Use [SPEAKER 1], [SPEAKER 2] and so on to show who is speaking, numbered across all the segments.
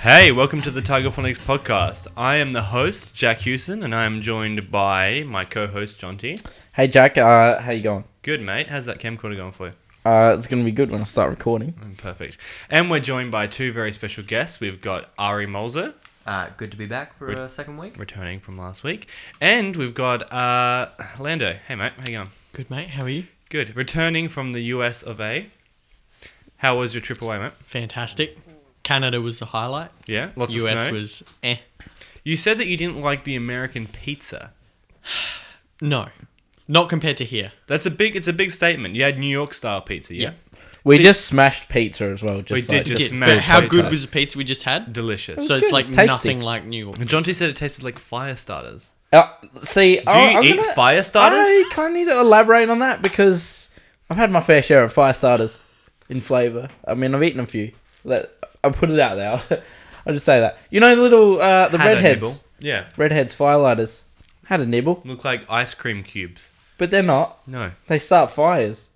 [SPEAKER 1] Hey, welcome to the Tiger Phonics podcast. I am the host, Jack Hewson, and I am joined by my co host, Jonty.
[SPEAKER 2] Hey Jack, uh, how you going?
[SPEAKER 1] Good, mate. How's that camcorder going for you?
[SPEAKER 2] Uh, it's gonna be good when I start recording.
[SPEAKER 1] Mm, Perfect. And we're joined by two very special guests. We've got Ari Molzer,
[SPEAKER 3] Uh, good to be back for a second week.
[SPEAKER 1] returning from last week, and we've got uh, Lando. Hey, mate. How you going?
[SPEAKER 4] Good mate, how are you?
[SPEAKER 1] Good. Returning from the US of A. How was your trip away, mate?
[SPEAKER 4] Fantastic. Canada was the highlight.
[SPEAKER 1] Yeah, lots of
[SPEAKER 4] US
[SPEAKER 1] snow.
[SPEAKER 4] was eh.
[SPEAKER 1] You said that you didn't like the American pizza.
[SPEAKER 4] No, not compared to here.
[SPEAKER 1] That's a big. It's a big statement. You had New York style pizza. Yeah,
[SPEAKER 2] We
[SPEAKER 1] See-
[SPEAKER 2] just smashed pizza as well. Just
[SPEAKER 1] We did
[SPEAKER 2] like,
[SPEAKER 1] just
[SPEAKER 4] Yeah,
[SPEAKER 1] smash
[SPEAKER 4] but how
[SPEAKER 1] pizza.
[SPEAKER 4] good was the pizza we just had?
[SPEAKER 1] delicious.
[SPEAKER 4] So
[SPEAKER 2] was
[SPEAKER 4] it's
[SPEAKER 2] good,
[SPEAKER 4] like
[SPEAKER 2] it's tasty.
[SPEAKER 4] nothing like New York.
[SPEAKER 1] Jonty said it tasted like fire starters.
[SPEAKER 2] Uh, see,
[SPEAKER 1] Do
[SPEAKER 2] I,
[SPEAKER 1] you
[SPEAKER 2] I'm
[SPEAKER 1] eat
[SPEAKER 2] gonna-
[SPEAKER 1] fire starters?
[SPEAKER 2] I kind of need to elaborate on that because I've had my fair share of fire starters in flavour. I mean, I've eaten a few. That I put it out there. I'll just say that. You know, the little uh, the
[SPEAKER 1] Had a
[SPEAKER 2] redheads,
[SPEAKER 1] nibble. Yeah.
[SPEAKER 2] redheads firelighters had a nibble,
[SPEAKER 1] Look like ice cream cubes.
[SPEAKER 2] but they're not.
[SPEAKER 1] No.
[SPEAKER 2] They start fires.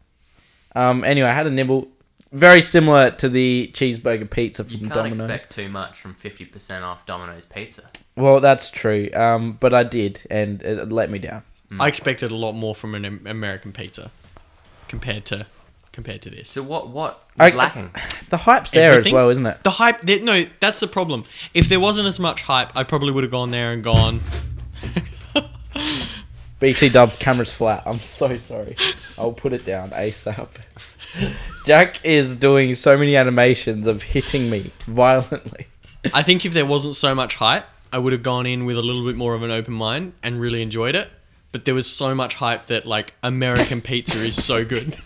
[SPEAKER 2] Um. Anyway, I had a nibble. Very similar to the cheeseburger pizza
[SPEAKER 3] You
[SPEAKER 2] from
[SPEAKER 3] can't
[SPEAKER 2] Domino's.
[SPEAKER 3] expect too much from 50% off Domino's Pizza.
[SPEAKER 2] Well, that's true. Um, but I did, and it let me down.
[SPEAKER 1] Mm.
[SPEAKER 4] I expected a lot more from an Am- American pizza compared to compared to this.
[SPEAKER 3] So what? What
[SPEAKER 2] I-
[SPEAKER 3] was lacking?
[SPEAKER 2] The hype's there
[SPEAKER 4] Everything?
[SPEAKER 2] as well, isn't it?
[SPEAKER 4] The hype. There, no, that's the problem. If there wasn't as much hype, I probably would have gone there and gone.
[SPEAKER 2] BT Dub's camera's flat. I'm so sorry. I'll put it down ASAP. Jack is doing so many animations of hitting me violently.
[SPEAKER 4] I think if there wasn't so much hype, I would have gone in with a little bit more of an open mind and really enjoyed it. But there was so much hype that like American pizza is so good.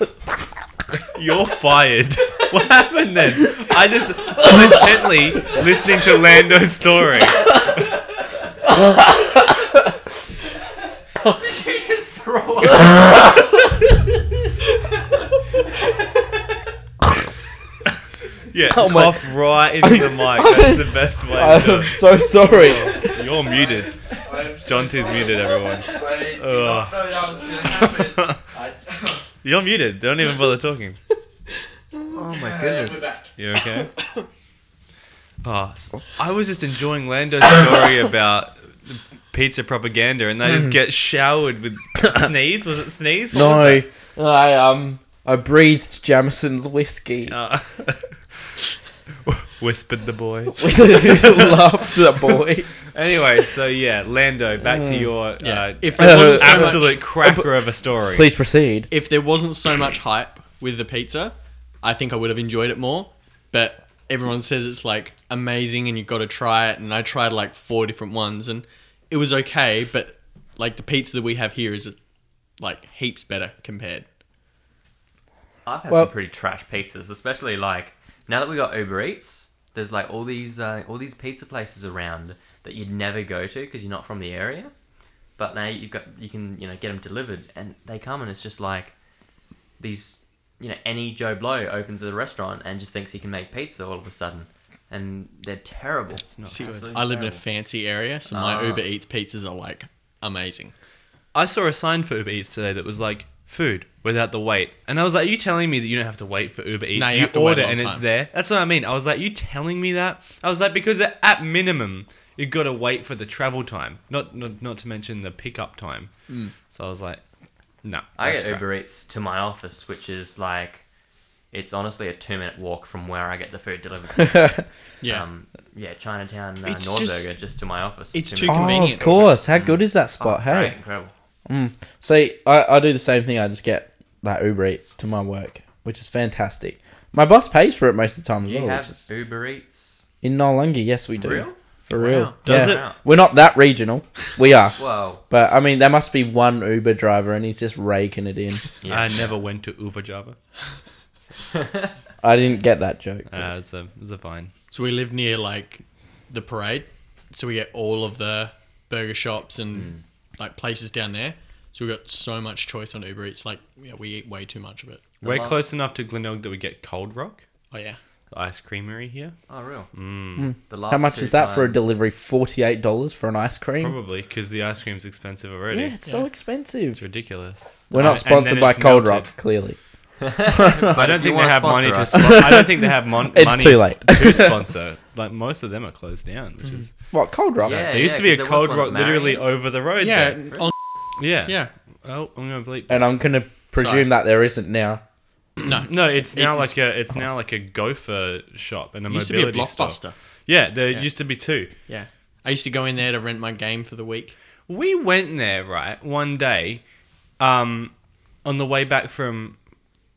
[SPEAKER 1] You're fired. what happened then? I just intently listening to Lando's story.
[SPEAKER 3] Did you just throw up?
[SPEAKER 1] Yeah,
[SPEAKER 2] Oh my-
[SPEAKER 1] cough right into the mic. That's the best way to do
[SPEAKER 2] I'm so sorry.
[SPEAKER 3] Oh
[SPEAKER 1] it. You're muted.
[SPEAKER 5] I'm so
[SPEAKER 1] Jonty's muted, everyone.
[SPEAKER 5] sorry. I did not
[SPEAKER 1] Ugh.
[SPEAKER 5] know that was gonna happen. I,
[SPEAKER 1] You're muted. Don't even bother talking.
[SPEAKER 3] Oh my
[SPEAKER 5] We're
[SPEAKER 3] goodness!
[SPEAKER 5] back.
[SPEAKER 1] You okay? Oh, s- I was just enjoying Lando's story about pizza propaganda, and they just get showered with sneeze. Was it sneeze? What was
[SPEAKER 2] Hmm. No,
[SPEAKER 1] it?
[SPEAKER 2] I um, I breathed Jamison's whiskey.
[SPEAKER 1] Uh, whispered the boy.
[SPEAKER 2] Laughed the boy.
[SPEAKER 1] Anyway, so yeah, Lando, back
[SPEAKER 2] Hmm.
[SPEAKER 1] to your uh,
[SPEAKER 4] If there wasn't so
[SPEAKER 1] absolute
[SPEAKER 4] much,
[SPEAKER 1] cracker of a story.
[SPEAKER 2] Please proceed.
[SPEAKER 4] if there wasn't so much hype with the pizza, I think I would have enjoyed it more. But everyone says it's like amazing and you've got to try it. And I tried like four different ones and it was okay. But like the pizza that we have here is like heaps better compared.
[SPEAKER 3] I've had
[SPEAKER 2] Well-
[SPEAKER 3] some pretty trash pizzas, especially like now that we got Uber Eats. There's like all these uh, all these pizza places around that you'd never go to because you're not from the area. But now you got you can you know get them delivered, and they come and it's just like these you know any Joe Blow opens a restaurant and just thinks he can make pizza all of a sudden, and they're terrible.
[SPEAKER 4] See,
[SPEAKER 3] absolutely
[SPEAKER 4] I live in a
[SPEAKER 3] terrible.
[SPEAKER 4] fancy area, so my
[SPEAKER 3] Ah.
[SPEAKER 4] Uber Eats pizzas are like amazing.
[SPEAKER 1] I saw a sign for Uber Eats today that was like food without the wait, and I was like, "You telling me that you don't have to wait for Uber Eats?
[SPEAKER 4] No, you have to wait
[SPEAKER 1] order
[SPEAKER 4] a long
[SPEAKER 1] and it's
[SPEAKER 4] time.
[SPEAKER 1] there." That's what I mean. I was like, "You telling me that?" I was like, "Because at- at minimum, you got to wait for the travel time, not not, not to mention the pickup time."
[SPEAKER 4] Mm.
[SPEAKER 1] So I was like, "No,
[SPEAKER 3] I
[SPEAKER 1] that's
[SPEAKER 3] get
[SPEAKER 1] crap.
[SPEAKER 3] Uber Eats to my office, which is like, it's honestly a two minute walk from where I get the food delivered.
[SPEAKER 4] Yeah.
[SPEAKER 3] um, yeah, Chinatown uh,
[SPEAKER 4] It's
[SPEAKER 3] Nordberger, just,
[SPEAKER 4] just-
[SPEAKER 3] to my office.
[SPEAKER 4] it's
[SPEAKER 3] Two
[SPEAKER 4] too
[SPEAKER 3] minutes.
[SPEAKER 4] con-
[SPEAKER 2] Oh, of
[SPEAKER 4] Convenient.
[SPEAKER 2] course. How good is that spot? Oh, hey.
[SPEAKER 3] Great, incredible.
[SPEAKER 2] See, I, I do the same thing. I just get like Uber Eats to my work, which is fantastic. My boss pays for it most of the time as
[SPEAKER 3] You
[SPEAKER 2] well.
[SPEAKER 3] have
[SPEAKER 2] which is-
[SPEAKER 3] Uber Eats?
[SPEAKER 2] in Noarlunga, yes, we do.
[SPEAKER 3] Real?
[SPEAKER 2] For real.
[SPEAKER 4] Wow.
[SPEAKER 1] Does
[SPEAKER 2] yeah.
[SPEAKER 1] it?
[SPEAKER 3] Wow.
[SPEAKER 2] We're not that regional. We are.
[SPEAKER 3] Whoa.
[SPEAKER 2] But I mean, there must be one Uber driver, and he's just raking it in.
[SPEAKER 3] Yeah.
[SPEAKER 1] I never went to Uber Java.
[SPEAKER 2] I didn't get that joke.
[SPEAKER 1] Uh, it's a it's a fine.
[SPEAKER 4] So we live near like the parade, so we get all of the burger shops and like places down there. So we got so much choice on Uber Eats. Like, yeah, we eat way too much of it.
[SPEAKER 1] We're
[SPEAKER 3] last-
[SPEAKER 1] close enough to Glenelg that we get Cold Rock
[SPEAKER 4] Oh yeah,
[SPEAKER 1] the ice creamery here,
[SPEAKER 3] Oh, real.
[SPEAKER 1] Mm.
[SPEAKER 3] The last
[SPEAKER 2] Mm. How much
[SPEAKER 3] two
[SPEAKER 2] is that for a
[SPEAKER 3] times-
[SPEAKER 2] delivery? Forty-eight dollars for an ice cream.
[SPEAKER 1] probably because the ice cream's expensive already.
[SPEAKER 2] Yeah, it's so
[SPEAKER 4] Mm. Yeah.
[SPEAKER 2] expensive.
[SPEAKER 1] It's ridiculous.
[SPEAKER 2] We're
[SPEAKER 1] Uh,
[SPEAKER 2] not
[SPEAKER 1] and then
[SPEAKER 2] sponsored by
[SPEAKER 1] it's
[SPEAKER 2] Cold
[SPEAKER 1] melted.
[SPEAKER 2] Rock, clearly.
[SPEAKER 1] I
[SPEAKER 3] But
[SPEAKER 1] don't
[SPEAKER 3] if you
[SPEAKER 1] think they
[SPEAKER 3] wanna
[SPEAKER 1] have money to.
[SPEAKER 3] sponsor us-
[SPEAKER 1] Spon- I don't think they have mon-
[SPEAKER 2] It's
[SPEAKER 1] money
[SPEAKER 2] too late.
[SPEAKER 1] to sponsor. Like most of them are closed down, which is
[SPEAKER 2] What cold rock?
[SPEAKER 1] sad.
[SPEAKER 3] Hmm. Yeah,
[SPEAKER 1] there used
[SPEAKER 3] yeah,
[SPEAKER 1] to be
[SPEAKER 3] 'cause
[SPEAKER 1] a
[SPEAKER 3] there was
[SPEAKER 1] cold
[SPEAKER 3] one
[SPEAKER 1] rock
[SPEAKER 3] at
[SPEAKER 1] literally
[SPEAKER 3] Marion.
[SPEAKER 1] over the road.
[SPEAKER 4] Yeah,
[SPEAKER 1] there.
[SPEAKER 4] on,
[SPEAKER 1] yeah,
[SPEAKER 4] yeah.
[SPEAKER 1] Oh, I'm gonna bleep.
[SPEAKER 2] And I'm gonna presume
[SPEAKER 4] Sorry.
[SPEAKER 2] that there isn't now.
[SPEAKER 4] No,
[SPEAKER 1] No, it's now like a it's now like a gopher shop and a
[SPEAKER 4] it used to be a
[SPEAKER 1] mobility store.
[SPEAKER 4] blockbuster.
[SPEAKER 1] Yeah, there
[SPEAKER 4] Yeah.
[SPEAKER 1] used to be two.
[SPEAKER 4] Yeah, I used to go in there to rent my game for the week.
[SPEAKER 1] We went there right one day, um, on the way back from.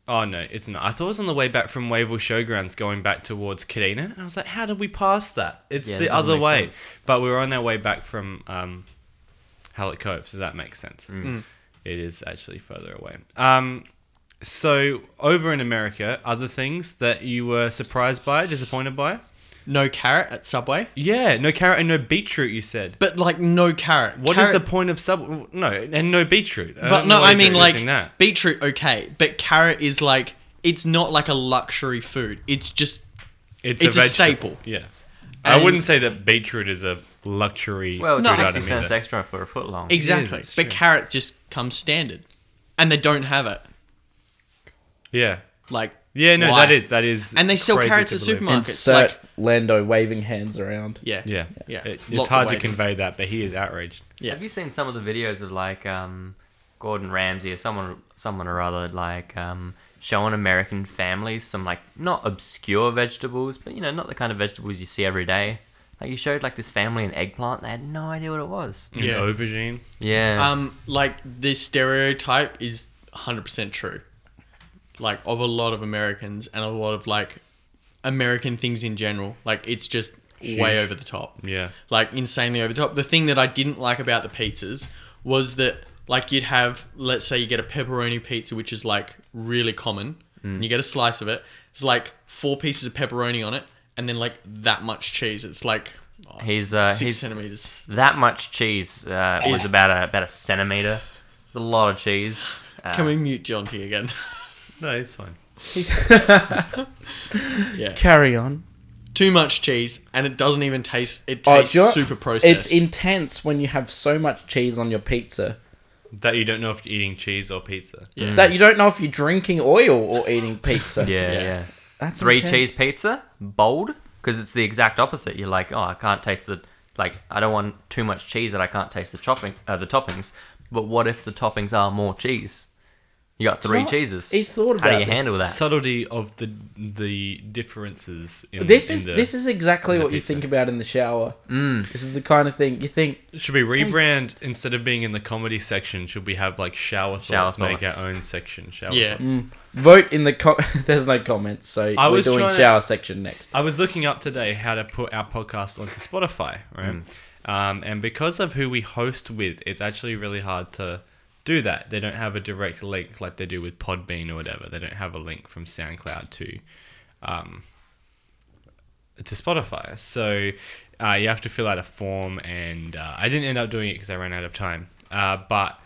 [SPEAKER 1] Oh no, it's not. I thought it was on the way back from Wavell Showgrounds, going back towards Kadena, and I was like, "How did we pass that? It's
[SPEAKER 3] Yeah,
[SPEAKER 1] the
[SPEAKER 3] that doesn't
[SPEAKER 1] other
[SPEAKER 3] make
[SPEAKER 1] way."
[SPEAKER 3] sense.
[SPEAKER 1] But we were on our way back from um, Hallett Cove, so that makes sense.
[SPEAKER 3] Mm.
[SPEAKER 1] It is actually further away. Um, so over in America, other things that you were surprised by, disappointed by?
[SPEAKER 4] No carrot at Subway,
[SPEAKER 1] Yeah, no carrot and no beetroot. You said.
[SPEAKER 4] but like no carrot.
[SPEAKER 1] What is
[SPEAKER 4] carrot,
[SPEAKER 1] the point of sub? No, and no beetroot.
[SPEAKER 4] But
[SPEAKER 1] don't
[SPEAKER 4] no,
[SPEAKER 1] know why
[SPEAKER 4] I
[SPEAKER 1] you're
[SPEAKER 4] mean like
[SPEAKER 1] discussing that.
[SPEAKER 4] beetroot. Okay, but carrot is like it's not like a luxury food. It's just it's a
[SPEAKER 1] vegetable.
[SPEAKER 4] staple.
[SPEAKER 1] Yeah, I
[SPEAKER 4] And-
[SPEAKER 1] wouldn't say that beetroot is a luxury.
[SPEAKER 3] Well, it's
[SPEAKER 1] food
[SPEAKER 3] sixty
[SPEAKER 1] item
[SPEAKER 3] cents
[SPEAKER 1] either.
[SPEAKER 3] extra for a foot long.
[SPEAKER 4] exactly.
[SPEAKER 1] it's
[SPEAKER 4] but
[SPEAKER 1] true.
[SPEAKER 4] carrot just comes standard, and they don't have it.
[SPEAKER 1] Yeah,
[SPEAKER 4] Like
[SPEAKER 1] yeah, no,
[SPEAKER 4] why?
[SPEAKER 1] that is that is,
[SPEAKER 4] And they sell
[SPEAKER 1] crazy
[SPEAKER 4] carrots
[SPEAKER 1] to
[SPEAKER 4] at
[SPEAKER 1] believe.
[SPEAKER 4] supermarkets. Markets,
[SPEAKER 2] Insert
[SPEAKER 4] like-
[SPEAKER 2] Lando waving hands around.
[SPEAKER 4] yeah
[SPEAKER 1] Yeah,
[SPEAKER 4] Yeah.
[SPEAKER 1] It- it's
[SPEAKER 4] Lots of
[SPEAKER 1] hard to
[SPEAKER 4] weight.
[SPEAKER 1] convey that, but he is outraged.
[SPEAKER 4] yeah.
[SPEAKER 3] Have you seen some of the videos of like um, Gordon Ramsay or someone, someone or other, like um, showing American families some like not obscure vegetables, but you know, not the kind of vegetables you see every day. Like you showed like this family an eggplant, they had no idea what it was.
[SPEAKER 1] Yeah,
[SPEAKER 4] Yeah.
[SPEAKER 1] aubergine.
[SPEAKER 3] Yeah,
[SPEAKER 4] um like this stereotype is 100% true like of a lot of americans and a lot of like american things in general like it's just way
[SPEAKER 1] Huge.
[SPEAKER 4] over the top
[SPEAKER 1] Yeah,
[SPEAKER 4] like insanely over the top the thing that i didn't like about the pizzas was that like you'd have let's say you get a pepperoni pizza which is like really common
[SPEAKER 1] Mm.
[SPEAKER 4] and you get a slice of it it's like four pieces of pepperoni on it and then like that much cheese it's like oh,
[SPEAKER 3] he's uh,
[SPEAKER 4] six
[SPEAKER 3] he's
[SPEAKER 4] centimeters
[SPEAKER 3] that much cheese uh, was
[SPEAKER 4] Is-
[SPEAKER 3] about a about a centimeter. It's a lot of cheese. Uh,
[SPEAKER 4] can we mute john T again
[SPEAKER 1] no, it's fine.
[SPEAKER 4] yeah
[SPEAKER 2] Carry on.
[SPEAKER 4] too much cheese and it doesn't even taste it
[SPEAKER 2] Oh,
[SPEAKER 4] tastes
[SPEAKER 2] do you know-
[SPEAKER 4] super processed
[SPEAKER 2] It's intense when you have so much cheese on your pizza
[SPEAKER 1] That you don't know if you're eating cheese or pizza.
[SPEAKER 4] yeah.
[SPEAKER 2] that you don't know if you're drinking oil or eating pizza.
[SPEAKER 3] Yeah,
[SPEAKER 4] Yeah.
[SPEAKER 3] yeah.
[SPEAKER 2] That's
[SPEAKER 3] three
[SPEAKER 2] intense.
[SPEAKER 3] cheese pizza bold because it's the exact opposite you're like oh i can't taste the like i don't want too much cheese that i can't taste the chopping uh, the toppings but what if the toppings are more cheese you got three
[SPEAKER 2] not-
[SPEAKER 3] cheeses
[SPEAKER 2] he's thought
[SPEAKER 3] how do
[SPEAKER 2] about
[SPEAKER 3] you
[SPEAKER 2] this.
[SPEAKER 3] handle that
[SPEAKER 1] Subtlety of the the differences. In,
[SPEAKER 2] This
[SPEAKER 1] in
[SPEAKER 2] is
[SPEAKER 1] the,
[SPEAKER 2] this is exactly
[SPEAKER 1] in the
[SPEAKER 2] what you
[SPEAKER 1] pizza.
[SPEAKER 2] think about in the shower. Mm. This is the kind of thing you think.
[SPEAKER 1] Should we rebrand instead of being in the comedy section? Should we have like shower thoughts?
[SPEAKER 3] Shower
[SPEAKER 1] make
[SPEAKER 3] thoughts.
[SPEAKER 1] our own section. Shower
[SPEAKER 4] Yeah.
[SPEAKER 1] thoughts.
[SPEAKER 2] Vote in the com- there's no comments, so
[SPEAKER 1] I
[SPEAKER 2] we're
[SPEAKER 1] was
[SPEAKER 2] doing
[SPEAKER 1] trying to-
[SPEAKER 2] shower section next.
[SPEAKER 1] I was looking up today how to put our podcast onto Spotify, right?
[SPEAKER 3] Mm.
[SPEAKER 1] Um, and because of who we host with, it's actually really hard to do that. They don't have a direct link like they do with Podbean or whatever. They don't have a link from SoundCloud to um, to Spotify. So uh, you have to fill out a form, and uh, I didn't end up doing it because I ran out of time. Uh, but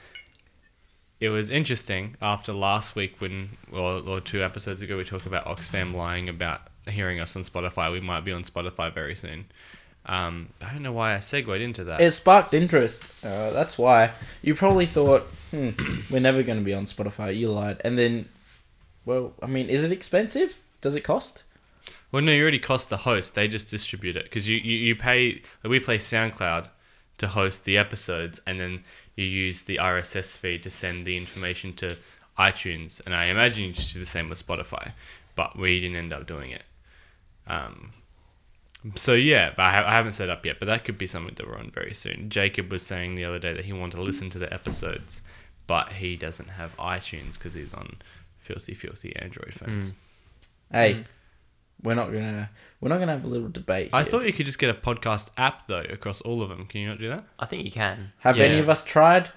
[SPEAKER 1] it was interesting after last week when, or, or two episodes ago, we talked about Oxfam lying about hearing us on Spotify. We might be on Spotify very soon. Um, I don't know why I segued into that.
[SPEAKER 2] It sparked interest. Uh, that's why you probably thought, hmm, "We're never going to be on Spotify." You lied, and then, well, I mean, is it expensive? Does it cost?
[SPEAKER 1] well, no, you already cost the host. They just distribute it because you, you, you pay, we play SoundCloud to host the episodes and then you use the RSS feed to send the information to iTunes. And I imagine you just do the same with Spotify, but we didn't end up doing it. Um, so yeah, but I, ha- I haven't set up yet. But that could be something that we're on very soon. Jacob was saying the other day that he wanted to listen to the episodes, but he doesn't have iTunes because he's on filthy, filthy Android phones.
[SPEAKER 2] Hey, we're not gonna we're not gonna have a little debate.
[SPEAKER 1] I
[SPEAKER 2] here.
[SPEAKER 1] thought you could just get a podcast app though across all of them. Can you not do that?
[SPEAKER 3] i think you can
[SPEAKER 2] have any
[SPEAKER 1] yeah.
[SPEAKER 2] of us tried?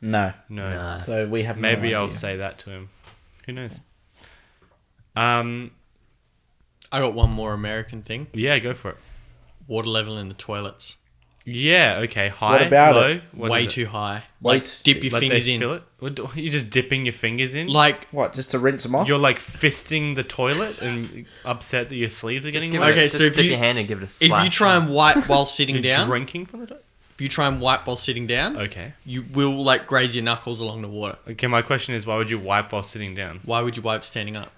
[SPEAKER 2] No.
[SPEAKER 1] No.
[SPEAKER 3] Nah.
[SPEAKER 2] So we have no
[SPEAKER 1] Maybe I'll
[SPEAKER 2] idea.
[SPEAKER 1] say that to him. Who knows? Um.
[SPEAKER 4] i got one more american thing
[SPEAKER 1] Yeah, go for it.
[SPEAKER 4] water level in the toilets
[SPEAKER 1] Yeah. Okay. High.
[SPEAKER 2] about
[SPEAKER 1] low.
[SPEAKER 2] it?
[SPEAKER 1] What
[SPEAKER 4] way
[SPEAKER 1] is it?
[SPEAKER 4] too high
[SPEAKER 2] Way
[SPEAKER 4] like
[SPEAKER 2] too-
[SPEAKER 4] dip your
[SPEAKER 1] Like
[SPEAKER 4] fingers
[SPEAKER 1] they
[SPEAKER 4] in
[SPEAKER 1] Fill it? What do- You're just dipping your fingers in.
[SPEAKER 4] like
[SPEAKER 2] what just to rinse them off.
[SPEAKER 1] You're like fisting the toilet and upset that your sleeves are
[SPEAKER 3] just
[SPEAKER 1] getting
[SPEAKER 3] give
[SPEAKER 1] wet.
[SPEAKER 3] it a,
[SPEAKER 4] Okay,
[SPEAKER 3] just
[SPEAKER 4] so if
[SPEAKER 3] dip
[SPEAKER 4] you-
[SPEAKER 3] your hand and give it a
[SPEAKER 4] if
[SPEAKER 3] splash
[SPEAKER 4] you try and wipe while sitting
[SPEAKER 1] You're
[SPEAKER 4] down
[SPEAKER 1] drinking from the toilet.
[SPEAKER 4] If you try and wipe while sitting down,
[SPEAKER 1] Okay.
[SPEAKER 4] you will like graze your knuckles along the water.
[SPEAKER 1] Okay, my question is why would you wipe while sitting down?
[SPEAKER 4] Why would you wipe standing up?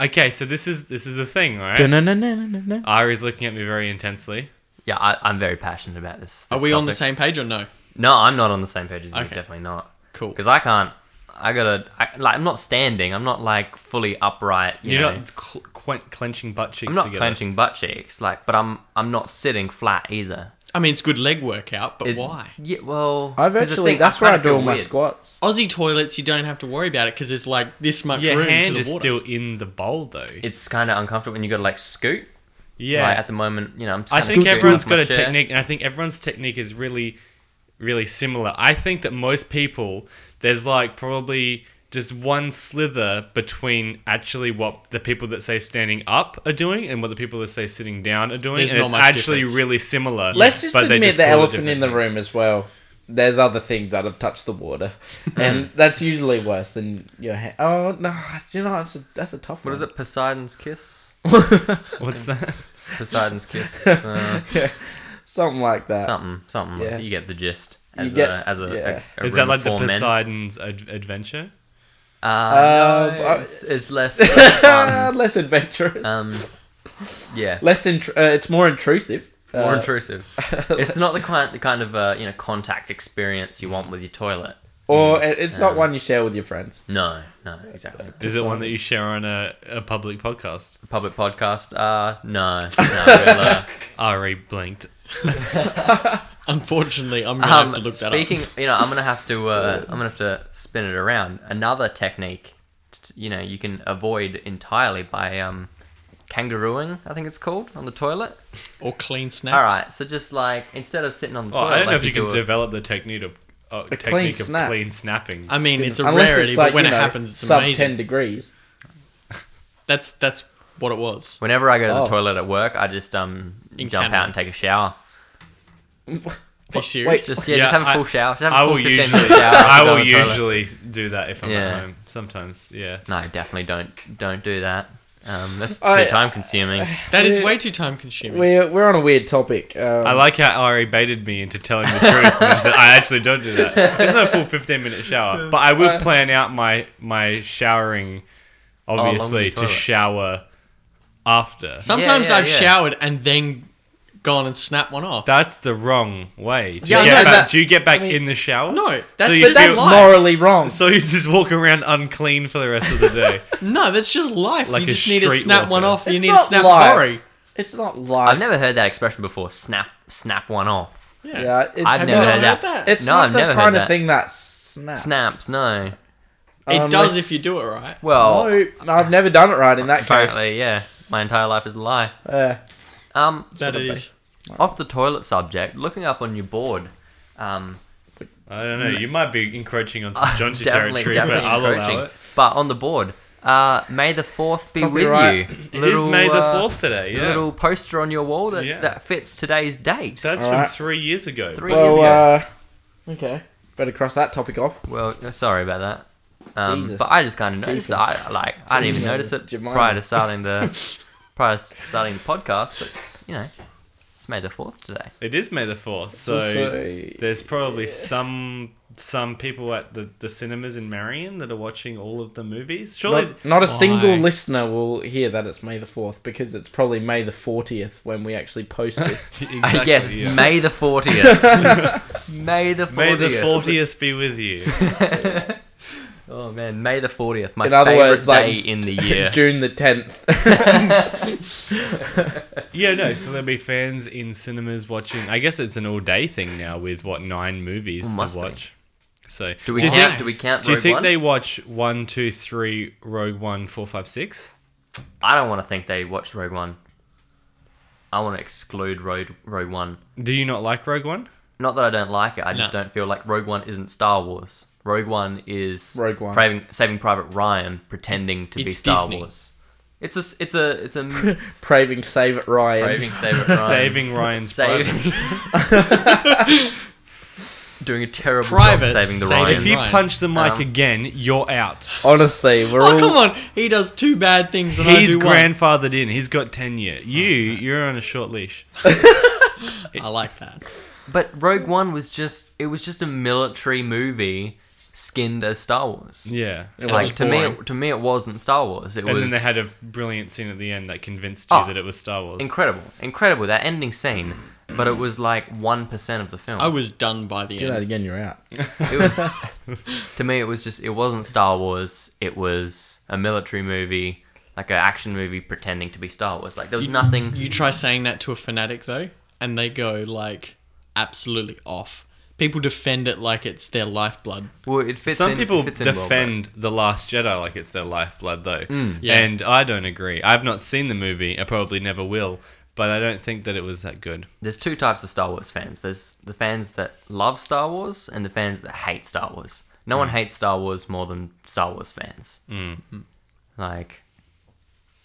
[SPEAKER 1] Okay, so this is this is the thing, all right?
[SPEAKER 2] Da-na-na-na-na-na.
[SPEAKER 1] Ari's looking at me very intensely.
[SPEAKER 3] Yeah, I, I'm very passionate about this.
[SPEAKER 4] Are
[SPEAKER 3] this
[SPEAKER 4] we on the
[SPEAKER 3] topic.
[SPEAKER 4] same page or no?
[SPEAKER 3] No, I'm not on the same page as you.
[SPEAKER 4] Okay.
[SPEAKER 3] Definitely not.
[SPEAKER 4] Cool.
[SPEAKER 3] Because I can't. I gotta. I, like, I'm not standing. I'm not like fully upright. You
[SPEAKER 1] You're
[SPEAKER 3] know?
[SPEAKER 1] not cl- quen- clenching butt cheeks
[SPEAKER 3] I'm not
[SPEAKER 1] together.
[SPEAKER 3] clenching butt cheeks. Like, but I'm. I'm not sitting flat either.
[SPEAKER 4] I mean, it's good leg workout, but
[SPEAKER 3] It's-
[SPEAKER 4] why?
[SPEAKER 3] Yeah. Well,
[SPEAKER 2] I've
[SPEAKER 3] 'cause the
[SPEAKER 2] actually
[SPEAKER 3] thing,
[SPEAKER 2] that's where I
[SPEAKER 3] kinda
[SPEAKER 2] do
[SPEAKER 3] feel
[SPEAKER 2] all my
[SPEAKER 3] weird.
[SPEAKER 2] squats.
[SPEAKER 4] Aussie toilets, you don't have to worry about it because there's like this much
[SPEAKER 1] Your
[SPEAKER 4] room
[SPEAKER 1] hand
[SPEAKER 4] to the
[SPEAKER 1] is
[SPEAKER 4] water.
[SPEAKER 1] still in the bowl though.
[SPEAKER 3] It's kind of uncomfortable when you gotta like scoot.
[SPEAKER 1] yeah.
[SPEAKER 3] Like, at the moment, you know, I'm. Just
[SPEAKER 1] I
[SPEAKER 3] kinda
[SPEAKER 1] think
[SPEAKER 3] scooting
[SPEAKER 1] everyone's
[SPEAKER 3] off my
[SPEAKER 1] got a
[SPEAKER 3] chair.
[SPEAKER 1] technique, and I think everyone's technique is really, really similar. I think that most people, there's like probably just one slither between actually what the people that say standing up are doing and what the people that say sitting down are doing,
[SPEAKER 4] There's
[SPEAKER 1] and
[SPEAKER 4] not
[SPEAKER 1] it's
[SPEAKER 4] much
[SPEAKER 1] actually
[SPEAKER 4] difference.
[SPEAKER 1] really similar.
[SPEAKER 2] Let's just
[SPEAKER 1] but they
[SPEAKER 2] admit the
[SPEAKER 1] call it
[SPEAKER 2] elephant in the
[SPEAKER 1] different
[SPEAKER 2] room as well. There's other things that have touched the water, and that's usually worse than your hand. Oh no, do you know that's a that's a tough
[SPEAKER 3] What
[SPEAKER 2] one.
[SPEAKER 3] is it? Poseidon's kiss.
[SPEAKER 1] things. What's that?
[SPEAKER 3] Poseidon's kiss. Uh,
[SPEAKER 2] Something like that.
[SPEAKER 3] something. Something.
[SPEAKER 2] Yeah.
[SPEAKER 3] You get the gist.
[SPEAKER 2] You
[SPEAKER 3] As
[SPEAKER 2] get-
[SPEAKER 3] a, as a,
[SPEAKER 2] yeah.
[SPEAKER 3] a- a
[SPEAKER 1] Is that
[SPEAKER 3] room
[SPEAKER 1] like
[SPEAKER 3] of
[SPEAKER 1] the
[SPEAKER 3] four men.
[SPEAKER 1] Poseidon's ad- adventure?
[SPEAKER 3] Uh,
[SPEAKER 2] Uh,
[SPEAKER 3] no,
[SPEAKER 2] but I-
[SPEAKER 3] it's, it's less less fun.
[SPEAKER 2] less adventurous.
[SPEAKER 3] Um, yeah,
[SPEAKER 2] less intr- uh, It's more intrusive.
[SPEAKER 3] more
[SPEAKER 2] Uh,
[SPEAKER 3] intrusive. It's not the kind the kind of uh, you know contact experience you want with your toilet.
[SPEAKER 2] or it- it's not
[SPEAKER 3] Um,
[SPEAKER 2] one you share with your friends.
[SPEAKER 3] No, no, exactly.
[SPEAKER 1] Is it one that you share on a, a public podcast?
[SPEAKER 3] Public podcast? Uh, no, no. We'll, uh,
[SPEAKER 1] Ari blinked.
[SPEAKER 4] Unfortunately, I'm gonna
[SPEAKER 3] um,
[SPEAKER 4] have to look that
[SPEAKER 3] speaking,
[SPEAKER 4] up.
[SPEAKER 3] you know, I'm gonna have to uh, I'm gonna have to spin it around. Another technique, t- you know, you can avoid entirely by um, kangarooing. I think it's called on the toilet.
[SPEAKER 4] Or clean snaps.
[SPEAKER 3] All right, so just like instead of sitting on the
[SPEAKER 1] Oh,
[SPEAKER 3] toilet,
[SPEAKER 1] I don't know
[SPEAKER 3] like
[SPEAKER 1] if you, can
[SPEAKER 3] do a-
[SPEAKER 1] develop the technique of uh,
[SPEAKER 2] clean
[SPEAKER 1] technique of
[SPEAKER 2] snap.
[SPEAKER 1] clean snapping.
[SPEAKER 4] I mean, it's a
[SPEAKER 2] Unless
[SPEAKER 4] rarity,
[SPEAKER 2] it's like,
[SPEAKER 4] but when
[SPEAKER 2] you
[SPEAKER 4] it
[SPEAKER 2] know,
[SPEAKER 4] happens, it's
[SPEAKER 2] sub
[SPEAKER 4] amazing.
[SPEAKER 2] ten degrees.
[SPEAKER 4] That's that's what it was.
[SPEAKER 3] Whenever I go to the
[SPEAKER 2] Oh.
[SPEAKER 3] toilet at work, I just um
[SPEAKER 4] In
[SPEAKER 3] jump
[SPEAKER 4] Canada.
[SPEAKER 3] out and take a shower.
[SPEAKER 4] Are you serious?
[SPEAKER 3] Just yeah,
[SPEAKER 1] Yeah,
[SPEAKER 3] just have a
[SPEAKER 1] I-
[SPEAKER 3] full shower. Just have a
[SPEAKER 1] I
[SPEAKER 3] full
[SPEAKER 1] will
[SPEAKER 3] 15 minute
[SPEAKER 1] usually,
[SPEAKER 3] shower. after
[SPEAKER 1] I
[SPEAKER 3] going
[SPEAKER 1] will
[SPEAKER 3] to the toilet.
[SPEAKER 1] usually do that if I'm
[SPEAKER 3] Yeah.
[SPEAKER 1] at home. Sometimes, yeah.
[SPEAKER 3] No, definitely don't don't do that. Um, that's too
[SPEAKER 2] I-
[SPEAKER 3] time consuming.
[SPEAKER 4] that is
[SPEAKER 2] we-
[SPEAKER 4] way too time consuming.
[SPEAKER 2] We're we're on a weird topic. Um,
[SPEAKER 1] I like how Ari baited me into telling the truth. and said, I actually don't do that. It's not a full 15 minute shower, but I will plan out my my showering,
[SPEAKER 3] along the
[SPEAKER 1] obviously, to
[SPEAKER 3] toilet.
[SPEAKER 1] shower after.
[SPEAKER 4] Sometimes
[SPEAKER 3] yeah,
[SPEAKER 4] I've
[SPEAKER 3] yeah.
[SPEAKER 4] showered and then gone and snapped one off.
[SPEAKER 1] That's the wrong way. Do,
[SPEAKER 4] Yeah, I
[SPEAKER 1] you, get
[SPEAKER 4] know,
[SPEAKER 1] back,
[SPEAKER 4] but-
[SPEAKER 1] do you get back
[SPEAKER 2] I mean-
[SPEAKER 1] in the shower?
[SPEAKER 4] no, that's
[SPEAKER 1] you
[SPEAKER 4] but that's
[SPEAKER 1] do-
[SPEAKER 4] life.
[SPEAKER 2] morally
[SPEAKER 3] Oh.
[SPEAKER 2] wrong.
[SPEAKER 1] So you just walk around unclean for the rest of the day.
[SPEAKER 4] No, that's just life.
[SPEAKER 1] Like
[SPEAKER 4] you
[SPEAKER 1] a
[SPEAKER 4] just need to snap
[SPEAKER 1] streetwalker.
[SPEAKER 4] one off. You
[SPEAKER 2] It's
[SPEAKER 4] need to
[SPEAKER 2] not
[SPEAKER 4] snap
[SPEAKER 2] life.
[SPEAKER 4] sorry.
[SPEAKER 2] it's not live.
[SPEAKER 3] I've never heard that expression before. Snap snap one off.
[SPEAKER 2] Yeah, it's
[SPEAKER 3] I've
[SPEAKER 4] Have
[SPEAKER 3] never
[SPEAKER 4] you not
[SPEAKER 3] heard that.
[SPEAKER 2] It's
[SPEAKER 3] No,
[SPEAKER 2] not
[SPEAKER 3] I've
[SPEAKER 2] the
[SPEAKER 3] never heard
[SPEAKER 2] kind
[SPEAKER 3] that.
[SPEAKER 2] of thing that snaps.
[SPEAKER 3] Snaps no.
[SPEAKER 4] It
[SPEAKER 2] Um,
[SPEAKER 4] does
[SPEAKER 2] like-
[SPEAKER 4] if you do it right.
[SPEAKER 3] Well,
[SPEAKER 2] No, Oh. no, I've never done it right in that case.
[SPEAKER 3] apparently, yeah. My entire life is a lie.
[SPEAKER 2] Uh,
[SPEAKER 3] Um,
[SPEAKER 4] That
[SPEAKER 2] sort of
[SPEAKER 4] is.
[SPEAKER 3] off the toilet subject. Looking up on your board. Um,
[SPEAKER 1] I don't know. You might be encroaching on some
[SPEAKER 3] I'm
[SPEAKER 1] Jonty territory, but I'll
[SPEAKER 3] encroaching.
[SPEAKER 1] allow it.
[SPEAKER 3] But on the board, uh, May the Fourth be
[SPEAKER 2] Probably
[SPEAKER 3] with
[SPEAKER 2] right.
[SPEAKER 3] you.
[SPEAKER 1] It is May the
[SPEAKER 3] uh,
[SPEAKER 1] Fourth today. Yeah,
[SPEAKER 3] Little poster on your wall that,
[SPEAKER 1] Yeah.
[SPEAKER 3] that fits today's date.
[SPEAKER 1] that's
[SPEAKER 2] All
[SPEAKER 1] from
[SPEAKER 2] right.
[SPEAKER 1] three years ago.
[SPEAKER 3] Three years
[SPEAKER 2] well,
[SPEAKER 3] ago.
[SPEAKER 2] uh, okay. Better cross that topic off.
[SPEAKER 3] well, uh, sorry about that. Um,
[SPEAKER 2] Jesus.
[SPEAKER 3] But I just kind of noticed.
[SPEAKER 2] Jesus.
[SPEAKER 3] it. I like I didn't even
[SPEAKER 2] Jesus,
[SPEAKER 3] notice it
[SPEAKER 2] Jemima.
[SPEAKER 3] prior to starting the prior to starting the podcast. But it's, you know, it's May the Fourth today.
[SPEAKER 1] It is May the Fourth, so
[SPEAKER 2] also-
[SPEAKER 1] there's probably some some people at the, the cinemas in Marion that are watching all of the movies. Surely,
[SPEAKER 2] Not, not a single
[SPEAKER 4] Why?
[SPEAKER 2] listener will hear that it's May the 4th because it's probably May the 40th when we actually post this.
[SPEAKER 1] exactly.
[SPEAKER 3] yes,
[SPEAKER 1] yeah.
[SPEAKER 3] May the Fortieth. May the Fortieth.
[SPEAKER 1] May the Fortieth be with you.
[SPEAKER 3] Oh man, May the Fortieth. My
[SPEAKER 2] In other
[SPEAKER 3] favorite
[SPEAKER 2] words, like,
[SPEAKER 3] day in the year.
[SPEAKER 2] June the 10th.
[SPEAKER 1] yeah, no. So there'll be fans in cinemas watching. I guess it's an all day thing now with what nine movies
[SPEAKER 3] Well, must
[SPEAKER 1] to
[SPEAKER 3] be.
[SPEAKER 1] watch. So
[SPEAKER 3] do we
[SPEAKER 1] do you
[SPEAKER 3] count?
[SPEAKER 1] think,
[SPEAKER 3] Do we count?
[SPEAKER 1] do you
[SPEAKER 3] Rogue
[SPEAKER 1] think
[SPEAKER 3] One?
[SPEAKER 1] they watch one, two, three, Rogue One, four, five, six?
[SPEAKER 3] I don't want to think they watched Rogue One. I want to exclude Rogue Rogue One.
[SPEAKER 1] Do you not like Rogue One?
[SPEAKER 3] Not that I don't like it. I just
[SPEAKER 4] No.
[SPEAKER 3] don't feel like Rogue One isn't Star Wars. Rogue One is
[SPEAKER 2] Rogue One.
[SPEAKER 3] Saving, Saving Private Ryan pretending to be
[SPEAKER 4] It's
[SPEAKER 3] Star
[SPEAKER 4] Disney.
[SPEAKER 3] Wars. It's a s- it's a it's a
[SPEAKER 2] Praving Save It Ryan.
[SPEAKER 3] saving Saving Ryan.
[SPEAKER 1] Saving Ryan's private.
[SPEAKER 3] saving. Doing a terrible
[SPEAKER 4] Private
[SPEAKER 3] job saving the
[SPEAKER 4] saving-
[SPEAKER 3] Ryan.
[SPEAKER 1] If you
[SPEAKER 4] Ryan.
[SPEAKER 1] punch the mic
[SPEAKER 3] Um,
[SPEAKER 1] again, you're out.
[SPEAKER 2] Honestly, we're
[SPEAKER 4] Oh
[SPEAKER 2] all.
[SPEAKER 4] come on! He does two bad things and I
[SPEAKER 1] He's
[SPEAKER 4] do grand-
[SPEAKER 1] grandfathered
[SPEAKER 3] Oh,
[SPEAKER 1] in. He's got tenure. You, you're on a short leash.
[SPEAKER 4] one. I like that.
[SPEAKER 3] But Rogue One was just it was just a military movie skinned as Star Wars.
[SPEAKER 1] Yeah.
[SPEAKER 3] like
[SPEAKER 4] was
[SPEAKER 3] to me,
[SPEAKER 4] boring.
[SPEAKER 3] it, to me, it wasn't Star Wars. It
[SPEAKER 1] and
[SPEAKER 3] was
[SPEAKER 1] then they had a brilliant scene at the end that convinced you
[SPEAKER 3] Oh.
[SPEAKER 1] that it was Star Wars.
[SPEAKER 3] incredible, incredible that ending scene. But it was like one percent of the film.
[SPEAKER 4] I was done by the
[SPEAKER 2] Do that
[SPEAKER 4] end.
[SPEAKER 2] again, you're out.
[SPEAKER 3] It was to me, it was just it wasn't Star Wars. It was a military movie, like an action movie pretending to be Star Wars. Like there was nothing.
[SPEAKER 4] You try saying that to a fanatic though, and they go like absolutely off. People defend it like it's their lifeblood.
[SPEAKER 3] well, it fits.
[SPEAKER 1] Some
[SPEAKER 3] in,
[SPEAKER 1] people
[SPEAKER 3] it fits in well, but- Hmm.
[SPEAKER 1] defend The Last Jedi like it's their lifeblood, though.
[SPEAKER 4] yeah.
[SPEAKER 1] And I don't agree. I've not seen the movie. I probably never will. But I don't think that it was that good.
[SPEAKER 3] there's two types of Star Wars fans. There's the fans that love Star Wars and the fans that hate Star Wars. No
[SPEAKER 1] Mm.
[SPEAKER 3] one hates Star Wars more than Star Wars fans. Mm. Like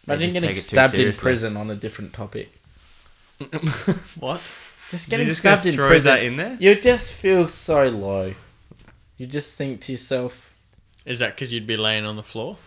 [SPEAKER 3] They
[SPEAKER 2] Imagine
[SPEAKER 3] just
[SPEAKER 2] getting
[SPEAKER 3] take it too
[SPEAKER 2] stabbed in
[SPEAKER 3] seriously.
[SPEAKER 2] prison on a different topic.
[SPEAKER 4] What?
[SPEAKER 2] Just
[SPEAKER 1] You're
[SPEAKER 2] getting
[SPEAKER 1] just gonna
[SPEAKER 2] stabbed in
[SPEAKER 1] throw
[SPEAKER 2] prison.
[SPEAKER 1] that in there?
[SPEAKER 2] You just feel so low. You just think to yourself,
[SPEAKER 4] Is that because you'd be laying on the floor?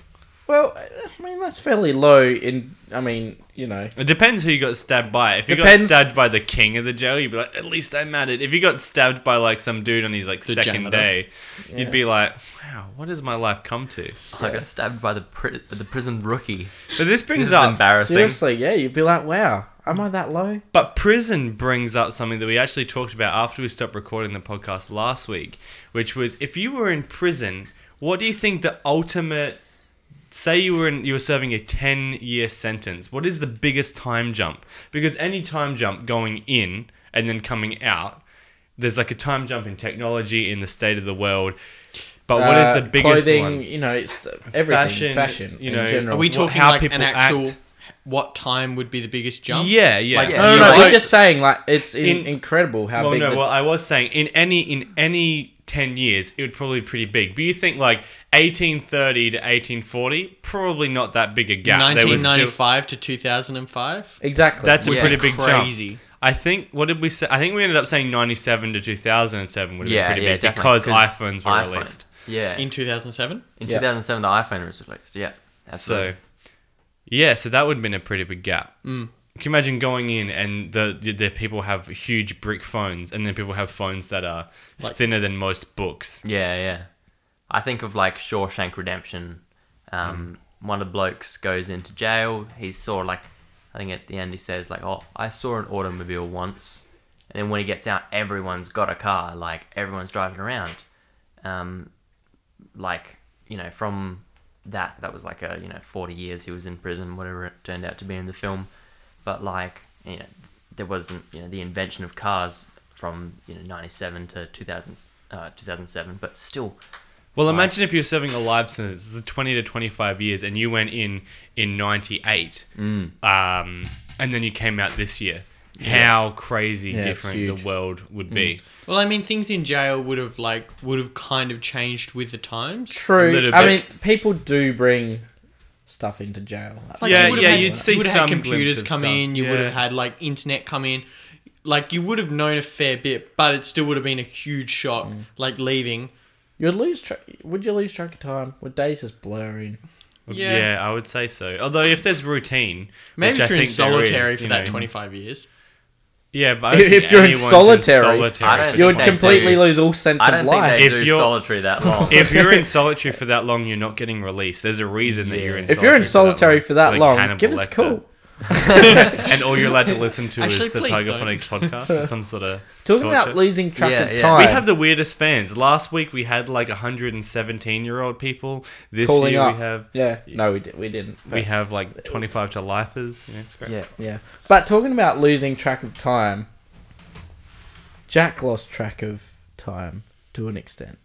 [SPEAKER 2] well, I mean, that's fairly low in, I mean, you know.
[SPEAKER 1] It depends who you got stabbed by. If you
[SPEAKER 2] Depends.
[SPEAKER 1] got stabbed by the king of the jail, you'd be like, at least I'm at it. If you got stabbed by like some dude on his like
[SPEAKER 4] The
[SPEAKER 1] second
[SPEAKER 4] janitor.
[SPEAKER 1] day,
[SPEAKER 2] Yeah.
[SPEAKER 1] you'd be like, wow, what has my life come to?
[SPEAKER 3] I got stabbed by the pri- the prison rookie.
[SPEAKER 1] But this
[SPEAKER 3] This
[SPEAKER 1] brings
[SPEAKER 3] is
[SPEAKER 1] up
[SPEAKER 3] embarrassing.
[SPEAKER 2] Seriously, yeah, you'd be like, wow, am I that low?
[SPEAKER 1] But prison brings up something that we actually talked about after we stopped recording the podcast last week, which was if you were in prison, what do you think the ultimate say you were in you were serving a 10 year sentence what is the biggest time jump because any time jump going in and then coming out there's like a time jump in technology in the state of the world but what is
[SPEAKER 2] Uh,
[SPEAKER 1] the biggest
[SPEAKER 2] clothing,
[SPEAKER 1] one
[SPEAKER 2] you know, it's everything,
[SPEAKER 1] Fashion,
[SPEAKER 2] fashion,
[SPEAKER 1] you
[SPEAKER 2] in
[SPEAKER 1] know,
[SPEAKER 2] general.
[SPEAKER 4] Are we
[SPEAKER 1] What-
[SPEAKER 4] talking
[SPEAKER 1] how
[SPEAKER 4] like
[SPEAKER 1] people
[SPEAKER 4] an actual?
[SPEAKER 1] act.
[SPEAKER 4] What time would be the biggest jump?
[SPEAKER 1] yeah yeah
[SPEAKER 4] Like,
[SPEAKER 2] no, no,
[SPEAKER 4] You
[SPEAKER 2] no,
[SPEAKER 4] know,
[SPEAKER 2] we're
[SPEAKER 4] like-
[SPEAKER 2] just saying, like, it's in,
[SPEAKER 1] In-
[SPEAKER 2] incredible how
[SPEAKER 1] well,
[SPEAKER 2] big
[SPEAKER 1] no.
[SPEAKER 2] the
[SPEAKER 1] well, I was saying in any in any ten years, it would probably be pretty big. But you think like 1830 to 1840, probably not that big a gap. There was still-
[SPEAKER 4] 1995 to 2005.
[SPEAKER 2] Exactly.
[SPEAKER 1] that's a
[SPEAKER 3] Yeah.
[SPEAKER 1] pretty big
[SPEAKER 4] Crazy.
[SPEAKER 1] jump. I think. What did we say? I think we ended up saying 97 to 2007 would have
[SPEAKER 3] Yeah,
[SPEAKER 1] been pretty
[SPEAKER 3] yeah,
[SPEAKER 1] big
[SPEAKER 3] definitely,
[SPEAKER 1] because
[SPEAKER 3] 'cause
[SPEAKER 1] iPhones were
[SPEAKER 3] iPhone.
[SPEAKER 1] released.
[SPEAKER 3] Yeah,
[SPEAKER 4] In
[SPEAKER 3] in,
[SPEAKER 4] 2007,
[SPEAKER 2] Yeah.
[SPEAKER 3] 2007 the iPhone was released. Yeah, absolutely.
[SPEAKER 1] So, yeah, so that would have been a pretty big gap. Mm. Can you imagine going in and the, the the people have huge brick phones, and then people have phones that are thinner than most books.
[SPEAKER 3] Yeah, yeah. I think of like Shawshank Redemption. Um, One of the blokes goes into jail. He saw like, I think at the end he says like, "Oh, I saw an automobile once," and then when he gets out, everyone's got a car. Like everyone's driving around. Um, like you know, from that that was like a you know forty years he was in prison, whatever it turned out to be in the film. But like you know, there wasn't you know the invention of cars from you know ninety seven to 2000, uh, 2007, but still
[SPEAKER 1] Well, imagine if you're serving a life sentence, this is 20 to 25 years, and you went in in 98,
[SPEAKER 2] Mm.
[SPEAKER 1] um, and then you came out this year. How crazy
[SPEAKER 2] it's
[SPEAKER 1] different
[SPEAKER 2] huge.
[SPEAKER 1] the world would be.
[SPEAKER 4] well, I mean, things in jail would have like would have kind of changed with the times.
[SPEAKER 2] True.
[SPEAKER 1] little
[SPEAKER 2] I mean,
[SPEAKER 1] bit.
[SPEAKER 2] people do bring stuff into jail.
[SPEAKER 4] Like,
[SPEAKER 1] Yeah,
[SPEAKER 4] you would've
[SPEAKER 1] yeah,
[SPEAKER 4] had-
[SPEAKER 1] you'd see
[SPEAKER 4] you would've
[SPEAKER 1] some
[SPEAKER 4] had computers
[SPEAKER 1] glimpse of
[SPEAKER 4] come
[SPEAKER 1] stuff.
[SPEAKER 4] in. You would
[SPEAKER 1] Yeah.
[SPEAKER 4] have had like internet come in. Like you would have known a fair bit, but it still would have been a huge shock.
[SPEAKER 1] Mm.
[SPEAKER 4] Like leaving.
[SPEAKER 2] You'd lose track. Would you lose track of time? Would days just blurring?
[SPEAKER 1] Yeah.
[SPEAKER 2] Mm.
[SPEAKER 4] Yeah.
[SPEAKER 1] I would say so. Although, if there's routine,
[SPEAKER 4] Maybe
[SPEAKER 1] which I
[SPEAKER 4] if you're in
[SPEAKER 1] think there is,
[SPEAKER 4] solitary
[SPEAKER 1] you
[SPEAKER 4] for
[SPEAKER 1] know-
[SPEAKER 4] that 25 years.
[SPEAKER 1] Yeah, but I don't
[SPEAKER 2] If
[SPEAKER 1] think
[SPEAKER 2] you're in
[SPEAKER 1] anyone's
[SPEAKER 2] solitary-
[SPEAKER 1] solitary
[SPEAKER 3] I don't
[SPEAKER 1] for
[SPEAKER 2] You would
[SPEAKER 3] they
[SPEAKER 1] 25
[SPEAKER 2] completely
[SPEAKER 1] years.
[SPEAKER 2] lose all sense
[SPEAKER 3] I
[SPEAKER 2] of
[SPEAKER 3] don't think
[SPEAKER 2] life.
[SPEAKER 3] they
[SPEAKER 1] If
[SPEAKER 3] do
[SPEAKER 1] you're-
[SPEAKER 3] solitary that long.
[SPEAKER 1] If you're in solitary for that long, you're not getting released. There's a reason that you're in.
[SPEAKER 2] if you're in solitary for that
[SPEAKER 1] Like
[SPEAKER 2] long,
[SPEAKER 1] Hannibal
[SPEAKER 2] give us a
[SPEAKER 1] Lecter.
[SPEAKER 2] call.
[SPEAKER 1] and all you're allowed to listen to
[SPEAKER 4] Actually,
[SPEAKER 1] is the
[SPEAKER 4] please
[SPEAKER 1] Tiger
[SPEAKER 4] don't.
[SPEAKER 1] Phonics podcast, or some sort of
[SPEAKER 2] Talking
[SPEAKER 1] torture.
[SPEAKER 2] about losing track
[SPEAKER 3] Yeah,
[SPEAKER 2] of
[SPEAKER 3] yeah.
[SPEAKER 2] time.
[SPEAKER 1] We have the weirdest fans. Last week we had like 117 year old people. This
[SPEAKER 2] calling
[SPEAKER 1] year
[SPEAKER 2] up.
[SPEAKER 1] we have
[SPEAKER 2] yeah. No, we, did, we didn't.
[SPEAKER 1] we
[SPEAKER 2] but-
[SPEAKER 1] have like 25 to lifers. You know, it's great.
[SPEAKER 3] yeah,
[SPEAKER 2] yeah. But talking about losing track of time, Jack lost track of time to an extent.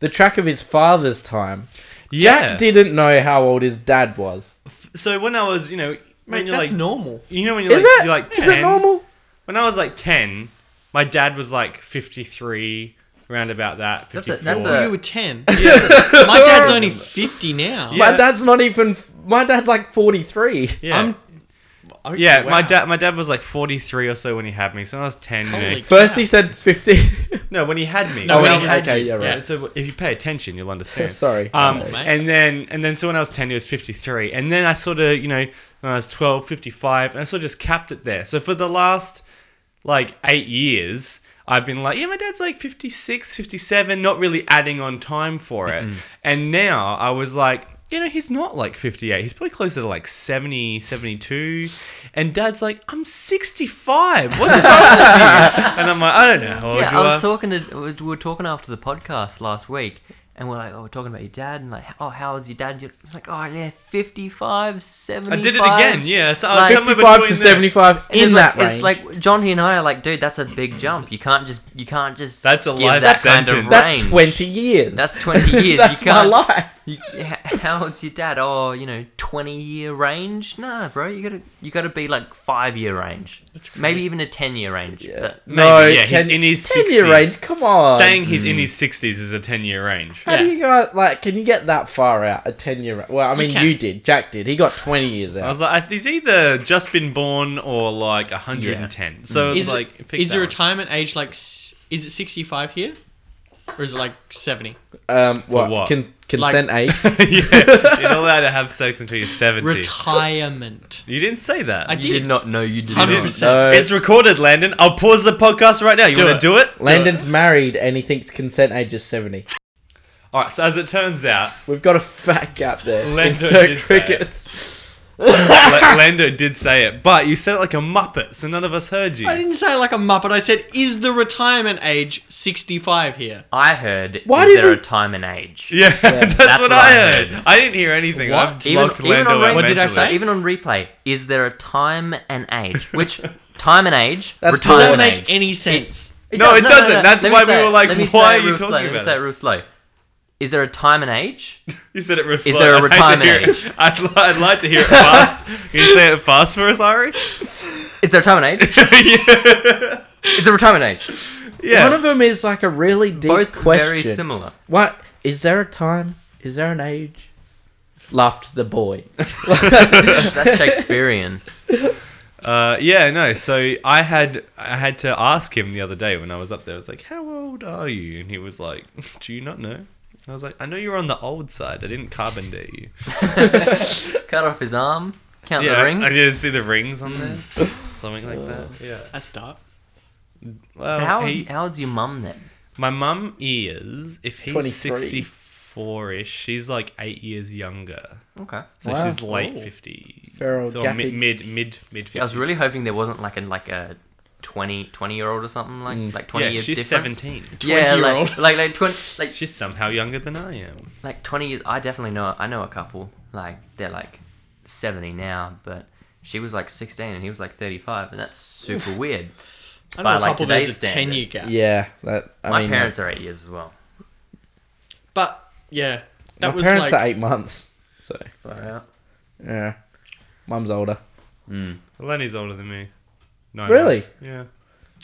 [SPEAKER 2] The track of his father's time.
[SPEAKER 1] Yeah.
[SPEAKER 2] Jack didn't know how old his dad was.
[SPEAKER 1] so when I was, you know, when
[SPEAKER 4] Mate,
[SPEAKER 1] you're
[SPEAKER 4] that's
[SPEAKER 1] like,
[SPEAKER 4] normal.
[SPEAKER 1] you know, when you're
[SPEAKER 2] is
[SPEAKER 1] like,
[SPEAKER 2] that?
[SPEAKER 1] you're like 10.
[SPEAKER 2] is it normal?
[SPEAKER 1] When I was like 10, my dad was like 53, around about that.
[SPEAKER 3] That's
[SPEAKER 1] 54.
[SPEAKER 3] a- that's
[SPEAKER 4] Well,
[SPEAKER 3] a-
[SPEAKER 4] you were 10. My dad's only 50 now.
[SPEAKER 1] Yeah.
[SPEAKER 2] My dad's not even. My dad's like forty three.
[SPEAKER 1] yeah.
[SPEAKER 4] I'm, okay,
[SPEAKER 1] yeah, my
[SPEAKER 4] wow.
[SPEAKER 1] dad, my dad was like forty three or so when he had me. So I was ten. you know.
[SPEAKER 4] Holy
[SPEAKER 2] First
[SPEAKER 4] cow.
[SPEAKER 2] he said fifty.
[SPEAKER 1] No, when he had me.
[SPEAKER 2] No,
[SPEAKER 1] when
[SPEAKER 2] when
[SPEAKER 1] he
[SPEAKER 2] he-
[SPEAKER 1] had
[SPEAKER 2] okay,
[SPEAKER 1] you.
[SPEAKER 2] yeah, right.
[SPEAKER 1] so if you pay attention, you'll understand.
[SPEAKER 2] Sorry.
[SPEAKER 1] Um,
[SPEAKER 2] Sorry.
[SPEAKER 4] mate.
[SPEAKER 1] and then and then so when I was 10, he was 53. And then I sort of, you know, when I was 12, 55, and I sort of just capped it there. So for the last like eight years, I've been like, yeah, my dad's like 56, 57, not really adding on time for it. And now I was like, you know, he's not like 58. He's probably closer to like 70, 72. And dad's like, I'm 65. What's wrong with you? And I'm like, I don't know. How old
[SPEAKER 3] yeah,
[SPEAKER 1] you
[SPEAKER 3] I was
[SPEAKER 1] are."
[SPEAKER 3] talking to we were talking after the podcast last week, and we're like, oh, we're talking about your dad, and like, oh, how old's your dad? You're like, oh yeah, 55, 75.
[SPEAKER 1] I did it again. Yeah, so uh, I was
[SPEAKER 3] Like-
[SPEAKER 1] somewhere
[SPEAKER 2] 55 to
[SPEAKER 1] between there.
[SPEAKER 2] 75
[SPEAKER 3] And it's
[SPEAKER 2] in
[SPEAKER 3] like,
[SPEAKER 2] that range.
[SPEAKER 3] It's like John and I are like, dude, that's a big jump. You can't just, you can't just.
[SPEAKER 1] That's a
[SPEAKER 3] give
[SPEAKER 1] life
[SPEAKER 3] that Kind
[SPEAKER 1] sentence.
[SPEAKER 3] of
[SPEAKER 2] that's
[SPEAKER 3] range.
[SPEAKER 2] 20 years.
[SPEAKER 3] That's 20 years.
[SPEAKER 2] that's
[SPEAKER 3] you can't,
[SPEAKER 2] my life.
[SPEAKER 3] You, h- how old's your dad? Oh, you know, 20 year range. Nah, bro, you gotta, you gotta be like five year range.
[SPEAKER 4] That's
[SPEAKER 3] Maybe
[SPEAKER 4] crazy.
[SPEAKER 3] even a 10 year range.
[SPEAKER 2] Yeah.
[SPEAKER 3] but-
[SPEAKER 1] Maybe, yeah, he's in his
[SPEAKER 2] 10 year
[SPEAKER 1] 60s.
[SPEAKER 2] range. Come on.
[SPEAKER 1] Saying he's in his 60s is a 10 year range.
[SPEAKER 2] How
[SPEAKER 4] Yeah.
[SPEAKER 2] do you go out, like, can you get that far out? A 10 year Well, I mean, you,
[SPEAKER 4] can.
[SPEAKER 2] did. Jack did. He got 20 years
[SPEAKER 1] I
[SPEAKER 2] out.
[SPEAKER 1] was like, he's either just been born or like 110. So it's
[SPEAKER 4] Mm. Is,
[SPEAKER 1] like,
[SPEAKER 4] it,
[SPEAKER 1] pick
[SPEAKER 4] is
[SPEAKER 1] that
[SPEAKER 4] the
[SPEAKER 1] one.
[SPEAKER 4] retirement age like s- is it 65 here? Or is it like 70?
[SPEAKER 2] um, what?
[SPEAKER 1] what?
[SPEAKER 2] Con- consent age?
[SPEAKER 1] yeah, you're not allowed to have sex until you're 70.
[SPEAKER 4] Retirement.
[SPEAKER 1] you didn't say that.
[SPEAKER 4] I
[SPEAKER 3] You did
[SPEAKER 4] did.
[SPEAKER 3] not know you did. not.
[SPEAKER 4] 100%.
[SPEAKER 2] No.
[SPEAKER 1] it's recorded, Landon. I'll pause the podcast right now. You
[SPEAKER 4] Do
[SPEAKER 1] want
[SPEAKER 4] it.
[SPEAKER 1] to do it?
[SPEAKER 2] Landon's married and he thinks consent age is 70.
[SPEAKER 1] All right. So as it turns out,
[SPEAKER 2] We've got a fat gap there.
[SPEAKER 1] Landon
[SPEAKER 2] Insert
[SPEAKER 1] did say it.
[SPEAKER 2] crickets.
[SPEAKER 1] La- Lando did say it, but you said it like a muppet, so none of us heard you.
[SPEAKER 4] I didn't say like a muppet. I said is the retirement age 65 here?
[SPEAKER 3] I heard.
[SPEAKER 2] Why
[SPEAKER 3] Why
[SPEAKER 2] did
[SPEAKER 3] is there
[SPEAKER 2] we-
[SPEAKER 3] a time and age?
[SPEAKER 1] Yeah, that's, what, I heard. I didn't hear anything.
[SPEAKER 4] What?
[SPEAKER 1] I've
[SPEAKER 3] Even-
[SPEAKER 1] blocked
[SPEAKER 3] even
[SPEAKER 1] Lando
[SPEAKER 3] on
[SPEAKER 1] out
[SPEAKER 3] What
[SPEAKER 4] did I
[SPEAKER 1] mentally.
[SPEAKER 4] say?
[SPEAKER 3] Even on replay, is there a time and age? Which time and age?
[SPEAKER 2] That's
[SPEAKER 4] Does that
[SPEAKER 3] retirement
[SPEAKER 4] make
[SPEAKER 3] age.
[SPEAKER 4] any sense?
[SPEAKER 1] No,
[SPEAKER 3] does-
[SPEAKER 1] it doesn't. That's
[SPEAKER 3] Let me
[SPEAKER 1] why
[SPEAKER 3] say
[SPEAKER 1] we
[SPEAKER 3] it.
[SPEAKER 1] were like,
[SPEAKER 3] Let me
[SPEAKER 1] why
[SPEAKER 3] say it
[SPEAKER 1] are you
[SPEAKER 3] real
[SPEAKER 1] talking
[SPEAKER 3] slow. Let me
[SPEAKER 1] about
[SPEAKER 3] say it
[SPEAKER 1] it?
[SPEAKER 3] real slow. Is there a time and age?
[SPEAKER 1] You said it real slow.
[SPEAKER 3] there
[SPEAKER 1] I'd
[SPEAKER 3] a
[SPEAKER 1] like to
[SPEAKER 3] retirement
[SPEAKER 1] hear it-
[SPEAKER 3] age?
[SPEAKER 1] I'd, li- I'd like to hear it fast. Can you say it fast for us, Ari?
[SPEAKER 3] Is there a time and age?
[SPEAKER 1] yeah.
[SPEAKER 3] Is there a time and age?
[SPEAKER 1] Yeah.
[SPEAKER 2] One of them is like a really deep
[SPEAKER 3] Both
[SPEAKER 2] question.
[SPEAKER 3] very similar.
[SPEAKER 2] What? Is there a time? Is there an age? Laughed the boy.
[SPEAKER 3] That's, that's Shakespearean.
[SPEAKER 1] Uh, yeah, no. So I had I had to ask him the other day when I was up there. I was like, "How old are you?" And he was like, "Do you not know?" And I was like, "I know you're on the old side. I didn't carbon date you."
[SPEAKER 3] Cut off his arm. Count
[SPEAKER 1] yeah,
[SPEAKER 3] the rings.
[SPEAKER 1] I did see the rings on there, something like that. Yeah.
[SPEAKER 4] That's dark.
[SPEAKER 1] Well,
[SPEAKER 3] So how,
[SPEAKER 1] uh, he-
[SPEAKER 3] old's, how old's your mum then?
[SPEAKER 1] my mum is if he's
[SPEAKER 2] 23.
[SPEAKER 1] sixty four ish, she's like eight years younger,
[SPEAKER 3] Okay.
[SPEAKER 1] so
[SPEAKER 2] Wow.
[SPEAKER 1] she's late
[SPEAKER 2] Cool.
[SPEAKER 1] fifty.
[SPEAKER 2] Fair old
[SPEAKER 1] so mid
[SPEAKER 2] gappage.
[SPEAKER 1] mid mid mid. 50s.
[SPEAKER 3] I was really hoping there wasn't like a like a 20, 20 year old or something like like twenty
[SPEAKER 1] Mm. yeah.
[SPEAKER 3] years.
[SPEAKER 1] She's
[SPEAKER 3] difference.
[SPEAKER 1] seventeen.
[SPEAKER 3] Yeah, like
[SPEAKER 4] 20-year-old.
[SPEAKER 3] like like twenty like
[SPEAKER 1] She's somehow younger than I am.
[SPEAKER 3] like 20 years i definitely know i know a couple like they're like 70 now but she was like 16 and he was like 35 and that's super weird
[SPEAKER 4] I know
[SPEAKER 3] By,
[SPEAKER 4] a
[SPEAKER 3] like,
[SPEAKER 4] couple
[SPEAKER 3] today's
[SPEAKER 4] there's a
[SPEAKER 3] standard.
[SPEAKER 4] 10 year gap.
[SPEAKER 2] Yeah, that. I
[SPEAKER 3] my
[SPEAKER 2] mean,
[SPEAKER 3] parents are 8 years as well
[SPEAKER 4] But yeah, that
[SPEAKER 2] my
[SPEAKER 4] was
[SPEAKER 2] parents
[SPEAKER 4] like
[SPEAKER 2] are eight months. So yeah, mum's older.
[SPEAKER 1] Lenny's older than me. Nine
[SPEAKER 2] Really?
[SPEAKER 1] months. Yeah.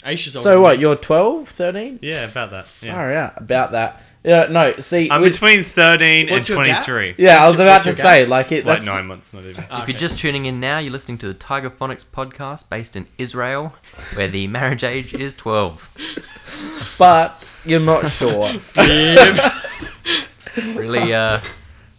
[SPEAKER 4] Aisha's older
[SPEAKER 2] So
[SPEAKER 4] than
[SPEAKER 2] what?
[SPEAKER 4] me.
[SPEAKER 2] You're 12, 13?
[SPEAKER 1] Yeah, about that. Yeah.
[SPEAKER 2] Far out about that. Yeah, no. See,
[SPEAKER 1] I'm
[SPEAKER 2] with-
[SPEAKER 1] between 13
[SPEAKER 4] What's
[SPEAKER 1] and
[SPEAKER 4] your gap?
[SPEAKER 1] 23.
[SPEAKER 2] yeah, I was
[SPEAKER 4] what's your-
[SPEAKER 2] about
[SPEAKER 4] what's
[SPEAKER 2] to
[SPEAKER 4] your
[SPEAKER 2] say like it.
[SPEAKER 1] Like
[SPEAKER 2] That's,
[SPEAKER 1] nine months, not even.
[SPEAKER 4] Ah,
[SPEAKER 3] if you're
[SPEAKER 4] okay.
[SPEAKER 3] just tuning in now you're listening to the tiger phonics podcast based in israel where the marriage age is 12
[SPEAKER 2] but you're not sure.
[SPEAKER 3] really uh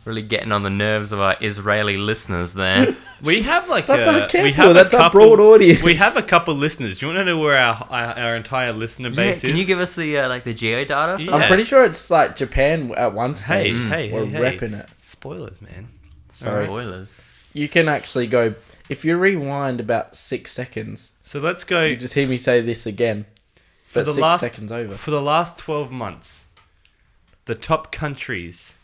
[SPEAKER 3] really getting on the nerves of our israeli listeners there
[SPEAKER 1] We have like
[SPEAKER 2] That's
[SPEAKER 1] a,
[SPEAKER 2] okay,
[SPEAKER 1] we
[SPEAKER 2] Phil,
[SPEAKER 1] have
[SPEAKER 2] that's
[SPEAKER 1] a
[SPEAKER 2] our
[SPEAKER 1] couple,
[SPEAKER 2] broad audience.
[SPEAKER 1] We have a couple listeners. Do you want to know where our our, our entire listener
[SPEAKER 3] Yeah,
[SPEAKER 1] base
[SPEAKER 3] can
[SPEAKER 1] is?
[SPEAKER 3] you give us the uh, like the geo data
[SPEAKER 1] Yeah.
[SPEAKER 2] I'm pretty sure it's like Japan at one
[SPEAKER 1] hey,
[SPEAKER 2] stage.
[SPEAKER 1] hey,
[SPEAKER 2] We're
[SPEAKER 1] hey, hey.
[SPEAKER 2] repping it.
[SPEAKER 1] Spoilers, man.
[SPEAKER 2] Alright.
[SPEAKER 3] spoilers
[SPEAKER 2] You can actually go if you rewind about six seconds.
[SPEAKER 1] So let's go
[SPEAKER 2] You just hear me say this again,
[SPEAKER 1] for
[SPEAKER 2] but
[SPEAKER 1] the
[SPEAKER 2] six
[SPEAKER 1] last
[SPEAKER 2] seconds over.
[SPEAKER 1] for the last 12 months. The top countries.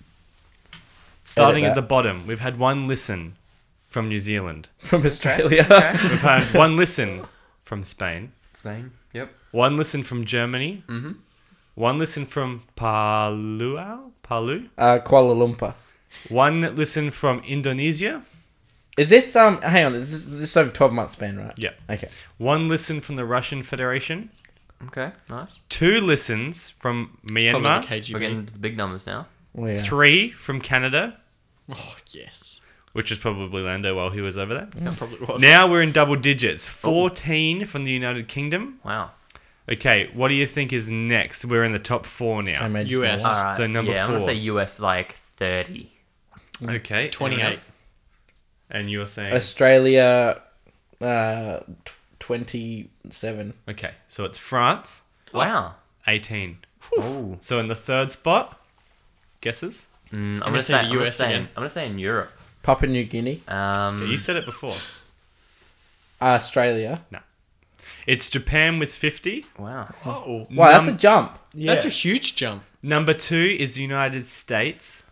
[SPEAKER 1] Starting at
[SPEAKER 2] that.
[SPEAKER 1] the bottom, we've had one listen from New Zealand.
[SPEAKER 2] from Australia.
[SPEAKER 1] We've had one listen from Spain.
[SPEAKER 3] spain yep
[SPEAKER 1] One listen from Germany. Mm-hmm. One listen from Palau. Palau.
[SPEAKER 2] uh, Kuala Lumpur.
[SPEAKER 1] One listen from Indonesia.
[SPEAKER 2] Is this um? Hang on, is this, this is over twelve month span, right?
[SPEAKER 1] Yeah.
[SPEAKER 2] Okay.
[SPEAKER 1] One listen from the Russian Federation.
[SPEAKER 3] okay nice
[SPEAKER 1] Two listens from
[SPEAKER 4] Probably
[SPEAKER 1] Myanmar.
[SPEAKER 4] the KGB.
[SPEAKER 3] we're getting into the big numbers now
[SPEAKER 2] Well, yeah.
[SPEAKER 1] Three from Canada,
[SPEAKER 4] Oh yes,
[SPEAKER 1] which is probably Lando while he was over there.
[SPEAKER 4] that probably was.
[SPEAKER 1] Now we're in double
[SPEAKER 2] Oh.
[SPEAKER 1] digits. 14 from the United Kingdom.
[SPEAKER 3] wow
[SPEAKER 1] Okay, what do you think is next? We're in the top four now.
[SPEAKER 2] Same age as
[SPEAKER 4] US.
[SPEAKER 2] my wife.
[SPEAKER 3] Alright,
[SPEAKER 1] So number
[SPEAKER 3] yeah, I'm gonna
[SPEAKER 1] four.
[SPEAKER 3] say US like thirty.
[SPEAKER 1] okay, anyone
[SPEAKER 4] 28.
[SPEAKER 1] else? And you're saying
[SPEAKER 2] Australia, uh, tw- 27.
[SPEAKER 1] Okay, so it's France,
[SPEAKER 3] Wow.
[SPEAKER 1] 18.
[SPEAKER 3] Oh.
[SPEAKER 1] So in the third spot, guesses?
[SPEAKER 3] Mm, I'm,
[SPEAKER 4] gonna
[SPEAKER 3] gonna
[SPEAKER 4] say
[SPEAKER 3] say,
[SPEAKER 4] the
[SPEAKER 3] I'm gonna
[SPEAKER 4] US
[SPEAKER 3] say,
[SPEAKER 4] again.
[SPEAKER 3] I'm gonna say in Europe.
[SPEAKER 2] Papua New Guinea,
[SPEAKER 3] Um,
[SPEAKER 1] You said it before.
[SPEAKER 2] Australia.
[SPEAKER 1] It's Japan with 50.
[SPEAKER 3] wow.
[SPEAKER 4] Oh,
[SPEAKER 2] Wow, that's a
[SPEAKER 1] Num-
[SPEAKER 2] jump.
[SPEAKER 4] that's a huge jump.
[SPEAKER 1] Number two is the United States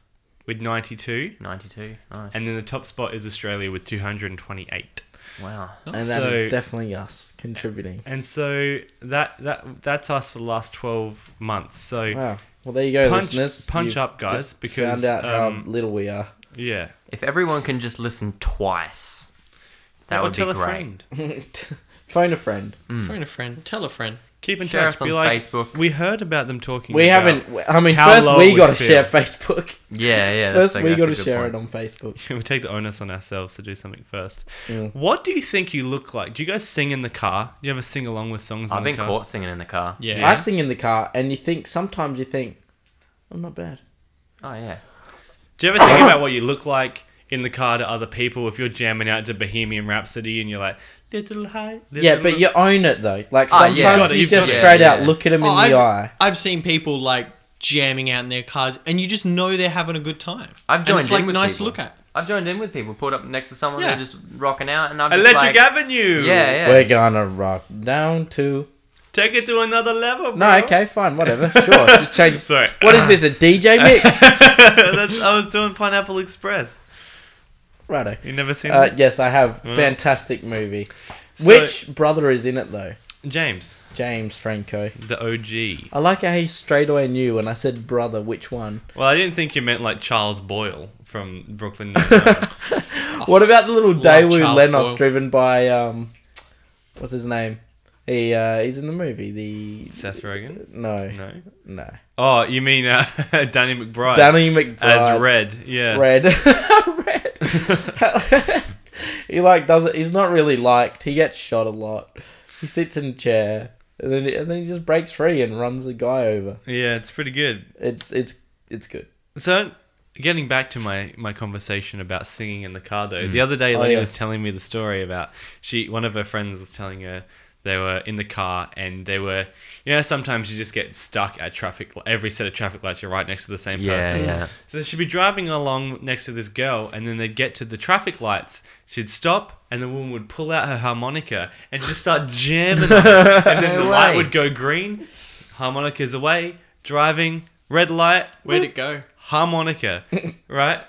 [SPEAKER 1] with 92.
[SPEAKER 3] 92. Nice.
[SPEAKER 1] And then the top spot is Australia with 228.
[SPEAKER 3] wow.
[SPEAKER 2] And that is
[SPEAKER 1] So-
[SPEAKER 2] definitely us contributing.
[SPEAKER 1] And so that that that's us for the last 12 months. So
[SPEAKER 2] Wow. Well, there you go,
[SPEAKER 1] Punch-
[SPEAKER 2] listeners.
[SPEAKER 1] punch
[SPEAKER 2] You've
[SPEAKER 1] up, guys,
[SPEAKER 2] just
[SPEAKER 1] because,
[SPEAKER 2] found out
[SPEAKER 1] um,
[SPEAKER 2] how little we are.
[SPEAKER 1] yeah.
[SPEAKER 3] If everyone can just listen twice, that
[SPEAKER 1] Or
[SPEAKER 3] would be
[SPEAKER 1] tell a
[SPEAKER 3] great.
[SPEAKER 1] friend.
[SPEAKER 2] Phone a friend.
[SPEAKER 3] mm.
[SPEAKER 4] Phone a friend. Tell a friend.
[SPEAKER 1] Keep in
[SPEAKER 3] Share
[SPEAKER 1] touch.
[SPEAKER 3] us on
[SPEAKER 1] be like,
[SPEAKER 3] Facebook.
[SPEAKER 1] we heard about them talking
[SPEAKER 2] We
[SPEAKER 1] about-
[SPEAKER 2] haven't. I mean,
[SPEAKER 1] how
[SPEAKER 2] first
[SPEAKER 1] low
[SPEAKER 2] we
[SPEAKER 1] we
[SPEAKER 2] got to
[SPEAKER 1] feel.
[SPEAKER 2] share Facebook.
[SPEAKER 3] Yeah, yeah.
[SPEAKER 2] First
[SPEAKER 3] that's,
[SPEAKER 2] we got to
[SPEAKER 3] that's a good
[SPEAKER 2] share
[SPEAKER 3] point.
[SPEAKER 2] it on Facebook.
[SPEAKER 1] we take the onus on ourselves to do something first.
[SPEAKER 2] Yeah.
[SPEAKER 1] What do you think you look like? Do you guys sing in the car? Do you ever sing along with songs in
[SPEAKER 3] I've
[SPEAKER 1] the
[SPEAKER 3] been
[SPEAKER 1] car?
[SPEAKER 3] caught singing in the car.
[SPEAKER 4] Yeah.
[SPEAKER 2] I sing in the car, and you think sometimes you think, I'm not bad.
[SPEAKER 3] Oh yeah.
[SPEAKER 1] Do you ever think about what you look like in the car to other people if you're jamming out to Bohemian Rhapsody and you're like, little high, little
[SPEAKER 2] Yeah, but you own it though. Like
[SPEAKER 3] Ah,
[SPEAKER 2] sometimes
[SPEAKER 3] yeah. You've
[SPEAKER 1] got it,
[SPEAKER 2] you
[SPEAKER 1] you've
[SPEAKER 2] just
[SPEAKER 1] got
[SPEAKER 3] it.
[SPEAKER 2] straight
[SPEAKER 3] Yeah,
[SPEAKER 2] out
[SPEAKER 3] yeah.
[SPEAKER 2] look at him in
[SPEAKER 4] Oh,
[SPEAKER 2] the
[SPEAKER 4] I've,
[SPEAKER 2] eye.
[SPEAKER 4] I've seen people like jamming out in their cars, and you just know they're having a good time.
[SPEAKER 3] I've
[SPEAKER 4] And
[SPEAKER 3] joined
[SPEAKER 4] It's
[SPEAKER 3] in
[SPEAKER 4] like
[SPEAKER 3] with
[SPEAKER 4] nice
[SPEAKER 3] people.
[SPEAKER 4] to look at.
[SPEAKER 3] I've joined in with people, pulled up next to someone,
[SPEAKER 4] Yeah.
[SPEAKER 3] they're just rocking out, and I'm just
[SPEAKER 1] Electric
[SPEAKER 3] like,
[SPEAKER 1] Avenue.
[SPEAKER 3] yeah, yeah.
[SPEAKER 2] We're gonna rock down to.
[SPEAKER 1] Take it to another level, bro.
[SPEAKER 2] No, okay, fine, whatever. Sure, just change.
[SPEAKER 1] Sorry.
[SPEAKER 2] What is this? A DJ mix?
[SPEAKER 1] That's, I was doing Pineapple Express.
[SPEAKER 2] Righto.
[SPEAKER 1] You never seen
[SPEAKER 2] Uh,
[SPEAKER 1] that?
[SPEAKER 2] yes, I have. Fantastic movie.
[SPEAKER 1] So-
[SPEAKER 2] Which brother is in it though?
[SPEAKER 1] James,
[SPEAKER 2] James Franco.
[SPEAKER 1] the OG.
[SPEAKER 2] I like how he straight away knew when I said brother which one.
[SPEAKER 1] Well, I didn't think you meant like Charles Boyle from Brooklyn. Nine-Nine.
[SPEAKER 2] What about the little Daewoo
[SPEAKER 4] Charles
[SPEAKER 2] Lenos
[SPEAKER 4] Boyle.
[SPEAKER 2] driven by um, what's his name? He uh, he's in the movie. The
[SPEAKER 1] Seth Rogen.
[SPEAKER 2] no no,
[SPEAKER 1] No. Oh, you mean uh, Danny McBride?
[SPEAKER 2] Danny McBride
[SPEAKER 1] as Red. Yeah.
[SPEAKER 2] Red. Red. he like doesn't. He's not really liked. He gets shot a lot. He sits in a chair, and then and then he just breaks free and runs a guy over.
[SPEAKER 1] Yeah, it's pretty good.
[SPEAKER 2] It's it's it's good.
[SPEAKER 1] So, getting back to my, my conversation about singing in the car, though,
[SPEAKER 3] Mm.
[SPEAKER 1] the other day,
[SPEAKER 2] Oh,
[SPEAKER 1] Lenny
[SPEAKER 2] yeah.
[SPEAKER 1] was telling me the story about she. One of her friends was telling her they were in the car and they were, you know, sometimes you just get stuck at traffic. Every set of traffic lights, you're right next to the same
[SPEAKER 3] Yeah,
[SPEAKER 1] person.
[SPEAKER 3] yeah.
[SPEAKER 1] So she'd be driving along next to this girl, and then they'd get to the traffic lights. She'd stop, and the woman would pull out her harmonica and just start jamming, on it. and then
[SPEAKER 3] No
[SPEAKER 1] the light
[SPEAKER 3] way.
[SPEAKER 1] would go green. Harmonica's away, driving, red light,
[SPEAKER 4] Where'd it go?
[SPEAKER 1] harmonica, right?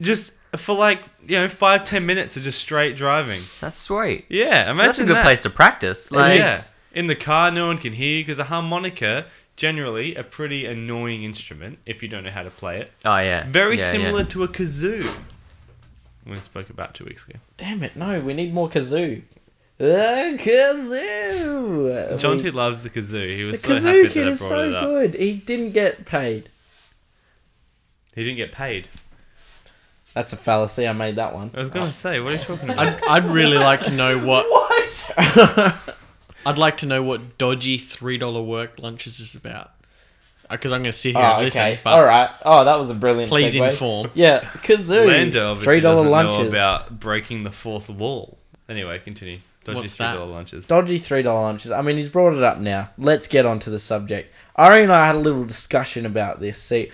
[SPEAKER 1] Just for like you know five ten minutes of just straight driving.
[SPEAKER 3] That's sweet.
[SPEAKER 1] Yeah, imagine
[SPEAKER 3] That's a good
[SPEAKER 1] that.
[SPEAKER 3] place to practice. Like,
[SPEAKER 1] Yeah, in the car, no one can hear you because a harmonica generally a pretty annoying instrument if you don't know how to play it.
[SPEAKER 3] Oh yeah.
[SPEAKER 1] Very
[SPEAKER 3] Yeah, yeah.
[SPEAKER 1] similar to a kazoo. We spoke about two weeks ago.
[SPEAKER 2] Damn it! No, we need more kazoo. Uh, kazoo.
[SPEAKER 1] John
[SPEAKER 2] We-
[SPEAKER 1] T loves the kazoo. He
[SPEAKER 2] the
[SPEAKER 1] was so happy
[SPEAKER 2] kazoo
[SPEAKER 1] that I
[SPEAKER 2] kid
[SPEAKER 1] brought
[SPEAKER 2] is so
[SPEAKER 1] it up.
[SPEAKER 2] good. He didn't get paid.
[SPEAKER 1] He didn't get paid.
[SPEAKER 2] That's a fallacy. I made that one.
[SPEAKER 1] I was gonna say, what are you talking about?
[SPEAKER 4] I'd, I'd really like to know what
[SPEAKER 2] What?
[SPEAKER 4] I'd like to know what dodgy three dollar work lunches is about. Because I'm going to sit here
[SPEAKER 2] Oh,
[SPEAKER 4] and listen.
[SPEAKER 2] okay.
[SPEAKER 4] But
[SPEAKER 2] All right. Oh, that was a brilliant.
[SPEAKER 4] Please
[SPEAKER 2] segue.
[SPEAKER 4] inform.
[SPEAKER 2] Yeah, kazoo.
[SPEAKER 1] Lando
[SPEAKER 2] Three
[SPEAKER 1] obviously
[SPEAKER 2] dollar
[SPEAKER 1] doesn't know
[SPEAKER 2] lunches.
[SPEAKER 1] about breaking the fourth wall. Anyway, continue. Dodgy
[SPEAKER 4] What's
[SPEAKER 1] three
[SPEAKER 4] that?
[SPEAKER 1] dollar lunches.
[SPEAKER 2] Dodgy three dollar lunches. I mean, he's brought it up now. Let's get on to the subject. Ari and I had a little discussion about this. See,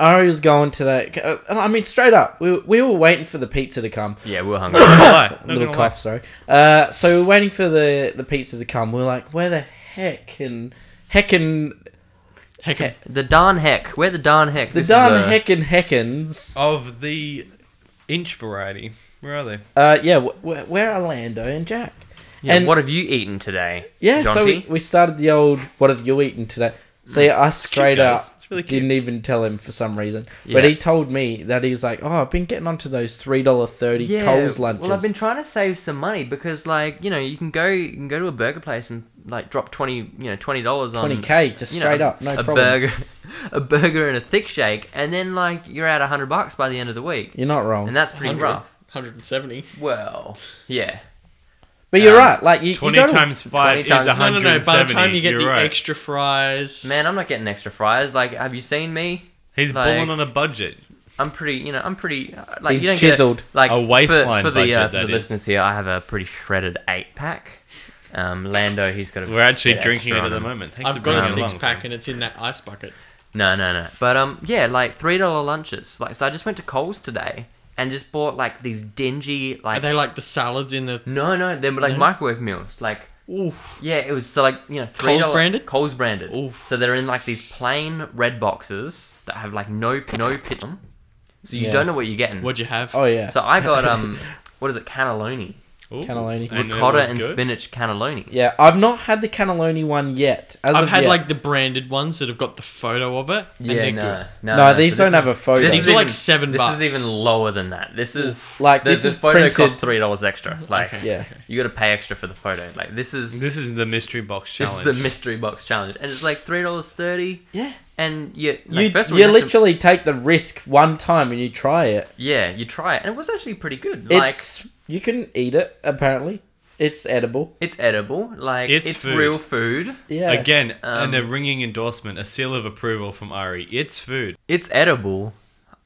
[SPEAKER 2] Ari was going to that. uh, I mean, straight up, we, we were waiting for the pizza to come.
[SPEAKER 3] Yeah, we we're hungry.
[SPEAKER 1] Lie. Not
[SPEAKER 2] little
[SPEAKER 1] gonna lie.
[SPEAKER 2] cough, sorry. Uh, so we're waiting for the the pizza to come. We're like, where the heck can heckin
[SPEAKER 4] Heck, of-
[SPEAKER 3] the darn heck. Where the darn heck?
[SPEAKER 2] the
[SPEAKER 3] This is
[SPEAKER 2] darn
[SPEAKER 3] a-
[SPEAKER 2] heckin heckins?
[SPEAKER 1] of the inch variety. Where are they?
[SPEAKER 2] Uh, yeah, wh- wh- where are Lando and Jack?
[SPEAKER 3] Yeah,
[SPEAKER 2] and
[SPEAKER 3] what have you eaten today?
[SPEAKER 2] Yeah, so
[SPEAKER 3] Jonty?
[SPEAKER 2] we, we started the old "What have you eaten today?" See, I straight
[SPEAKER 1] guys.
[SPEAKER 2] up
[SPEAKER 1] It's really cute.
[SPEAKER 2] didn't even tell him for some reason, but
[SPEAKER 3] Yeah.
[SPEAKER 2] he told me that he was like, "Oh, I've been getting onto those three dollar thirty
[SPEAKER 3] yeah,
[SPEAKER 2] Coles lunches."
[SPEAKER 3] Well, I've been trying to save some money because, like, you know, you can go, you can go to a burger place and like drop twenty, you know, twenty dollars on
[SPEAKER 2] 20K, just
[SPEAKER 3] you
[SPEAKER 2] straight up, no
[SPEAKER 3] a
[SPEAKER 2] problem.
[SPEAKER 3] burger, a burger and a thick shake, and then like you're out hundred bucks by the end of the week,
[SPEAKER 2] You're not wrong,
[SPEAKER 3] and that's pretty
[SPEAKER 4] 100,
[SPEAKER 3] rough.
[SPEAKER 4] 170.
[SPEAKER 3] Well, yeah,
[SPEAKER 2] but you're
[SPEAKER 3] um,
[SPEAKER 2] right. Like you, you
[SPEAKER 1] 20
[SPEAKER 2] gotta-
[SPEAKER 1] times 5
[SPEAKER 3] times-
[SPEAKER 1] is
[SPEAKER 3] No,
[SPEAKER 4] No, no,
[SPEAKER 1] 170.
[SPEAKER 4] no. By the time you get
[SPEAKER 1] are
[SPEAKER 4] the
[SPEAKER 1] right.
[SPEAKER 4] extra fries,
[SPEAKER 3] man, I'm not getting extra fries. Like, have you seen me?
[SPEAKER 1] He's
[SPEAKER 3] like-
[SPEAKER 1] balling on a budget.
[SPEAKER 3] I'm pretty, you know, I'm pretty. uh, Like,
[SPEAKER 2] He's
[SPEAKER 3] you don't
[SPEAKER 2] chiseled.
[SPEAKER 3] get like
[SPEAKER 1] A
[SPEAKER 3] for-
[SPEAKER 1] waistline
[SPEAKER 3] for, the,
[SPEAKER 1] budget,
[SPEAKER 3] uh, for
[SPEAKER 1] that
[SPEAKER 3] the
[SPEAKER 1] is.
[SPEAKER 3] listeners here. I have a pretty shredded eight pack. Um, Lando, he's got. A
[SPEAKER 1] We're actually
[SPEAKER 3] bit
[SPEAKER 1] drinking it
[SPEAKER 3] extra
[SPEAKER 1] at the
[SPEAKER 3] on him.
[SPEAKER 1] moment. Thanks
[SPEAKER 4] I've
[SPEAKER 1] for
[SPEAKER 4] got a
[SPEAKER 1] bringing it
[SPEAKER 4] six
[SPEAKER 1] along.
[SPEAKER 4] pack and it's in that ice bucket.
[SPEAKER 3] No, no, no. But um, yeah, like three dollar lunches. Like, so I just went to Coles today and just bought like these dingy
[SPEAKER 4] Are
[SPEAKER 3] like.
[SPEAKER 4] they like the salads in the?
[SPEAKER 3] no, no, they were like microwave meals. Like,
[SPEAKER 4] Oof.
[SPEAKER 3] yeah, it was so, like you know three
[SPEAKER 4] Coles branded?
[SPEAKER 3] Coles branded.
[SPEAKER 4] Oof.
[SPEAKER 3] So they're in like these plain red boxes that have like no no pitch on, so you
[SPEAKER 2] Yeah.
[SPEAKER 3] don't know what you're getting.
[SPEAKER 4] What'd you have?
[SPEAKER 2] Oh yeah.
[SPEAKER 3] So I got um, what is it, cannelloni,
[SPEAKER 1] Ooh.
[SPEAKER 2] Cannelloni.
[SPEAKER 1] And it
[SPEAKER 3] ricotta
[SPEAKER 1] was
[SPEAKER 3] and
[SPEAKER 1] good?
[SPEAKER 3] spinach cannelloni.
[SPEAKER 2] yeah, I've not had the cannelloni one yet. As
[SPEAKER 4] I've
[SPEAKER 2] of
[SPEAKER 4] had
[SPEAKER 2] yet.
[SPEAKER 4] like the branded ones that have got the photo of it. And
[SPEAKER 3] Yeah,
[SPEAKER 4] they're
[SPEAKER 3] no,
[SPEAKER 4] good.
[SPEAKER 3] no,
[SPEAKER 2] No,
[SPEAKER 3] so
[SPEAKER 2] these
[SPEAKER 3] this
[SPEAKER 2] don't
[SPEAKER 3] is-
[SPEAKER 2] have a photo.
[SPEAKER 3] this
[SPEAKER 4] These
[SPEAKER 3] is
[SPEAKER 4] are like
[SPEAKER 3] even-
[SPEAKER 4] seven
[SPEAKER 3] This
[SPEAKER 4] bucks.
[SPEAKER 3] is even lower than that. This is
[SPEAKER 2] Like,
[SPEAKER 3] the,
[SPEAKER 2] this
[SPEAKER 3] the
[SPEAKER 2] is
[SPEAKER 3] photo
[SPEAKER 2] printed-
[SPEAKER 3] costs three dollars extra. Like
[SPEAKER 4] Okay.
[SPEAKER 2] yeah.
[SPEAKER 3] you got to pay extra for the photo. Like this is this,
[SPEAKER 1] This is the mystery box
[SPEAKER 3] is
[SPEAKER 1] challenge.
[SPEAKER 3] the mystery box challenge, and it's like three dollars thirty.
[SPEAKER 2] Yeah.
[SPEAKER 3] And you, like,
[SPEAKER 2] You,
[SPEAKER 3] first of all,
[SPEAKER 2] you
[SPEAKER 3] have to-
[SPEAKER 2] literally take the risk one time and you try it.
[SPEAKER 3] yeah, you try it, and it was actually pretty good. Like it's,
[SPEAKER 2] It's you can eat it apparently. It's edible.
[SPEAKER 3] edible, like
[SPEAKER 1] It's
[SPEAKER 3] it's,
[SPEAKER 1] food.
[SPEAKER 3] real food,
[SPEAKER 2] Yeah.
[SPEAKER 1] Again,
[SPEAKER 3] Um,
[SPEAKER 1] and a ringing endorsement, a seal of approval from Ari. It's food.
[SPEAKER 3] it's edible.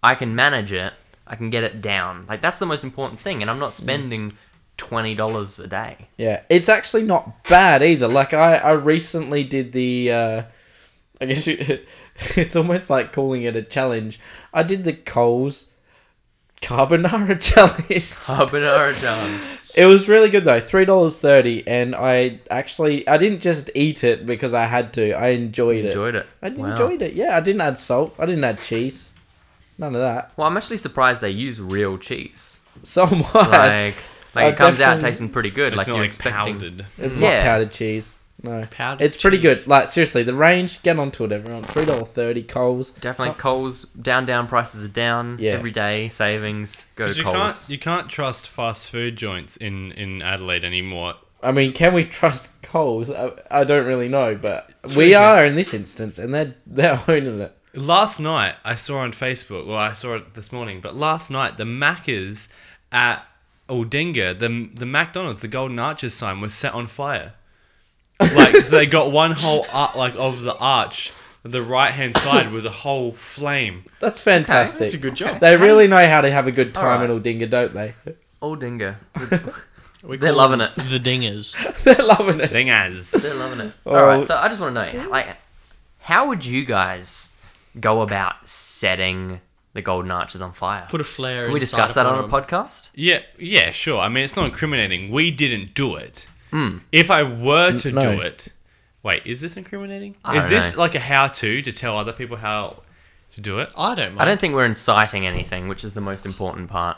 [SPEAKER 3] I can manage it. I can get it down. Like that's the most important thing, and I'm not spending twenty dollars a day.
[SPEAKER 2] Yeah, it's actually not bad either. Like I, I recently did the, uh, I guess you, it's almost like calling it a challenge. I did the Coles carbonara challenge.
[SPEAKER 3] Carbonara done.
[SPEAKER 2] It was really good though, three dollars thirty, and I actually I didn't just eat it because I had to. I enjoyed it.
[SPEAKER 3] Enjoyed it.
[SPEAKER 2] I did-
[SPEAKER 3] Wow.
[SPEAKER 2] enjoyed it. Yeah, I didn't add salt. I didn't add cheese. None of that.
[SPEAKER 3] Well, I'm actually surprised they use real cheese.
[SPEAKER 2] So am I.
[SPEAKER 3] Like,
[SPEAKER 2] I
[SPEAKER 3] like it comes out
[SPEAKER 2] definitely-
[SPEAKER 3] tasting pretty good.
[SPEAKER 1] It's
[SPEAKER 3] like
[SPEAKER 1] not
[SPEAKER 3] you're
[SPEAKER 1] like
[SPEAKER 3] expecting.
[SPEAKER 1] pounded.
[SPEAKER 2] it's
[SPEAKER 3] yeah.
[SPEAKER 2] not powdered cheese. No.
[SPEAKER 4] Powdered
[SPEAKER 2] It's pretty
[SPEAKER 4] cheese.
[SPEAKER 2] good. Like seriously, the range. Get onto it, everyone. Three dollar thirty Coles.
[SPEAKER 3] Definitely Coles down, down. Prices are down.
[SPEAKER 2] Yeah.
[SPEAKER 3] Every day savings go
[SPEAKER 1] 'Cause
[SPEAKER 3] to
[SPEAKER 1] You can't,
[SPEAKER 3] Coles.
[SPEAKER 1] you can't trust fast food joints in, in Adelaide anymore.
[SPEAKER 2] I mean, can we trust Coles? I, I don't really know, but we are in this instance, and they're they're owning it.
[SPEAKER 1] Last night, I saw on Facebook, well, I saw it this morning, but last night, the Maccas at Aldinga, the, the McDonald's, the Golden Arches sign, was set on fire. Like, so they got one whole arc, like, of the arch. The right hand side was a whole flame.
[SPEAKER 2] That's fantastic.
[SPEAKER 4] That's a good job.
[SPEAKER 2] They really know how to have a good time
[SPEAKER 3] Alright.
[SPEAKER 2] in Aldinga, don't they?
[SPEAKER 3] All dingo.
[SPEAKER 4] We
[SPEAKER 3] They're
[SPEAKER 4] call
[SPEAKER 3] loving
[SPEAKER 4] them
[SPEAKER 3] it.
[SPEAKER 4] The dingers.
[SPEAKER 2] They're loving it.
[SPEAKER 1] Dingaz.
[SPEAKER 3] They're loving it.
[SPEAKER 2] Oh.
[SPEAKER 3] All right. So I just want to know, like, how would you guys go about setting the golden arches on fire?
[SPEAKER 4] Put a flare.
[SPEAKER 3] Can we
[SPEAKER 4] inside
[SPEAKER 3] discuss
[SPEAKER 4] of
[SPEAKER 3] that
[SPEAKER 4] one
[SPEAKER 3] on a
[SPEAKER 4] of them.
[SPEAKER 3] podcast?
[SPEAKER 1] Yeah, yeah, sure. I mean, it's not incriminating. We didn't do it.
[SPEAKER 3] Hmm.
[SPEAKER 1] If I were to
[SPEAKER 2] no.
[SPEAKER 1] do it, wait, is this incriminating?
[SPEAKER 3] I
[SPEAKER 1] is
[SPEAKER 3] don't
[SPEAKER 1] this
[SPEAKER 3] know.
[SPEAKER 1] like a how-to to tell other people how to do it?
[SPEAKER 4] I don't mind.
[SPEAKER 3] I don't think we're inciting anything, which is the most important part.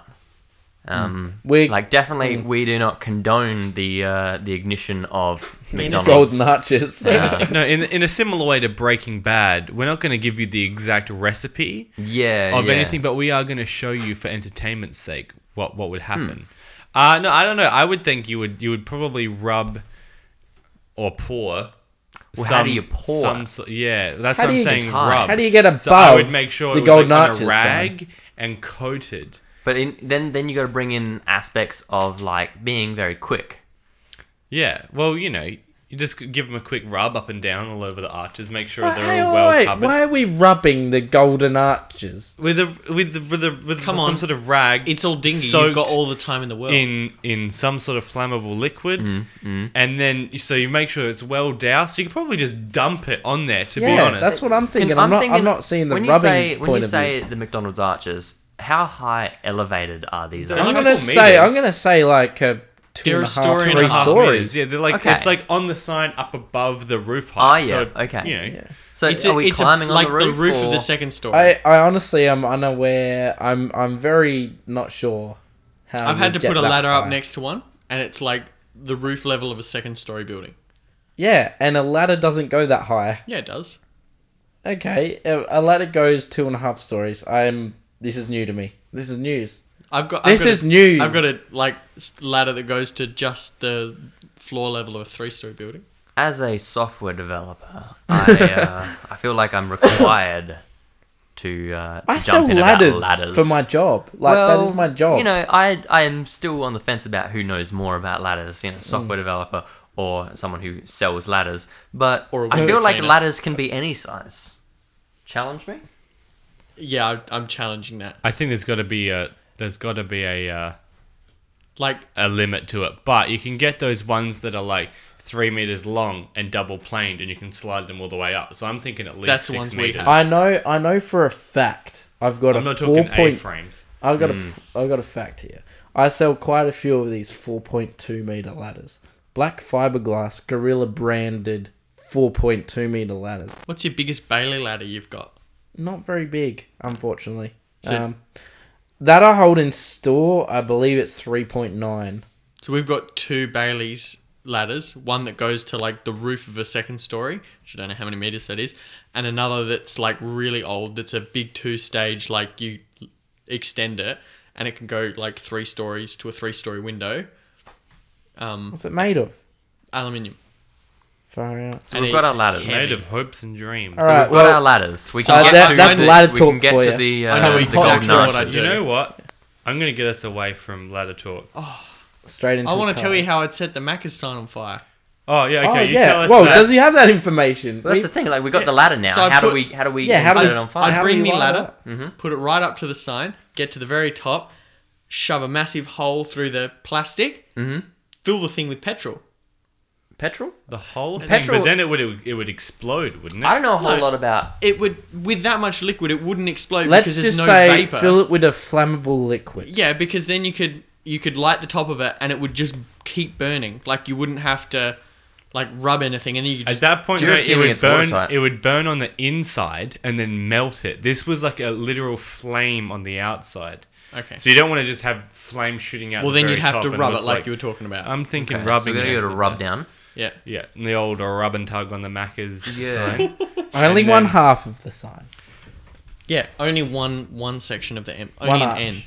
[SPEAKER 3] Um,
[SPEAKER 2] We
[SPEAKER 3] like definitely we do not condone the uh, the ignition of McDonald's.
[SPEAKER 2] golden arches.
[SPEAKER 3] Yeah.
[SPEAKER 1] No, in in a similar way to Breaking Bad, we're not going to give you the exact recipe
[SPEAKER 3] yeah.
[SPEAKER 1] of
[SPEAKER 3] yeah.
[SPEAKER 1] anything, but we are going to show you for entertainment's sake what what would happen. Uh, no, I don't know. I would think you would you would probably rub or pour.
[SPEAKER 3] Well, how do you pour?
[SPEAKER 1] Some, so- yeah, that's
[SPEAKER 2] How
[SPEAKER 1] what
[SPEAKER 2] do
[SPEAKER 1] I'm
[SPEAKER 2] you-
[SPEAKER 1] saying.
[SPEAKER 3] It's hard.
[SPEAKER 1] Rub.
[SPEAKER 2] How do you get above
[SPEAKER 1] So I would make sure
[SPEAKER 2] the
[SPEAKER 1] it was like
[SPEAKER 2] golden
[SPEAKER 1] on
[SPEAKER 2] arches?
[SPEAKER 1] a
[SPEAKER 2] sign?
[SPEAKER 1] rag and coated.
[SPEAKER 3] But in, then then you got to bring in aspects of like being very quick.
[SPEAKER 1] Yeah. Well, you know, you just give them a quick rub up and down all over the arches. Make sure
[SPEAKER 2] Wait,
[SPEAKER 1] they're
[SPEAKER 2] hang
[SPEAKER 1] all
[SPEAKER 2] on,
[SPEAKER 1] well
[SPEAKER 2] wait,
[SPEAKER 1] covered
[SPEAKER 2] Why are we rubbing the golden arches?
[SPEAKER 1] with a with the, with a, with
[SPEAKER 4] Come
[SPEAKER 1] some
[SPEAKER 4] on.
[SPEAKER 1] sort of rag.
[SPEAKER 4] It's all dingy. You've
[SPEAKER 1] soaked
[SPEAKER 4] got all the time in the
[SPEAKER 2] Oh.
[SPEAKER 4] world.
[SPEAKER 1] in in some sort of flammable liquid,
[SPEAKER 2] Mm,
[SPEAKER 1] and then so you make sure it's well doused. You can probably just dump it on there. To be
[SPEAKER 2] Yeah,
[SPEAKER 1] honest,
[SPEAKER 2] that's what I'm thinking. I'm, not. I'm not seeing the
[SPEAKER 3] when you
[SPEAKER 2] rubbing
[SPEAKER 3] say,
[SPEAKER 2] point
[SPEAKER 3] When you
[SPEAKER 2] of view.
[SPEAKER 3] say the McDonald's arches, how high elevated are these?
[SPEAKER 1] They're
[SPEAKER 2] I'm
[SPEAKER 3] arches?
[SPEAKER 1] like
[SPEAKER 2] gonna
[SPEAKER 1] four
[SPEAKER 2] say. I'm
[SPEAKER 1] meters.
[SPEAKER 2] gonna say like a two
[SPEAKER 4] They're
[SPEAKER 2] and
[SPEAKER 4] a
[SPEAKER 2] a half,
[SPEAKER 4] story and a
[SPEAKER 2] three
[SPEAKER 4] half
[SPEAKER 2] stories.
[SPEAKER 1] Yeah, they're like
[SPEAKER 3] Okay.
[SPEAKER 1] it's like on the sign up above the roof height.
[SPEAKER 3] Ah, yeah,
[SPEAKER 1] so,
[SPEAKER 3] okay.
[SPEAKER 1] You know,
[SPEAKER 3] So
[SPEAKER 4] It's
[SPEAKER 3] are
[SPEAKER 4] a-
[SPEAKER 3] we
[SPEAKER 4] it's a-
[SPEAKER 3] climbing on
[SPEAKER 4] like
[SPEAKER 3] the roof?
[SPEAKER 4] of the
[SPEAKER 3] or-
[SPEAKER 4] second story.
[SPEAKER 2] I, I honestly am unaware. I'm I'm very not sure how.
[SPEAKER 4] I've had
[SPEAKER 2] you
[SPEAKER 4] to put
[SPEAKER 2] get
[SPEAKER 4] a
[SPEAKER 2] that
[SPEAKER 4] ladder up
[SPEAKER 2] high.
[SPEAKER 4] next to one, and it's like the roof level of a second story building.
[SPEAKER 2] Yeah, and a ladder doesn't go that high.
[SPEAKER 4] Yeah, it does.
[SPEAKER 2] Okay, a a ladder goes two and a half stories. I'm. This is new to me. This is news.
[SPEAKER 4] I've got.
[SPEAKER 2] This
[SPEAKER 4] I've got
[SPEAKER 2] is
[SPEAKER 4] a,
[SPEAKER 2] news.
[SPEAKER 4] I've got a like s- ladder that goes to just the floor level of a three story building.
[SPEAKER 3] As a software developer, I uh, I feel like I'm required to. Uh,
[SPEAKER 2] I
[SPEAKER 3] to
[SPEAKER 2] sell
[SPEAKER 3] jump in about
[SPEAKER 2] ladders,
[SPEAKER 3] ladders
[SPEAKER 2] for my job. Like that is my job.
[SPEAKER 3] You know, I I am still on the fence about who knows more about ladders,
[SPEAKER 2] Mm.
[SPEAKER 3] you know, software developer or someone who sells ladders. But
[SPEAKER 4] Or a
[SPEAKER 3] I
[SPEAKER 4] window
[SPEAKER 3] feel like
[SPEAKER 4] cleaner.
[SPEAKER 3] ladders can be any size. Challenge me.
[SPEAKER 4] Yeah, I, I'm challenging that.
[SPEAKER 1] I think there's got to be a there's got to be a. Uh,
[SPEAKER 4] Like
[SPEAKER 1] a limit to it, but you can get those ones that are like three meters long and double planed, and you can slide them all the way up. So I'm thinking at least
[SPEAKER 4] That's the
[SPEAKER 1] six
[SPEAKER 4] ones we
[SPEAKER 1] meters.
[SPEAKER 4] have.
[SPEAKER 2] I know. I know for a fact. I've got
[SPEAKER 1] I'm
[SPEAKER 2] a
[SPEAKER 1] not
[SPEAKER 2] four
[SPEAKER 1] talking A
[SPEAKER 2] point.
[SPEAKER 1] frames.
[SPEAKER 2] I've got a. I've got a fact here. I sell quite a few of these four point two meter ladders, black fiberglass Gorilla branded four point two meter ladders.
[SPEAKER 4] What's your biggest Bailey ladder you've got?
[SPEAKER 2] Not very big, unfortunately.
[SPEAKER 4] So-
[SPEAKER 2] um, that I hold in store, I believe it's three point nine.
[SPEAKER 4] So we've got two Bailey's ladders, one that goes to like the roof of a second story, which I don't know how many meters that is, and another that's like really old, that's a big two stage, like you extend it and it can go like three stories to a three story window. Um,
[SPEAKER 2] What's it made of?
[SPEAKER 4] aluminium.
[SPEAKER 2] Far out.
[SPEAKER 3] So
[SPEAKER 4] And
[SPEAKER 3] we've got
[SPEAKER 4] it's
[SPEAKER 3] our ladders.
[SPEAKER 4] heavy.
[SPEAKER 1] Made of hopes and dreams.
[SPEAKER 2] All right.
[SPEAKER 3] We've got
[SPEAKER 2] Uh, well, uh,
[SPEAKER 3] our ladders. We
[SPEAKER 4] So
[SPEAKER 3] can
[SPEAKER 4] I-
[SPEAKER 3] get
[SPEAKER 4] that-
[SPEAKER 3] to
[SPEAKER 4] that's
[SPEAKER 3] the,
[SPEAKER 2] ladder
[SPEAKER 3] we can
[SPEAKER 2] talk
[SPEAKER 3] get
[SPEAKER 2] for
[SPEAKER 3] to
[SPEAKER 2] you.
[SPEAKER 3] the, uh,
[SPEAKER 4] I know
[SPEAKER 3] the
[SPEAKER 4] exactly
[SPEAKER 3] golden
[SPEAKER 4] what I
[SPEAKER 3] arches.
[SPEAKER 1] You
[SPEAKER 4] do.
[SPEAKER 1] know what? I'm gonna get us away from ladder talk. Oh,
[SPEAKER 2] straight into.
[SPEAKER 4] I
[SPEAKER 2] the
[SPEAKER 4] want to
[SPEAKER 2] car.
[SPEAKER 4] tell you how I'd set the Macca's sign on fire.
[SPEAKER 1] yeah, okay.
[SPEAKER 2] Oh,
[SPEAKER 1] you
[SPEAKER 2] yeah.
[SPEAKER 1] tell us
[SPEAKER 2] Well,
[SPEAKER 1] that.
[SPEAKER 2] does he have that information?
[SPEAKER 3] Well, that's
[SPEAKER 2] We-
[SPEAKER 3] the thing. Like we got
[SPEAKER 4] Yeah.
[SPEAKER 3] the ladder now.
[SPEAKER 4] So I
[SPEAKER 3] how
[SPEAKER 4] put-
[SPEAKER 3] do we? How do we?
[SPEAKER 2] Yeah, how do
[SPEAKER 3] set
[SPEAKER 2] we-
[SPEAKER 3] it on fire?
[SPEAKER 4] I'd
[SPEAKER 2] How do
[SPEAKER 4] bring
[SPEAKER 2] you
[SPEAKER 4] me
[SPEAKER 2] light
[SPEAKER 4] ladder, put it right up to the sign, get to the very top, shove a massive hole through the plastic, fill the thing with petrol.
[SPEAKER 3] Petrol?
[SPEAKER 1] the whole thing,
[SPEAKER 3] Petrol-
[SPEAKER 1] but then it would it would explode, wouldn't it?
[SPEAKER 3] I don't know a whole
[SPEAKER 4] No.
[SPEAKER 3] lot about.
[SPEAKER 4] It would, with that much liquid, it wouldn't explode
[SPEAKER 2] Let's
[SPEAKER 4] because there's
[SPEAKER 2] just
[SPEAKER 4] no
[SPEAKER 2] say
[SPEAKER 4] vapor.
[SPEAKER 2] fill it with a flammable liquid.
[SPEAKER 4] yeah, because then you could you could light the top of it and it would just keep burning. Like you wouldn't have to like rub anything, and then you could
[SPEAKER 1] At
[SPEAKER 4] just
[SPEAKER 1] that point,
[SPEAKER 3] You're
[SPEAKER 1] no, it
[SPEAKER 3] assuming
[SPEAKER 1] would
[SPEAKER 3] it's
[SPEAKER 1] burn.
[SPEAKER 3] watertight.
[SPEAKER 1] It would burn on the inside and then melt it. This was like a literal flame on the outside.
[SPEAKER 4] okay.
[SPEAKER 1] So you don't want to just have flame shooting out.
[SPEAKER 4] well,
[SPEAKER 1] the
[SPEAKER 4] then
[SPEAKER 1] very
[SPEAKER 4] you'd have
[SPEAKER 1] top
[SPEAKER 4] to
[SPEAKER 1] and
[SPEAKER 4] rub it
[SPEAKER 1] look um,
[SPEAKER 4] like, you were talking about.
[SPEAKER 1] I'm thinking
[SPEAKER 3] Okay,
[SPEAKER 1] rubbing.
[SPEAKER 3] So we're gonna
[SPEAKER 1] is
[SPEAKER 3] go
[SPEAKER 1] the
[SPEAKER 3] to rub
[SPEAKER 1] best.
[SPEAKER 3] down.
[SPEAKER 4] yeah.
[SPEAKER 1] Yeah, and the old rub and tug on the Macca's
[SPEAKER 3] Yeah.
[SPEAKER 1] sign.
[SPEAKER 2] Only
[SPEAKER 1] And
[SPEAKER 2] one
[SPEAKER 1] then-
[SPEAKER 2] half of the sign.
[SPEAKER 4] Yeah, only one one section of the M, only
[SPEAKER 2] One
[SPEAKER 4] an
[SPEAKER 2] arch.
[SPEAKER 4] N.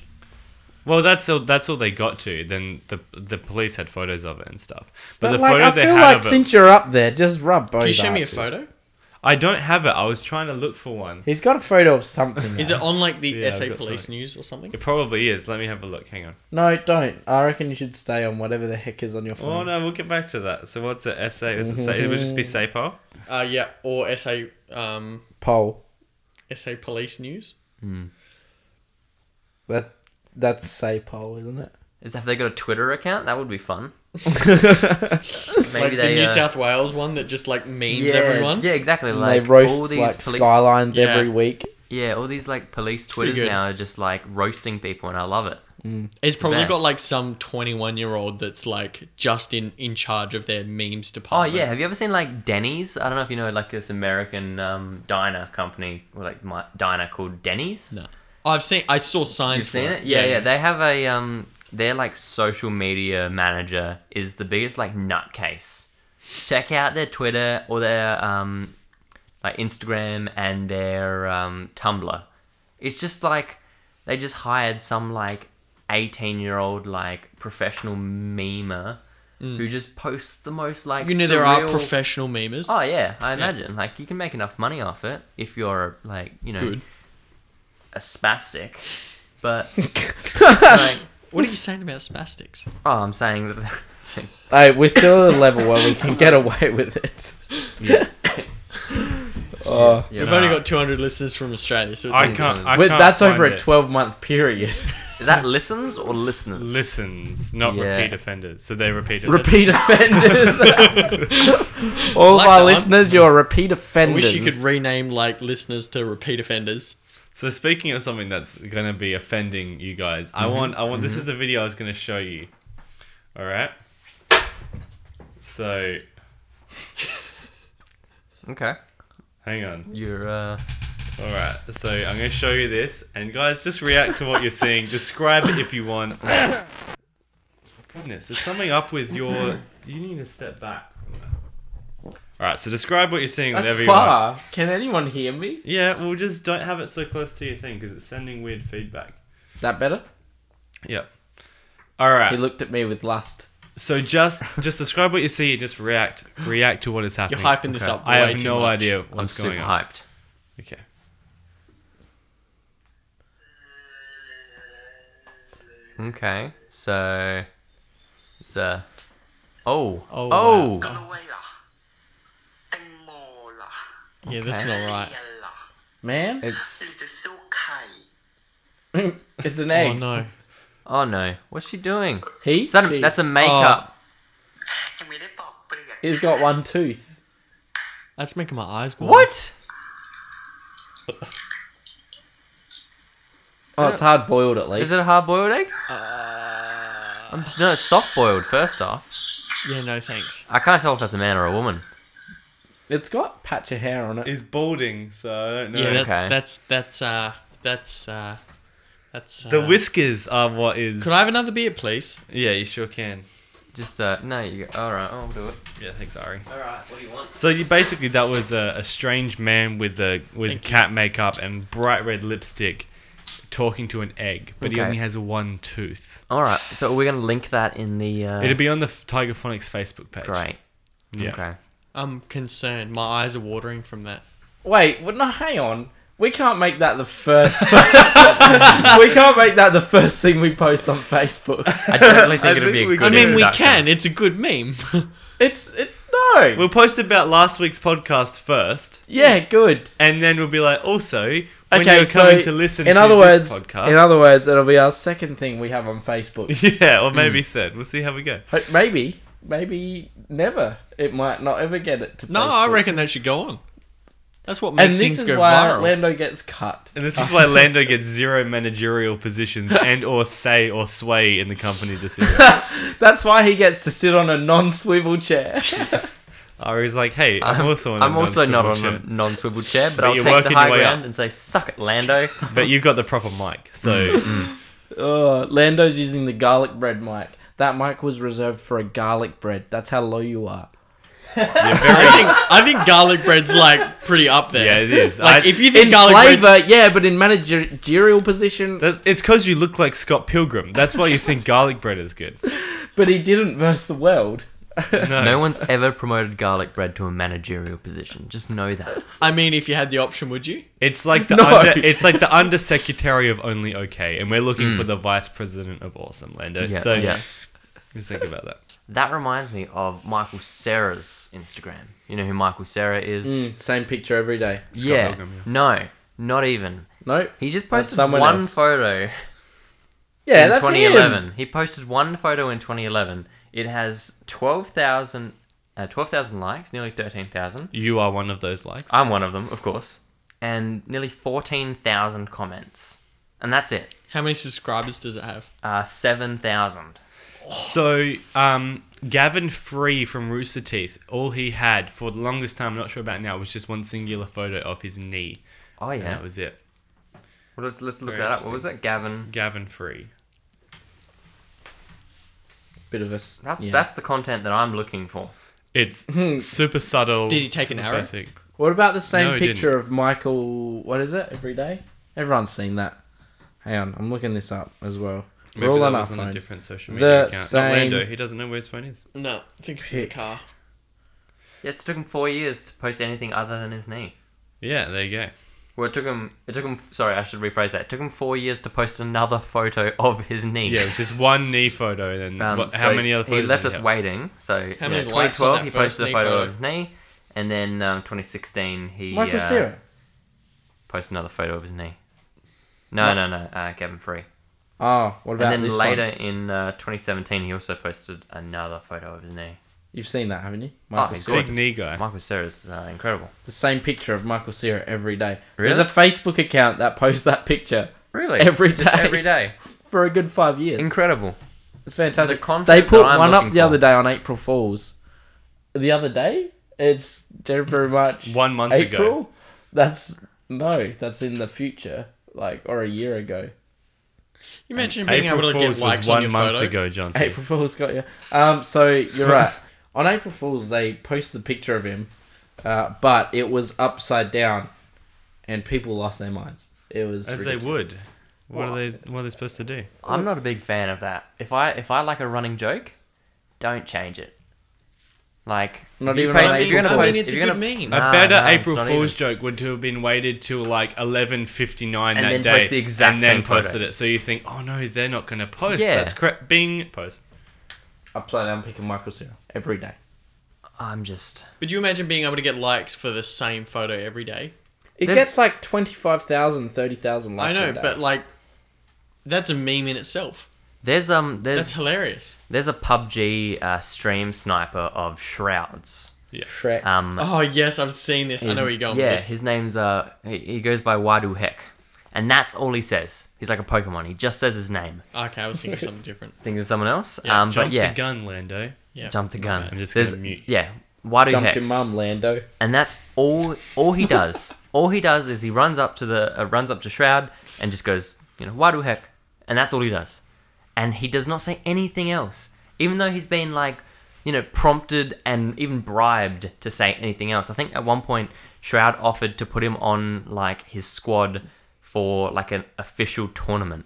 [SPEAKER 1] Well, that's all. That's all they got to. Then the the police had photos of it and stuff. But, the
[SPEAKER 2] But, like,
[SPEAKER 1] photo
[SPEAKER 2] I
[SPEAKER 1] they
[SPEAKER 2] feel
[SPEAKER 1] had
[SPEAKER 2] like
[SPEAKER 1] of
[SPEAKER 2] since
[SPEAKER 1] it,
[SPEAKER 2] you're up there, just rub both.
[SPEAKER 4] Can you show me a
[SPEAKER 2] arches.
[SPEAKER 4] photo?
[SPEAKER 1] I don't have it. I was trying to look for one.
[SPEAKER 2] He's got a photo of something.
[SPEAKER 4] Is
[SPEAKER 2] though.
[SPEAKER 4] it on like the
[SPEAKER 1] Yeah, I've
[SPEAKER 4] SA
[SPEAKER 1] got
[SPEAKER 4] Police
[SPEAKER 1] something.
[SPEAKER 4] News or something?
[SPEAKER 1] It probably is. Let me have a look. Hang on.
[SPEAKER 2] No, don't. I reckon you should stay on whatever the heck is on your
[SPEAKER 1] Oh
[SPEAKER 2] phone.
[SPEAKER 1] no, we'll get back to that. So what's it? SA? Is it? Sa- it would just be SAPO.
[SPEAKER 4] Uh, yeah, or SA um,
[SPEAKER 2] Poll.
[SPEAKER 4] SA Police News.
[SPEAKER 2] That that's say poll, isn't it?
[SPEAKER 3] Is have they got a Twitter account? That would be fun. Maybe
[SPEAKER 4] like
[SPEAKER 3] they.
[SPEAKER 4] the New
[SPEAKER 3] uh,
[SPEAKER 4] South Wales one that just like memes
[SPEAKER 3] yeah,
[SPEAKER 4] everyone.
[SPEAKER 3] Yeah, exactly.
[SPEAKER 2] And
[SPEAKER 3] Like
[SPEAKER 2] they roast
[SPEAKER 3] all these
[SPEAKER 2] like
[SPEAKER 3] police.
[SPEAKER 2] skylines
[SPEAKER 4] Yeah.
[SPEAKER 2] every week.
[SPEAKER 3] Yeah, all these like police
[SPEAKER 4] Pretty
[SPEAKER 3] twitters
[SPEAKER 4] good.
[SPEAKER 3] now are just like roasting people, and I love it.
[SPEAKER 4] It's probably
[SPEAKER 3] best.
[SPEAKER 4] got like some 21 year old that's like just in, in charge of their memes
[SPEAKER 3] Oh
[SPEAKER 4] department.
[SPEAKER 3] yeah, have you ever seen like Denny's? I don't know if you know like this American um, diner company or like my diner called Denny's.
[SPEAKER 4] No. I've seen, I saw signs
[SPEAKER 3] You've
[SPEAKER 4] for
[SPEAKER 3] seen it? Yeah, yeah, They have a um, their like social media manager is the biggest like nutcase. Check out their Twitter or their um, like Instagram and their um, Tumblr. It's just like they just hired some like eighteen year old like professional memer who just posts the most like
[SPEAKER 4] Mm. You know, there are
[SPEAKER 3] surreal-
[SPEAKER 4] professional memers.
[SPEAKER 3] Oh yeah, I imagine. Like you can make enough money off it if you're like you know
[SPEAKER 4] Good.
[SPEAKER 3] a spastic, but like,
[SPEAKER 4] What are you saying about spastics?
[SPEAKER 3] oh, I'm saying that
[SPEAKER 2] Hey, we're still at a level where we can get away with it. Oh,
[SPEAKER 3] Yeah,
[SPEAKER 4] We've
[SPEAKER 1] nah.
[SPEAKER 4] only got 200 listeners from Australia, so it's
[SPEAKER 1] I
[SPEAKER 4] all
[SPEAKER 1] can't.
[SPEAKER 3] good.
[SPEAKER 1] I
[SPEAKER 2] but
[SPEAKER 1] can't
[SPEAKER 2] that's
[SPEAKER 1] find
[SPEAKER 2] over a
[SPEAKER 1] it.
[SPEAKER 2] twelve month period.
[SPEAKER 3] is that listens or listeners?
[SPEAKER 1] listens, not
[SPEAKER 3] Yeah.
[SPEAKER 1] repeat offenders. So they repeated.
[SPEAKER 2] repeat offenders. All of our
[SPEAKER 4] Like that one.
[SPEAKER 2] listeners, you're repeat
[SPEAKER 4] I
[SPEAKER 2] offenders.
[SPEAKER 4] wish you could rename like listeners to repeat offenders.
[SPEAKER 1] So speaking of something that's gonna be offending you guys, I want. I want. This is the video I was gonna show you. All right. So
[SPEAKER 3] Okay,
[SPEAKER 1] hang on.
[SPEAKER 3] you're uh,
[SPEAKER 1] All right. So I'm gonna show you this, and guys, just react to what you're seeing. Describe it if you want. Goodness, there's something up with your. You need to step back. from that. All right. So describe what you're seeing
[SPEAKER 2] That's
[SPEAKER 1] whenever you want.
[SPEAKER 2] far. Can anyone hear me?
[SPEAKER 1] Yeah, well, just don't have it so close to your thing because it's sending weird feedback.
[SPEAKER 2] That better?
[SPEAKER 1] Yep. All
[SPEAKER 2] He
[SPEAKER 1] right.
[SPEAKER 2] looked at me with lust.
[SPEAKER 1] so just just describe what you see. and Just react react to what is happening.
[SPEAKER 4] hyping this up
[SPEAKER 1] I
[SPEAKER 4] way
[SPEAKER 1] have
[SPEAKER 4] too
[SPEAKER 1] no
[SPEAKER 4] much.
[SPEAKER 1] idea
[SPEAKER 3] I'm
[SPEAKER 1] what's
[SPEAKER 3] super
[SPEAKER 1] going on.
[SPEAKER 3] hyped.
[SPEAKER 1] Okay.
[SPEAKER 3] Okay, so it's a oh
[SPEAKER 4] Oh,
[SPEAKER 3] oh
[SPEAKER 4] Yeah, that's
[SPEAKER 3] Okay.
[SPEAKER 4] not right.
[SPEAKER 2] Man,
[SPEAKER 3] it's
[SPEAKER 2] it's an
[SPEAKER 4] Oh
[SPEAKER 2] egg.
[SPEAKER 4] no.
[SPEAKER 3] oh no, what's she doing?
[SPEAKER 2] He?
[SPEAKER 3] Is that a,
[SPEAKER 2] she-
[SPEAKER 3] that's a makeup?
[SPEAKER 6] Em mới đấy bỏ bìa
[SPEAKER 2] He's got one tooth.
[SPEAKER 4] That's making my eyes water.
[SPEAKER 3] What?
[SPEAKER 2] Oh, it's hard boiled at least.
[SPEAKER 3] Is it a hard boiled egg?
[SPEAKER 4] Uh,
[SPEAKER 3] I'm, no, it's soft boiled, first off.
[SPEAKER 4] yeah, no thanks.
[SPEAKER 3] I can't tell if that's a man or a woman.
[SPEAKER 2] It's got patch of hair on it.
[SPEAKER 1] He's balding, so I don't know.
[SPEAKER 4] Yeah, that's
[SPEAKER 3] okay.
[SPEAKER 4] that's that's uh that's uh that's uh,
[SPEAKER 1] the whiskers are what is.
[SPEAKER 4] Could I have another beer, please?
[SPEAKER 1] Yeah, you sure can.
[SPEAKER 3] Just, uh, no, you go, alright, I'll do it.
[SPEAKER 1] Yeah, thanks, Ari.
[SPEAKER 3] Alright, what do you want?
[SPEAKER 1] So you basically that was a, a strange man with a with
[SPEAKER 4] Thank you.
[SPEAKER 1] cat makeup and bright red lipstick, talking to an egg, but he
[SPEAKER 3] Okay.
[SPEAKER 1] only has one tooth.
[SPEAKER 3] Alright, so we're going to link that in the,
[SPEAKER 2] Oh.
[SPEAKER 3] uh...
[SPEAKER 1] It'll be on the F- Tiger Phonics Facebook page.
[SPEAKER 3] Great.
[SPEAKER 1] Yeah.
[SPEAKER 3] Okay.
[SPEAKER 4] I'm concerned. My eyes are watering from that.
[SPEAKER 2] Wait, well, no, hang on. We can't make that the first. we can't make that the first thing we post on Facebook.
[SPEAKER 3] I definitely think
[SPEAKER 1] I
[SPEAKER 3] it'd be
[SPEAKER 1] think
[SPEAKER 3] a
[SPEAKER 1] we
[SPEAKER 3] good
[SPEAKER 1] can-
[SPEAKER 4] I mean, we
[SPEAKER 3] introduction.
[SPEAKER 4] can. It's a good meme.
[SPEAKER 2] It's it no.
[SPEAKER 1] We'll post about last week's podcast first,
[SPEAKER 2] yeah, good.
[SPEAKER 1] and then we'll be like, also, when
[SPEAKER 2] okay,
[SPEAKER 1] you're
[SPEAKER 2] so
[SPEAKER 1] coming to listen
[SPEAKER 2] in
[SPEAKER 1] to
[SPEAKER 2] other
[SPEAKER 1] this
[SPEAKER 2] words,
[SPEAKER 1] podcast,
[SPEAKER 2] in other words, it'll be our second thing we have on Facebook.
[SPEAKER 1] yeah, or maybe
[SPEAKER 2] Hmm.
[SPEAKER 1] third. We'll see how we go.
[SPEAKER 2] But maybe, maybe never. It might not ever get it to.
[SPEAKER 4] no, I
[SPEAKER 2] Facebook.
[SPEAKER 4] reckon that should go on. That's what makes
[SPEAKER 2] And
[SPEAKER 4] things
[SPEAKER 2] this is
[SPEAKER 4] go
[SPEAKER 2] why
[SPEAKER 4] viral.
[SPEAKER 2] Lando gets cut.
[SPEAKER 1] And this is why Lando gets zero managerial positions and or say or sway in the company decision.
[SPEAKER 2] That's why he gets to sit on a non-swivel chair.
[SPEAKER 1] Ari's like, hey, I'm, also on. a
[SPEAKER 3] I'm also not on
[SPEAKER 1] non-swivel chair.
[SPEAKER 3] a non-swivel chair, but,
[SPEAKER 1] But
[SPEAKER 3] I'll
[SPEAKER 1] you're
[SPEAKER 3] take the
[SPEAKER 1] working your
[SPEAKER 3] high
[SPEAKER 1] way
[SPEAKER 3] ground
[SPEAKER 1] up.
[SPEAKER 3] and say, "Suck it, Lando."
[SPEAKER 1] But you've got the proper mic, so
[SPEAKER 3] Mm.
[SPEAKER 2] oh, Lando's using the garlic bread mic. That mic was reserved for a garlic bread. That's how low you are.
[SPEAKER 1] you're
[SPEAKER 4] I
[SPEAKER 1] very.
[SPEAKER 4] think I think garlic bread's like pretty up there.
[SPEAKER 1] Yeah, it is.
[SPEAKER 4] Like
[SPEAKER 1] I-
[SPEAKER 4] if you think
[SPEAKER 2] In
[SPEAKER 4] garlic
[SPEAKER 2] flavor,
[SPEAKER 4] bread,
[SPEAKER 2] yeah, but in managerial position,
[SPEAKER 1] That's, it's because you look like Scott Pilgrim. That's why you think garlic bread is good.
[SPEAKER 2] but he didn't verse the world.
[SPEAKER 1] No,
[SPEAKER 3] no one's ever promoted garlic bread to a managerial position. Just know that.
[SPEAKER 4] I mean, if you had the option, would you?
[SPEAKER 1] it's like the
[SPEAKER 2] No.
[SPEAKER 1] under, it's like the undersecretary of only okay, and we're looking for the vice president of awesome, Lando.
[SPEAKER 3] Mm. Yeah,
[SPEAKER 1] so
[SPEAKER 3] yeah.
[SPEAKER 1] just think about that.
[SPEAKER 3] That reminds me of Michael Sarah's Instagram. You know who Michael Sarah is?
[SPEAKER 2] Mm, same picture every day.
[SPEAKER 3] yeah.
[SPEAKER 1] Milgram, yeah.
[SPEAKER 3] No, not even.
[SPEAKER 2] Nope.
[SPEAKER 3] He just
[SPEAKER 2] That's
[SPEAKER 3] posted
[SPEAKER 2] someone
[SPEAKER 3] one
[SPEAKER 2] else.
[SPEAKER 3] photo
[SPEAKER 2] Yeah,
[SPEAKER 3] in
[SPEAKER 2] that's
[SPEAKER 3] 2011.
[SPEAKER 2] him.
[SPEAKER 3] He posted one photo in 2011. It has 12,000 uh, 12,000 likes, nearly 13,000.
[SPEAKER 1] You are one of those likes.
[SPEAKER 3] I'm one of them, of course. And nearly 14,000 comments. And that's it.
[SPEAKER 4] How many subscribers does it have?
[SPEAKER 3] Uh, 7,000.
[SPEAKER 1] So, um, Gavin Free from Rooster Teeth, all he had for the longest time, I'm not sure about now, was just one singular photo of his knee.
[SPEAKER 3] Oh,
[SPEAKER 1] And
[SPEAKER 3] yeah.
[SPEAKER 1] that was it.
[SPEAKER 3] well, let's, let's look
[SPEAKER 1] Very
[SPEAKER 3] that up. What was
[SPEAKER 1] interesting.
[SPEAKER 3] that? Gavin.
[SPEAKER 1] Gavin Free.
[SPEAKER 2] Bit of us.
[SPEAKER 3] That's,
[SPEAKER 2] yeah.
[SPEAKER 3] that's the content that I'm looking for.
[SPEAKER 1] It's super subtle.
[SPEAKER 4] Did he take an
[SPEAKER 1] super
[SPEAKER 4] arrow?
[SPEAKER 1] basic.
[SPEAKER 2] What about the same
[SPEAKER 1] No, he
[SPEAKER 2] picture of Michael? What is it? Every day. Everyone's seen that. Hang on, I'm looking this up as well.
[SPEAKER 1] Maybe
[SPEAKER 2] We're all
[SPEAKER 1] that
[SPEAKER 2] on our
[SPEAKER 1] was on a
[SPEAKER 2] phones.
[SPEAKER 1] different social media
[SPEAKER 2] The
[SPEAKER 1] account.
[SPEAKER 2] same-
[SPEAKER 1] Not Lando, he doesn't know where his phone is.
[SPEAKER 4] No, I think it's
[SPEAKER 2] Pick.
[SPEAKER 4] the car.
[SPEAKER 3] Yeah, it took him four years to post anything other than his knee.
[SPEAKER 1] Yeah, there you go.
[SPEAKER 3] Well, it took him. It took him. Sorry, I should rephrase that. It took him four years to post another photo of his knee.
[SPEAKER 1] Yeah, it was just one knee photo, and then
[SPEAKER 3] Um,
[SPEAKER 1] what, how
[SPEAKER 3] so
[SPEAKER 1] many other photos?
[SPEAKER 3] He left
[SPEAKER 1] did
[SPEAKER 3] us waiting. So
[SPEAKER 4] How
[SPEAKER 3] yeah,
[SPEAKER 4] many likes
[SPEAKER 3] 2012,
[SPEAKER 4] on that
[SPEAKER 3] he
[SPEAKER 4] first
[SPEAKER 3] posted a
[SPEAKER 4] knee
[SPEAKER 3] photo,
[SPEAKER 4] photo?
[SPEAKER 3] of his knee, and then um, 2016, he
[SPEAKER 2] Michael
[SPEAKER 3] uh,
[SPEAKER 2] Cera.
[SPEAKER 3] posted another photo of his knee. No, no, no. Uh, Gavin Free.
[SPEAKER 2] Oh, what about
[SPEAKER 3] and then
[SPEAKER 2] this
[SPEAKER 3] later
[SPEAKER 2] one?
[SPEAKER 3] in uh, 2017, he also posted another photo of his knee.
[SPEAKER 2] You've seen that, haven't you? Michael
[SPEAKER 3] oh, he's
[SPEAKER 2] Cera.
[SPEAKER 1] Big knee guy.
[SPEAKER 3] Michael Cera's uh, incredible.
[SPEAKER 2] The same picture of Michael Cera every day.
[SPEAKER 3] Really?
[SPEAKER 2] There's a Facebook account that posts that picture
[SPEAKER 3] Really,
[SPEAKER 2] Every day.
[SPEAKER 3] every day,
[SPEAKER 2] for a good five years.
[SPEAKER 3] incredible.
[SPEAKER 2] It's fantastic.
[SPEAKER 3] The content
[SPEAKER 2] they put
[SPEAKER 3] that I'm
[SPEAKER 2] one up
[SPEAKER 3] looking
[SPEAKER 2] the
[SPEAKER 3] for.
[SPEAKER 2] other day on April Fools. The other day? It's January, March,
[SPEAKER 1] One month
[SPEAKER 2] April.
[SPEAKER 1] ago.
[SPEAKER 2] That's no, that's in the future, like or a year ago.
[SPEAKER 4] You mentioned being
[SPEAKER 1] April
[SPEAKER 4] able to get
[SPEAKER 1] Fools
[SPEAKER 4] likes
[SPEAKER 1] was
[SPEAKER 4] on your
[SPEAKER 1] one month
[SPEAKER 4] photo.
[SPEAKER 1] ago, John.
[SPEAKER 2] April Fools got you. Um, so you're right. on April Fools, they posted a picture of him, uh, but it was upside down, and people lost their minds. It was
[SPEAKER 1] As they
[SPEAKER 2] ridiculous.
[SPEAKER 1] would. What are they? What are they supposed to do?
[SPEAKER 3] I'm not a big fan of that. If I if I like a running joke, don't change it. Like
[SPEAKER 2] Not
[SPEAKER 3] if you
[SPEAKER 2] even
[SPEAKER 3] post-
[SPEAKER 2] on
[SPEAKER 3] if you're
[SPEAKER 2] April
[SPEAKER 3] gonna
[SPEAKER 2] Fool's.
[SPEAKER 3] post-
[SPEAKER 4] I mean, it's
[SPEAKER 3] if
[SPEAKER 4] a
[SPEAKER 3] you're
[SPEAKER 4] good
[SPEAKER 3] gonna-
[SPEAKER 4] meme.
[SPEAKER 1] A
[SPEAKER 3] Nah,
[SPEAKER 1] better
[SPEAKER 3] nah, Ah, it's
[SPEAKER 1] April
[SPEAKER 3] not
[SPEAKER 1] Fool's
[SPEAKER 3] even.
[SPEAKER 1] joke would to have been waited till like eleven fifty nine
[SPEAKER 3] And
[SPEAKER 1] that
[SPEAKER 3] then
[SPEAKER 1] day,
[SPEAKER 3] post the exact
[SPEAKER 1] and then
[SPEAKER 3] same photo.
[SPEAKER 1] posted it. So you think, oh no, they're not going to post.
[SPEAKER 3] Yeah.
[SPEAKER 1] That's correct. Bing post.
[SPEAKER 2] upside down picking Michael Cera every day.
[SPEAKER 3] I'm just
[SPEAKER 4] Would you imagine being able to get likes for the same photo every day?
[SPEAKER 2] It
[SPEAKER 3] There's-
[SPEAKER 2] gets like 25,000, 30,000 likes.
[SPEAKER 4] I
[SPEAKER 2] a
[SPEAKER 4] know,
[SPEAKER 2] day.
[SPEAKER 4] but like, that's a meme in itself.
[SPEAKER 3] There's um there's
[SPEAKER 4] That's hilarious.
[SPEAKER 3] There's a PUBG uh, stream sniper of shrouds.
[SPEAKER 2] Shrek.
[SPEAKER 3] Um,
[SPEAKER 4] Oh yes, I've seen this. I know where you're going
[SPEAKER 3] yeah,
[SPEAKER 4] with this.
[SPEAKER 3] his name's uh, he, he goes by Wadu Heck, and that's all he says. He's like a Pokemon. He just says his name.
[SPEAKER 4] Okay, I was thinking something different.
[SPEAKER 3] Thinking of someone else.
[SPEAKER 4] Yeah,
[SPEAKER 3] um,
[SPEAKER 1] Jump
[SPEAKER 3] but yeah,
[SPEAKER 1] the gun, Lando.
[SPEAKER 4] Yeah.
[SPEAKER 3] jump the gun.
[SPEAKER 1] I'm just
[SPEAKER 3] There's-
[SPEAKER 1] gonna mute.
[SPEAKER 3] Yeah, Wadu
[SPEAKER 2] Dumped
[SPEAKER 3] Heck,
[SPEAKER 2] your mum, Lando.
[SPEAKER 3] and that's all. All he does. all he does is he runs up to the uh, runs up to Shroud and just goes, you know, Wadu Heck, and that's all he does. And he does not say anything else, even though he's been like, you know, prompted and even bribed to say anything else. I think at one point Shroud offered to put him on like his squad for like an official tournament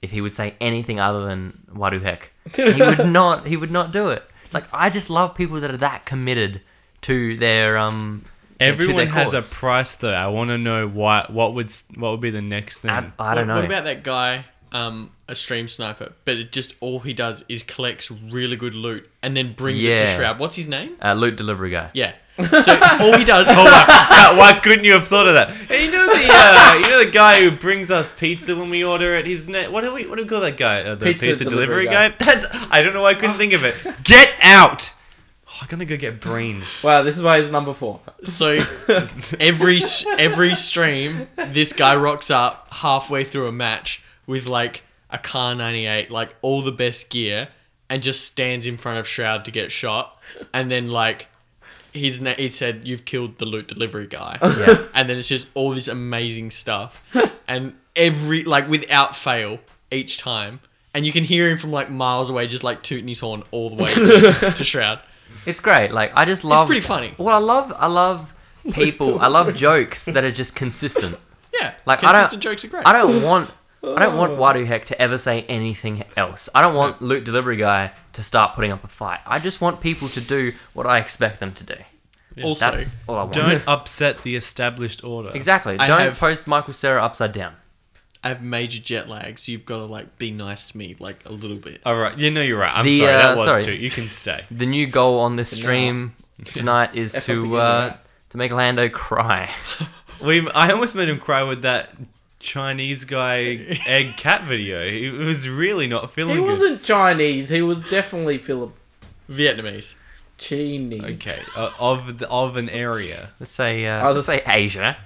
[SPEAKER 3] if he would say anything other than Wadu Heck. he would not. He would not do it. Like I just love people that are that committed to their um. you know, to
[SPEAKER 1] Everyone
[SPEAKER 3] their
[SPEAKER 1] has a
[SPEAKER 3] cause.
[SPEAKER 1] price though. I want to know why. What would s- what would be the next thing?
[SPEAKER 3] I, I don't know.
[SPEAKER 4] what, What about that guy, um, a stream sniper? But it just all he does is collects really good loot and then brings it to
[SPEAKER 3] Yeah.
[SPEAKER 4] Shroud. What's his name?
[SPEAKER 3] uh, loot delivery guy?
[SPEAKER 4] Yeah. So all he does.
[SPEAKER 1] Oh, why, why couldn't you have thought of that? Hey, you know the uh, you know the guy who brings us pizza when we order it. His name. What do we what do we call that guy? Uh, the
[SPEAKER 2] Pizza
[SPEAKER 1] pizza,
[SPEAKER 2] delivery
[SPEAKER 1] delivery,
[SPEAKER 2] guy.
[SPEAKER 1] guy. That's I don't know why I couldn't think of it. Get out. Oh, I'm gonna go get Breen.
[SPEAKER 2] Wow, this is why he's number four.
[SPEAKER 4] So every s- every stream, this guy rocks up halfway through a match with like a car 98, like all the best gear, and just stands in front of Shroud to get shot, and then like. He's na- he said you've killed the loot delivery guy,
[SPEAKER 3] Yeah.
[SPEAKER 4] and then it's just all this amazing stuff, and every like without fail each time, and you can hear him from like miles away, just like tooting his horn all the way to, to Shroud.
[SPEAKER 3] It's great. Like I just love.
[SPEAKER 4] pretty funny.
[SPEAKER 3] Well, I love. I love people. I love jokes that are just consistent.
[SPEAKER 4] Yeah,
[SPEAKER 3] Like, I don't-
[SPEAKER 4] consistent jokes are great.
[SPEAKER 3] I don't want I don't
[SPEAKER 1] Oh.
[SPEAKER 3] want Wadu Heck to ever say anything else. I don't want Luke Delivery Guy to start putting up a fight. I just want people to do what I expect them to do.
[SPEAKER 4] also,
[SPEAKER 3] That's all I want.
[SPEAKER 1] Don't upset the established order.
[SPEAKER 3] exactly.
[SPEAKER 4] I
[SPEAKER 3] don't
[SPEAKER 4] have-
[SPEAKER 3] post Michael Sarah upside down.
[SPEAKER 4] I have major jet lag, so you've got to like be nice to me like a little bit.
[SPEAKER 1] All right. You know you're right. I'm
[SPEAKER 3] The,
[SPEAKER 1] sorry.
[SPEAKER 3] uh,
[SPEAKER 1] That was
[SPEAKER 3] sorry.
[SPEAKER 1] too. You can stay.
[SPEAKER 3] The new goal on this stream tonight is
[SPEAKER 2] F up
[SPEAKER 3] to
[SPEAKER 2] again with
[SPEAKER 3] uh,
[SPEAKER 2] that.
[SPEAKER 3] to make Lando cry.
[SPEAKER 1] We. I almost made him cry with that Chinese guy egg cat video. He was really not feeling
[SPEAKER 2] He
[SPEAKER 1] good.
[SPEAKER 2] wasn't Chinese. He was definitely
[SPEAKER 4] Vietnamese.
[SPEAKER 2] Filipino.
[SPEAKER 1] Okay, uh, of the, of an area.
[SPEAKER 3] Let's say uh,
[SPEAKER 2] Oh,
[SPEAKER 3] let's say Asia,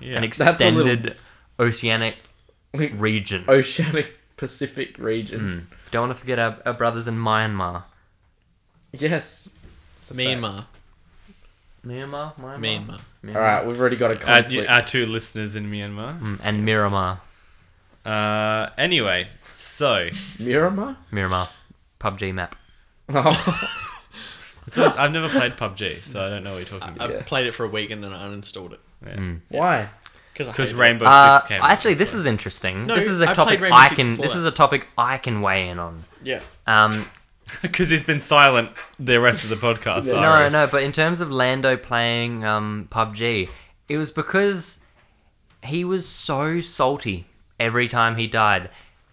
[SPEAKER 1] Yeah.
[SPEAKER 3] an
[SPEAKER 2] a little-
[SPEAKER 3] extended oceanic region.
[SPEAKER 2] Oceanic Pacific region.
[SPEAKER 3] Don't want to forget our, our brothers in Myanmar.
[SPEAKER 2] Yes. It's a fact.
[SPEAKER 4] Myanmar.
[SPEAKER 3] Myanmar, Myanmar,
[SPEAKER 4] Myanmar.
[SPEAKER 3] Myanmar.
[SPEAKER 2] All right, we've already got a
[SPEAKER 1] our,
[SPEAKER 2] conflict.
[SPEAKER 1] our two listeners in Myanmar.
[SPEAKER 3] Mm, and Miramar.
[SPEAKER 1] Uh, anyway, so
[SPEAKER 2] Miramar?
[SPEAKER 3] Miramar. PUBG map.
[SPEAKER 2] Oh.
[SPEAKER 1] it's always- I've never played PUBG, so I don't know what you're talking
[SPEAKER 4] I
[SPEAKER 1] about.
[SPEAKER 2] Yeah.
[SPEAKER 4] played it for a week and then I uninstalled it
[SPEAKER 2] Why?
[SPEAKER 1] Because
[SPEAKER 4] because
[SPEAKER 1] Rainbow
[SPEAKER 3] Uh,
[SPEAKER 1] Six came. out,
[SPEAKER 3] actually, this
[SPEAKER 1] so-
[SPEAKER 3] is interesting.
[SPEAKER 4] No,
[SPEAKER 3] this is a
[SPEAKER 4] I played
[SPEAKER 3] topic
[SPEAKER 4] Rainbow
[SPEAKER 3] I
[SPEAKER 4] Six
[SPEAKER 3] can.
[SPEAKER 4] before
[SPEAKER 3] This
[SPEAKER 4] that.
[SPEAKER 3] is a topic I can weigh in on.
[SPEAKER 4] Yeah.
[SPEAKER 3] Um,
[SPEAKER 1] because it's been silent the rest of the podcast.
[SPEAKER 2] Yeah.
[SPEAKER 1] sorry.
[SPEAKER 3] no, no, but in terms of Lando playing um, PUBG, it was because he was so salty every time he died.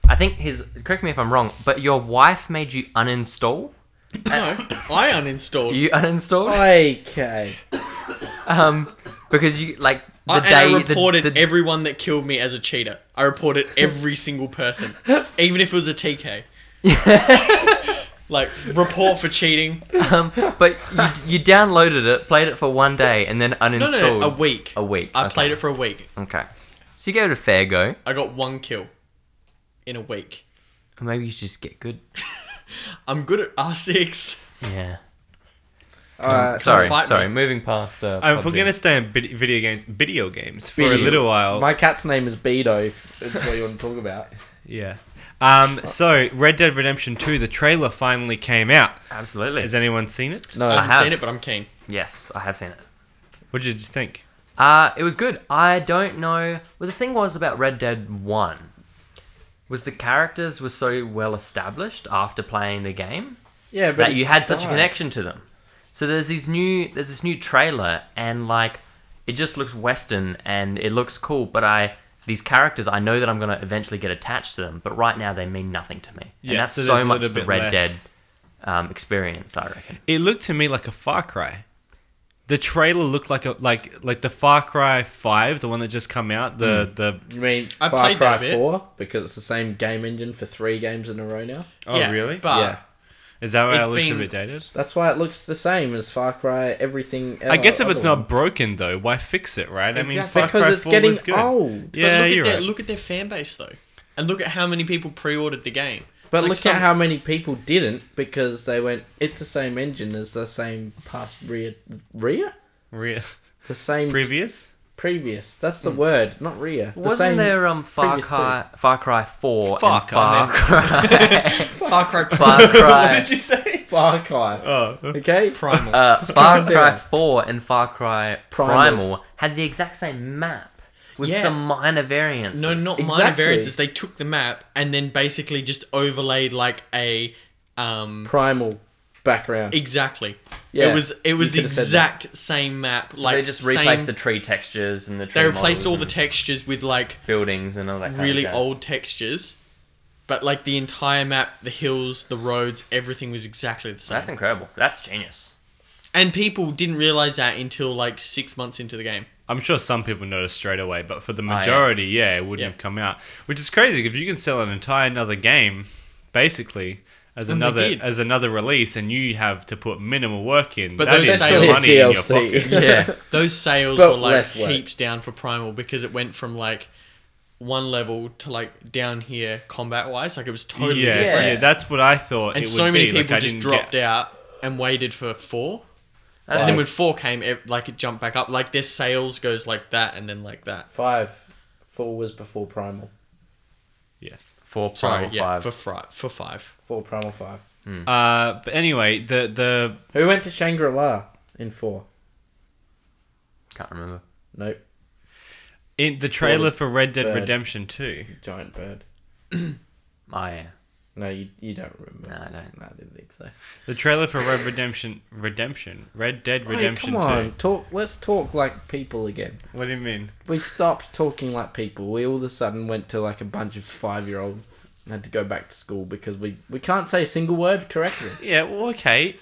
[SPEAKER 3] I think his. Correct me if I'm wrong, but your wife made you uninstall.
[SPEAKER 4] No, I uninstalled.
[SPEAKER 3] You uninstalled.
[SPEAKER 4] Oh,
[SPEAKER 2] Okay.
[SPEAKER 3] um, because you like the
[SPEAKER 4] I, and
[SPEAKER 3] day
[SPEAKER 4] I
[SPEAKER 3] the-
[SPEAKER 4] reported
[SPEAKER 3] the,
[SPEAKER 4] everyone that killed me as a cheater. I reported every single person, even if it was a TK. like report for cheating.
[SPEAKER 3] um, but you, you downloaded it, played it for one day, and then uninstalled.
[SPEAKER 4] No, no, no, a week.
[SPEAKER 3] A week.
[SPEAKER 4] I
[SPEAKER 3] okay.
[SPEAKER 4] played it for a week.
[SPEAKER 3] Okay, so you gave it a fair go.
[SPEAKER 4] I got one kill in a week.
[SPEAKER 3] Maybe you should just get good.
[SPEAKER 4] I'm good at R6.
[SPEAKER 3] Yeah.
[SPEAKER 2] Uh,
[SPEAKER 3] Sorry,
[SPEAKER 4] fight me.
[SPEAKER 3] sorry. Moving past. Uh,
[SPEAKER 1] Um, if we're
[SPEAKER 3] PUBG.
[SPEAKER 1] gonna stay in vid- video games, video games for a
[SPEAKER 2] Video.
[SPEAKER 1] little while,
[SPEAKER 2] My cat's name is Beto, if it's what you want to talk about.
[SPEAKER 1] yeah. Um, so Red Dead Redemption Two, the trailer finally came out.
[SPEAKER 3] Absolutely.
[SPEAKER 1] Has anyone seen it?
[SPEAKER 2] No.
[SPEAKER 3] Uh,
[SPEAKER 4] I haven't
[SPEAKER 3] have.
[SPEAKER 4] seen it, but I'm keen.
[SPEAKER 3] yes, I have seen it.
[SPEAKER 1] What did you think?
[SPEAKER 3] Uh, it was good. I don't know. Well, the thing was about Red Dead One was the characters were so well established after playing the game
[SPEAKER 2] yeah, but
[SPEAKER 3] that
[SPEAKER 2] it
[SPEAKER 3] you had such a
[SPEAKER 2] died.
[SPEAKER 3] connection to them. So there's these new there's this new trailer and like it just looks western and it looks cool, but I these characters I know that I'm gonna eventually get attached to them, but right now they mean nothing to me.
[SPEAKER 1] Yeah,
[SPEAKER 3] and that's
[SPEAKER 1] so
[SPEAKER 3] so,
[SPEAKER 1] there's a
[SPEAKER 3] much
[SPEAKER 1] little
[SPEAKER 3] the
[SPEAKER 1] bit
[SPEAKER 3] Red
[SPEAKER 1] less.
[SPEAKER 3] Dead um, experience, I reckon.
[SPEAKER 1] It looked to me like a Far Cry. the trailer looked like a like like the Far Cry Five, the one that just come out. The the
[SPEAKER 2] You mean
[SPEAKER 4] I've
[SPEAKER 2] Far
[SPEAKER 4] played that
[SPEAKER 2] Cry
[SPEAKER 4] a bit.
[SPEAKER 2] Four because it's the same game engine for three games in a row now.
[SPEAKER 1] oh
[SPEAKER 4] Yeah,
[SPEAKER 1] really?
[SPEAKER 4] But
[SPEAKER 2] yeah,
[SPEAKER 1] Is that why it
[SPEAKER 4] it's
[SPEAKER 1] looks
[SPEAKER 4] been-
[SPEAKER 1] a bit dated?
[SPEAKER 2] that's why it looks the same as Far Cry. Everything.
[SPEAKER 1] I guess if
[SPEAKER 2] other
[SPEAKER 1] it's
[SPEAKER 2] one.
[SPEAKER 1] not broken though, why fix it? Right? I mean, Far
[SPEAKER 4] Exactly.
[SPEAKER 2] Oh, because
[SPEAKER 1] Cry
[SPEAKER 2] it's
[SPEAKER 1] 4
[SPEAKER 2] getting
[SPEAKER 1] was good.
[SPEAKER 2] old.
[SPEAKER 4] but
[SPEAKER 1] Yeah,
[SPEAKER 4] look
[SPEAKER 1] you're
[SPEAKER 4] at their
[SPEAKER 1] right.
[SPEAKER 4] look at their fan base though, and look at how many people pre-ordered the game.
[SPEAKER 2] But
[SPEAKER 4] It's like
[SPEAKER 2] look
[SPEAKER 4] some-
[SPEAKER 2] at how many people didn't because they went. It's the same engine as the same past rear, rear,
[SPEAKER 1] Re-
[SPEAKER 2] the same
[SPEAKER 1] previous.
[SPEAKER 2] previous. That's the word, not rear. The
[SPEAKER 3] Wasn't
[SPEAKER 2] same
[SPEAKER 3] there um Far
[SPEAKER 2] previous
[SPEAKER 3] Cry Far Cry Four
[SPEAKER 1] Far
[SPEAKER 3] and Far Cry
[SPEAKER 4] Far Cry
[SPEAKER 3] Far Cry
[SPEAKER 1] you say?
[SPEAKER 2] Far Cry?
[SPEAKER 1] Oh,
[SPEAKER 2] Okay,
[SPEAKER 4] Primal.
[SPEAKER 3] uh, Far
[SPEAKER 2] Calm
[SPEAKER 3] Cry
[SPEAKER 2] down.
[SPEAKER 3] 4 and Far Cry Primal,
[SPEAKER 2] Primal.
[SPEAKER 3] had the exact same map with
[SPEAKER 4] Yeah.
[SPEAKER 3] some minor variants.
[SPEAKER 4] No, not minor
[SPEAKER 2] Exactly.
[SPEAKER 4] variances. They took the map and then basically just overlaid like a um
[SPEAKER 2] primal background.
[SPEAKER 4] exactly.
[SPEAKER 2] Yeah,
[SPEAKER 4] it was it was
[SPEAKER 2] you
[SPEAKER 4] the
[SPEAKER 2] could've said that.
[SPEAKER 4] exact same map. Like
[SPEAKER 3] they just
[SPEAKER 4] same,
[SPEAKER 3] replaced the tree textures and the tree
[SPEAKER 4] They
[SPEAKER 3] models
[SPEAKER 4] replaced all the
[SPEAKER 3] and
[SPEAKER 4] textures with like
[SPEAKER 3] buildings and all that. Kind
[SPEAKER 4] really
[SPEAKER 3] of jazz.
[SPEAKER 4] old textures, but like the entire map, the hills, the roads, everything was exactly the same.
[SPEAKER 3] That's incredible. That's genius.
[SPEAKER 4] and people didn't realize that until like six months into the game.
[SPEAKER 1] I'm sure some people noticed straight away, but for the
[SPEAKER 3] yeah.
[SPEAKER 1] majority, yeah. it wouldn't
[SPEAKER 4] Yeah.
[SPEAKER 1] have come out, which is crazy. If you can sell an entire another game, basically as
[SPEAKER 4] And they
[SPEAKER 1] another
[SPEAKER 4] did.
[SPEAKER 1] as another release, and you have to put minimal work in,
[SPEAKER 4] But
[SPEAKER 1] that
[SPEAKER 4] those
[SPEAKER 1] is
[SPEAKER 4] sales-
[SPEAKER 1] money in your
[SPEAKER 2] DLC.
[SPEAKER 1] pocket.
[SPEAKER 3] Yeah.
[SPEAKER 4] Those sales
[SPEAKER 2] But
[SPEAKER 4] were like
[SPEAKER 2] less work.
[SPEAKER 4] heaps down for Primal because it went from like one level to like down here combat wise. Like it was totally
[SPEAKER 1] yeah,
[SPEAKER 4] different.
[SPEAKER 1] yeah, that's what I thought.
[SPEAKER 4] And
[SPEAKER 1] it
[SPEAKER 4] so
[SPEAKER 1] would
[SPEAKER 4] many
[SPEAKER 1] be.
[SPEAKER 4] people
[SPEAKER 1] like, I
[SPEAKER 4] just
[SPEAKER 1] didn't
[SPEAKER 4] dropped
[SPEAKER 1] get,
[SPEAKER 4] out and waited for four.
[SPEAKER 3] That
[SPEAKER 4] And then
[SPEAKER 2] Five.
[SPEAKER 4] when four came, it, like it jumped back up. Like their sales goes like that and then like that.
[SPEAKER 2] Five, four was before primal.
[SPEAKER 1] Yes.
[SPEAKER 3] Four
[SPEAKER 4] Sorry,
[SPEAKER 3] Primal
[SPEAKER 4] yeah,
[SPEAKER 3] Five.
[SPEAKER 4] for fri- for five.
[SPEAKER 2] Four primal five.
[SPEAKER 1] Uh, but anyway, the the
[SPEAKER 2] Who went to Shangri La in four?
[SPEAKER 3] Can't remember.
[SPEAKER 2] Nope,
[SPEAKER 1] in the trailer for Red Dead
[SPEAKER 2] Bad.
[SPEAKER 1] Redemption Two.
[SPEAKER 2] giant bird.
[SPEAKER 3] Oh yeah.
[SPEAKER 2] No, you you don't remember.
[SPEAKER 3] No, I don't.
[SPEAKER 2] No, I didn't think so.
[SPEAKER 1] The trailer for Red Redemption Redemption Red Dead Redemption
[SPEAKER 2] Hey, come on,
[SPEAKER 1] Two.
[SPEAKER 2] talk. Let's talk like people again.
[SPEAKER 1] What do you mean?
[SPEAKER 2] We stopped talking like people. We all of a sudden went to like a bunch of five year olds and had to go back to school because we we can't say a single word correctly.
[SPEAKER 1] Yeah. Well, okay.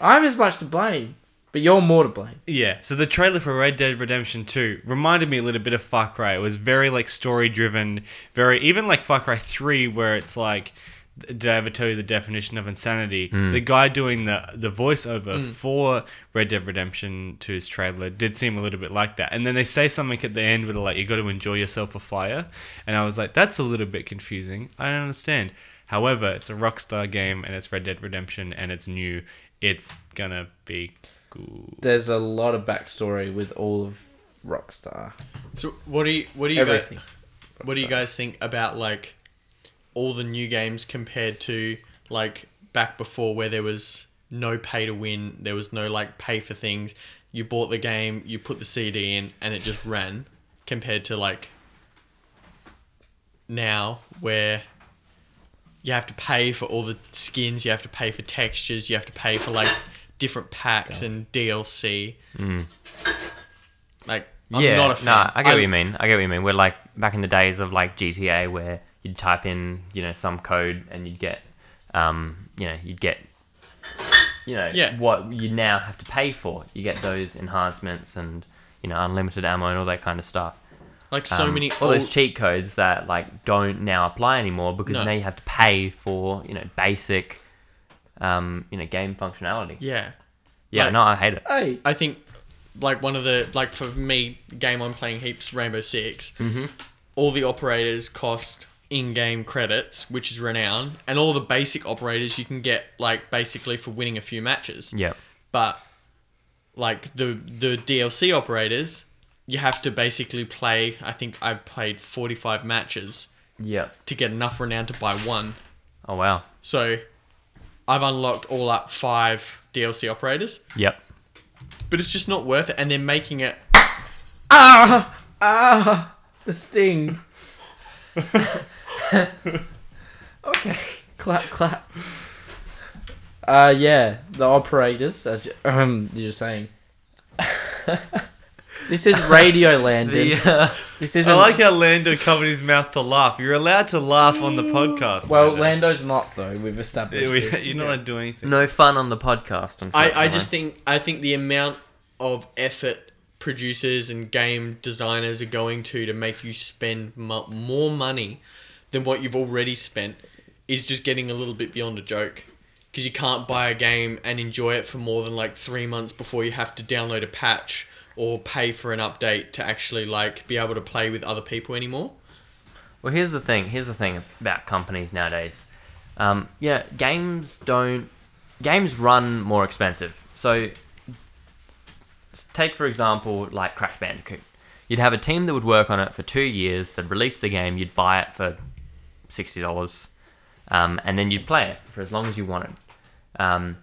[SPEAKER 2] I'm as much to blame, but you're more to blame.
[SPEAKER 1] Yeah, so the trailer for Red Dead Redemption 2 reminded me a little bit of Far Cry. It was very like story driven, very even like Far Cry 3 where it's like did I ever tell you the definition of insanity? The guy doing the the voiceover for Red Dead Redemption 2's trailer did seem a little bit like that. And then they say something at the end where they're like you got to enjoy yourself a fire, and I was like that's a little bit confusing. I don't understand. However, it's a Rockstar game and it's Red Dead Redemption and it's new. It's gonna be cool.
[SPEAKER 2] There's a lot of backstory with all of Rockstar.
[SPEAKER 4] So what do you what do you guys,
[SPEAKER 2] Everything.
[SPEAKER 4] what do you guys think about like all the new games compared to like back before where there was no pay to win, there was no like pay for things. You bought the game, you put the CD in, and it just ran. Compared to like now where you have to pay for all the skins, you have to pay for textures, you have to pay for like different packs and DLC. Like I'm
[SPEAKER 3] Mm. yeah,
[SPEAKER 4] not a fan.
[SPEAKER 3] Nah, I get what you mean. I get what you mean. We're like back in the days of like GTA where you'd type in, you know, some code and you'd get um, you know, you'd get you know,
[SPEAKER 4] Yeah.
[SPEAKER 3] what you now have to pay for. You get those enhancements and, you know, unlimited ammo and all that kind of stuff.
[SPEAKER 4] Like so
[SPEAKER 3] Um,
[SPEAKER 4] many
[SPEAKER 3] all
[SPEAKER 4] old,
[SPEAKER 3] those cheat codes that like don't now apply anymore because
[SPEAKER 4] No.
[SPEAKER 3] now you have to pay for, you know, basic um, you know, game functionality. Yeah,
[SPEAKER 4] yeah. like-
[SPEAKER 3] no, I hate it.
[SPEAKER 2] Hey,
[SPEAKER 4] I think like one of the like for me game I'm playing heaps Rainbow 6 Mm-hmm. All the operators cost in-game credits, which is renown, and all the basic operators you can get like basically for winning a few matches.
[SPEAKER 3] Yeah.
[SPEAKER 4] But like the the DLC operators, you have to basically play. I think I've played 45 matches
[SPEAKER 3] Yeah.
[SPEAKER 4] to get enough renown to buy one.
[SPEAKER 3] Oh wow.
[SPEAKER 4] So I've unlocked all up five DLC operators.
[SPEAKER 3] Yep.
[SPEAKER 4] but it's just not worth it. And they're making it.
[SPEAKER 2] ah, ah, the sting. okay, clap, clap. Uh, yeah, the operators, as you, um, you're saying. this is Radio Land.
[SPEAKER 3] The uh,
[SPEAKER 2] this isn't.
[SPEAKER 1] I like how Lando covered his mouth to laugh. You're allowed to laugh on the podcast.
[SPEAKER 2] well,
[SPEAKER 1] Lando.
[SPEAKER 2] Lando's not though. We've established.
[SPEAKER 1] Yeah, we-
[SPEAKER 2] this.
[SPEAKER 1] You're not allowed to do anything.
[SPEAKER 3] no fun on the podcast.
[SPEAKER 4] I, I just think I think the amount of effort producers and game designers are going to to make you spend mo- more money than what you've already spent is just getting a little bit beyond a joke because you can't buy a game and enjoy it for more than like three months before you have to download a patch or pay for an update to actually like be able to play with other people anymore
[SPEAKER 3] Well, here's the thing. Here's the thing about companies nowadays. Um, yeah, games don't. Games run more expensive. So, s- take for example, like Crash Bandicoot. You'd have a team that would work on it for two years. They'd release the game. You'd buy it for sixty dollars, um, and then you'd play it for as long as you wanted. Um,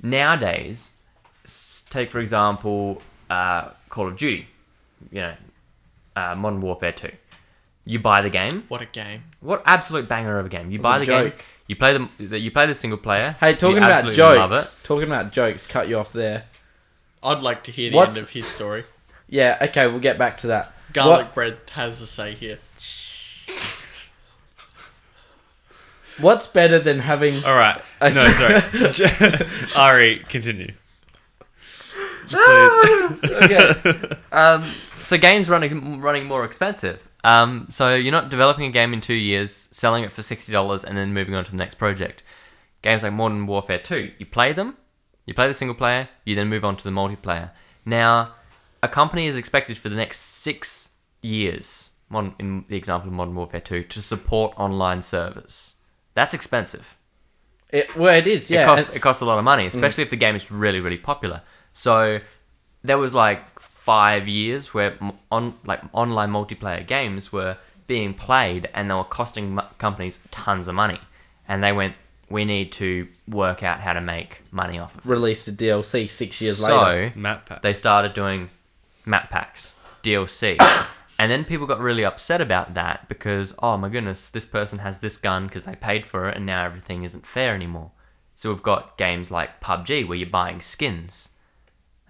[SPEAKER 3] nowadays, s- take for example, uh, Call of Duty. You know, uh, Modern Warfare Two. You buy the game.
[SPEAKER 4] what a game
[SPEAKER 3] What absolute banger of a game! You
[SPEAKER 2] a
[SPEAKER 3] buy the game,
[SPEAKER 2] joke.
[SPEAKER 3] you play the you play the single player.
[SPEAKER 2] Hey,
[SPEAKER 3] you
[SPEAKER 2] talking about
[SPEAKER 3] absolutely
[SPEAKER 2] jokes. Talking about jokes. Cut you off there.
[SPEAKER 4] i'd like to hear the
[SPEAKER 2] What's-
[SPEAKER 4] end of his story
[SPEAKER 2] Yeah. Okay. We'll get back to that.
[SPEAKER 4] garlic bread has a say here
[SPEAKER 2] What, what's better than having?
[SPEAKER 1] All right. No, sorry. Ari, continue.
[SPEAKER 4] Ah!
[SPEAKER 1] Please.
[SPEAKER 3] okay. Um, so games running running more expensive. Um, so you're not developing a game in two years, selling it for sixty dollars, and then moving on to the next project. Games like Modern Warfare Two, you play them, you play the single player, you then move on to the multiplayer. Now, a company is expected for the next six years, modern, in the example of Modern Warfare Two, to support online servers. That's expensive.
[SPEAKER 2] It, well, it is. Yeah.
[SPEAKER 3] it costs
[SPEAKER 2] and- Mm.
[SPEAKER 3] it costs a lot of money, especially if the game is really really popular. So there was like five years where m- on like online multiplayer games were being played and they were costing mu- companies tons of money, and they went, we need to work out how to make money off of this."
[SPEAKER 2] released a DLC six years
[SPEAKER 3] so
[SPEAKER 2] later.
[SPEAKER 1] Map pack.
[SPEAKER 3] they started doing map packs, DLC. and then people got really upset about that because, oh my goodness, this person has this gun because they paid for it and now everything isn't fair anymore. So we've got games like PUBG where you're buying skins.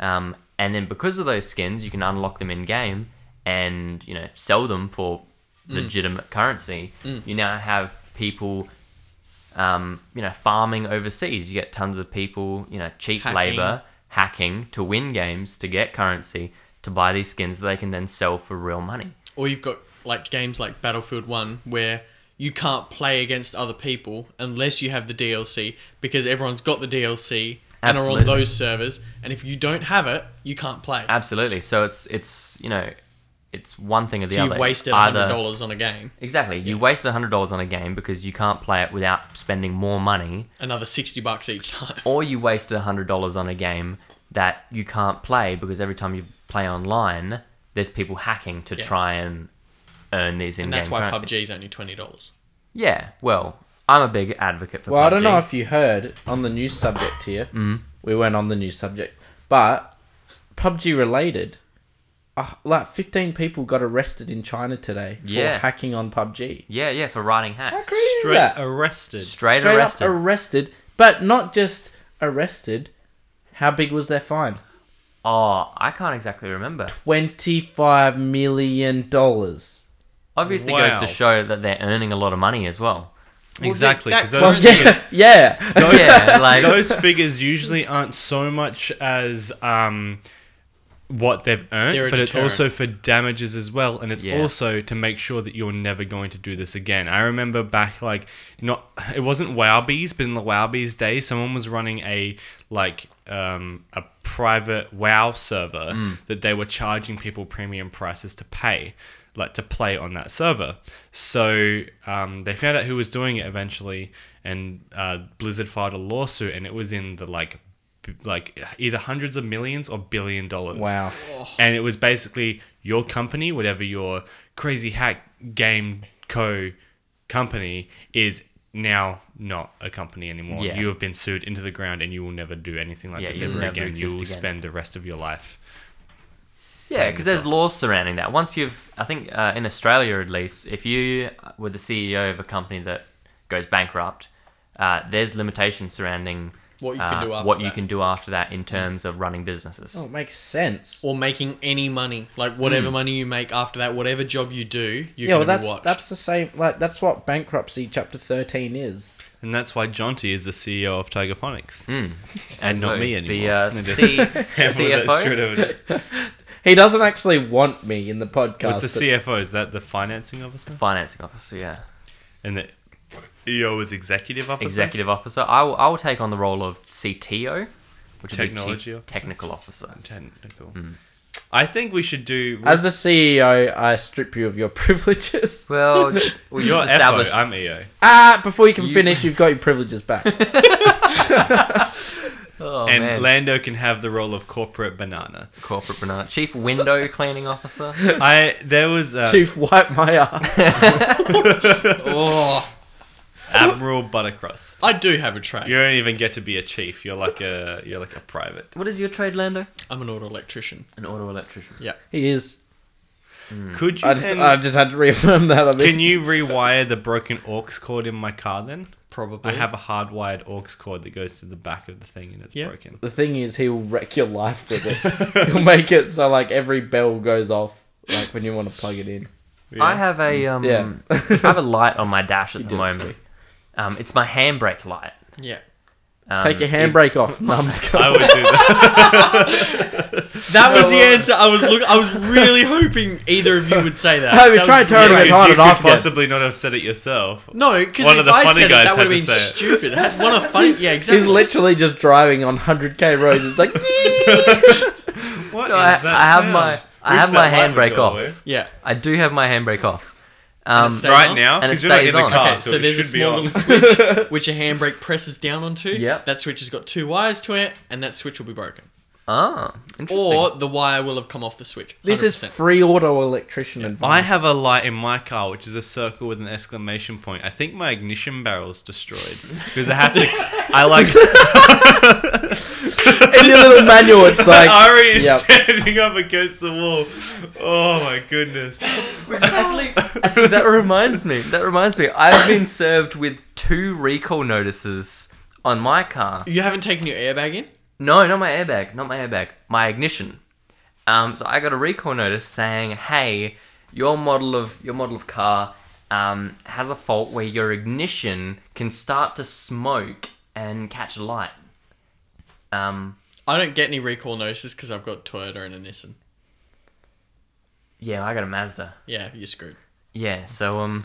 [SPEAKER 3] Um, and then because of those skins, you can unlock them in game and, you know, sell them for
[SPEAKER 4] Mm.
[SPEAKER 3] legitimate currency. You now have people um, you know, farming overseas. You get tons of people, you know, cheap
[SPEAKER 4] Hacking.
[SPEAKER 3] labor hacking to win games to get currency to buy these skins that they can then sell for real money.
[SPEAKER 4] or you've got like games like Battlefield 1 where you can't play against other people unless you have the DLC because everyone's got the DLC and are on
[SPEAKER 3] Absolutely.
[SPEAKER 4] those servers and if you don't have it you can't play
[SPEAKER 3] Absolutely. So it's it's you know, it's one thing or the
[SPEAKER 4] so
[SPEAKER 3] other.
[SPEAKER 4] you've wasted
[SPEAKER 3] Either-
[SPEAKER 4] $100 on a game
[SPEAKER 3] Exactly. You waste hundred dollars on a game because you can't play it without spending more money
[SPEAKER 4] another 60 bucks each time
[SPEAKER 3] or you wasted $100 on a game that you can't play because every time you play online, there's people hacking to
[SPEAKER 4] Yeah.
[SPEAKER 3] try and earn these in-game
[SPEAKER 4] and that's why
[SPEAKER 3] currency.
[SPEAKER 4] PUBG's only $20
[SPEAKER 3] Yeah, well, I'm a big advocate for
[SPEAKER 2] Well,
[SPEAKER 3] PUBG.
[SPEAKER 2] I don't know if you heard on the news subject here. We weren't on the news subject, but PUBG related. Uh, like 15 people got arrested in China today for
[SPEAKER 3] Yeah.
[SPEAKER 2] hacking on PUBG.
[SPEAKER 3] Yeah, yeah, for writing
[SPEAKER 2] How
[SPEAKER 3] hacks.
[SPEAKER 2] crazy is
[SPEAKER 1] Straight
[SPEAKER 2] that?
[SPEAKER 1] arrested.
[SPEAKER 3] Straight,
[SPEAKER 2] Straight
[SPEAKER 3] arrested.
[SPEAKER 2] up arrested, but not just arrested. How big was their fine?
[SPEAKER 3] oh, I can't exactly remember.
[SPEAKER 2] $25 million.
[SPEAKER 3] Obviously goes
[SPEAKER 1] Wow.
[SPEAKER 3] to show that they're earning a lot of money as well.
[SPEAKER 1] exactly.
[SPEAKER 4] that-
[SPEAKER 1] 'cause
[SPEAKER 4] that
[SPEAKER 1] those,
[SPEAKER 4] goes-
[SPEAKER 1] figures,
[SPEAKER 2] yeah, yeah.
[SPEAKER 1] those,
[SPEAKER 3] Yeah, like-
[SPEAKER 1] those figures usually aren't so much as um, what they've earned,
[SPEAKER 4] They're a
[SPEAKER 1] but it's
[SPEAKER 4] deterrent.
[SPEAKER 1] also for damages as well. And it's
[SPEAKER 3] Yeah.
[SPEAKER 1] also to make sure that you're never going to do this again. I remember back, like, not, it wasn't Wowbees, but in the Wowbees days, someone was running a, like, um, a private WoW server that they were charging people premium prices to pay like to play on that server. So um, they found out who was doing it eventually, and uh, Blizzard filed a lawsuit, and it was in the like, b- like either hundreds of millions or billion dollars.
[SPEAKER 2] Wow.
[SPEAKER 1] And it was basically your company, whatever your crazy hack game co company is now not a company anymore.
[SPEAKER 3] Yeah.
[SPEAKER 1] You have been sued into the ground, and you will never do anything like
[SPEAKER 3] Yeah,
[SPEAKER 1] this
[SPEAKER 3] you'll
[SPEAKER 1] ever
[SPEAKER 3] never
[SPEAKER 1] again. You
[SPEAKER 3] exist
[SPEAKER 1] will
[SPEAKER 3] again.
[SPEAKER 1] spend the rest of your life.
[SPEAKER 3] Yeah, because there's laws surrounding that. Once you've, I think uh, in Australia at least, if you uh, were the CEO of a company that goes bankrupt, uh, there's limitations surrounding
[SPEAKER 4] What you can
[SPEAKER 3] uh,
[SPEAKER 4] do after
[SPEAKER 3] what you
[SPEAKER 4] that.
[SPEAKER 3] can do after that in terms of running businesses.
[SPEAKER 2] Oh, it makes sense.
[SPEAKER 4] or making any money like
[SPEAKER 3] Hmm.
[SPEAKER 4] whatever money you make after that whatever job you do you're
[SPEAKER 2] Yeah, well,
[SPEAKER 4] going to
[SPEAKER 2] that's
[SPEAKER 4] be watched
[SPEAKER 2] that's the same. Like that's what bankruptcy chapter thirteen is.
[SPEAKER 1] And that's why Jonty is the CEO of Tiger Phonics.
[SPEAKER 3] And
[SPEAKER 1] not me
[SPEAKER 3] The
[SPEAKER 1] anymore.
[SPEAKER 3] uh,
[SPEAKER 1] I just-
[SPEAKER 3] Mm. C-
[SPEAKER 1] Well, that's true
[SPEAKER 3] CFO.
[SPEAKER 1] to-
[SPEAKER 2] He doesn't actually want me in the E podcast.
[SPEAKER 1] What's the CFO? Is that the financing officer?
[SPEAKER 3] Financing officer, yeah.
[SPEAKER 1] And the EO is executive officer?
[SPEAKER 3] Executive officer. I will, I will take on the role of CTO, which would be
[SPEAKER 1] Technology
[SPEAKER 3] chief
[SPEAKER 1] officer.
[SPEAKER 3] technical officer.
[SPEAKER 1] Technical.
[SPEAKER 3] Mm.
[SPEAKER 1] I think we should do.
[SPEAKER 2] As the CEO, I strip you of your privileges.
[SPEAKER 3] Well, we
[SPEAKER 1] You're
[SPEAKER 3] just
[SPEAKER 1] FO,
[SPEAKER 3] established.
[SPEAKER 1] I'm E EO.
[SPEAKER 2] Ah, before you can
[SPEAKER 3] You-
[SPEAKER 2] finish, you've got your privileges back.
[SPEAKER 3] oh,
[SPEAKER 1] and
[SPEAKER 3] man.
[SPEAKER 1] Lando can have the role of corporate banana.
[SPEAKER 3] corporate banana. Chief window cleaning officer.
[SPEAKER 1] I there was uh,
[SPEAKER 2] Chief, wipe my ass.
[SPEAKER 4] Oh,
[SPEAKER 1] Admiral Buttercrust.
[SPEAKER 4] I do have a trade.
[SPEAKER 1] You don't even get to be a chief. You're like a you're like a private.
[SPEAKER 3] What is your trade, Lando?
[SPEAKER 4] I'm an auto electrician.
[SPEAKER 3] An auto electrician.
[SPEAKER 4] Yeah.
[SPEAKER 2] He is.
[SPEAKER 1] Could you
[SPEAKER 2] I just,
[SPEAKER 1] then-
[SPEAKER 2] I just had to reaffirm that. I mean,
[SPEAKER 1] can you rewire the broken aux cord in my car then?
[SPEAKER 4] Probably.
[SPEAKER 1] I have a hardwired aux cord that goes to the back of the thing and it's
[SPEAKER 4] Yeah.
[SPEAKER 1] broken.
[SPEAKER 2] the thing is, he'll wreck your life with it. he'll make it so like every bell goes off, like when you want to plug it in.
[SPEAKER 3] I have a um,
[SPEAKER 2] Yeah.
[SPEAKER 3] I have a light on my dash at the
[SPEAKER 2] did it to
[SPEAKER 3] moment. Um, it's my handbrake light.
[SPEAKER 4] Yeah.
[SPEAKER 3] Um,
[SPEAKER 2] Take your handbrake off, numbskull.
[SPEAKER 1] I would do that.
[SPEAKER 4] That was the answer. I was look. I was really hoping either of you would say that.
[SPEAKER 2] Have you
[SPEAKER 4] That
[SPEAKER 2] tried
[SPEAKER 4] was
[SPEAKER 2] turning it
[SPEAKER 4] really-
[SPEAKER 1] you
[SPEAKER 2] on and
[SPEAKER 1] could
[SPEAKER 2] off again.
[SPEAKER 1] possibly not have said it yourself.
[SPEAKER 4] No, because
[SPEAKER 1] One
[SPEAKER 4] if
[SPEAKER 1] of the
[SPEAKER 4] I
[SPEAKER 1] funny
[SPEAKER 4] said it,
[SPEAKER 1] guys
[SPEAKER 4] that
[SPEAKER 1] had
[SPEAKER 4] would
[SPEAKER 1] to
[SPEAKER 4] have been
[SPEAKER 1] say it.
[SPEAKER 4] stupid. Had One of funny. Yeah, exactly.
[SPEAKER 2] He's literally just driving on 100k roads. It's like,
[SPEAKER 1] What
[SPEAKER 3] No, I, I
[SPEAKER 1] is that
[SPEAKER 3] have
[SPEAKER 1] sound?
[SPEAKER 3] my I
[SPEAKER 1] Wish
[SPEAKER 3] have my
[SPEAKER 1] that line would
[SPEAKER 3] handbrake
[SPEAKER 1] go
[SPEAKER 3] off.
[SPEAKER 1] away.
[SPEAKER 4] yeah.
[SPEAKER 3] I do have my handbrake off. Um,
[SPEAKER 4] it's- Stays
[SPEAKER 1] Right
[SPEAKER 4] on?
[SPEAKER 1] now,
[SPEAKER 3] And it
[SPEAKER 1] because you're not
[SPEAKER 3] stays
[SPEAKER 1] in the
[SPEAKER 3] on.
[SPEAKER 1] car,
[SPEAKER 4] Okay,
[SPEAKER 1] so,
[SPEAKER 4] so there's
[SPEAKER 1] it
[SPEAKER 4] a
[SPEAKER 1] should be
[SPEAKER 4] small
[SPEAKER 1] on.
[SPEAKER 4] little switch which a handbrake presses down onto.
[SPEAKER 3] Yep.
[SPEAKER 4] That switch has got two wires to it, and that switch will be broken.
[SPEAKER 3] ah, interesting.
[SPEAKER 4] Or the wire will have come off the switch.
[SPEAKER 2] this is
[SPEAKER 4] 100%.
[SPEAKER 2] free auto electrician
[SPEAKER 1] I
[SPEAKER 2] advice.
[SPEAKER 1] have a light in my car, which is a circle with an exclamation point. I think my ignition barrel's destroyed because I have to. I like.
[SPEAKER 2] In your little manual, it's like,
[SPEAKER 1] Ari is
[SPEAKER 2] yep.
[SPEAKER 1] standing up against the wall. Oh my goodness!
[SPEAKER 3] actually, actually, that reminds me. That reminds me. I've been served with two recall notices on my car.
[SPEAKER 4] You haven't taken your airbag in.
[SPEAKER 3] No, not my airbag. Not my airbag. My ignition. Um, so I got a recall notice saying, "Hey, your model of your model of car um, has a fault where your ignition can start to smoke and catch light." Um,
[SPEAKER 4] I don't get any recall notices because I've got Toyota and a Nissan.
[SPEAKER 3] yeah, I got a Mazda.
[SPEAKER 4] Yeah, you're screwed.
[SPEAKER 3] Yeah, so um,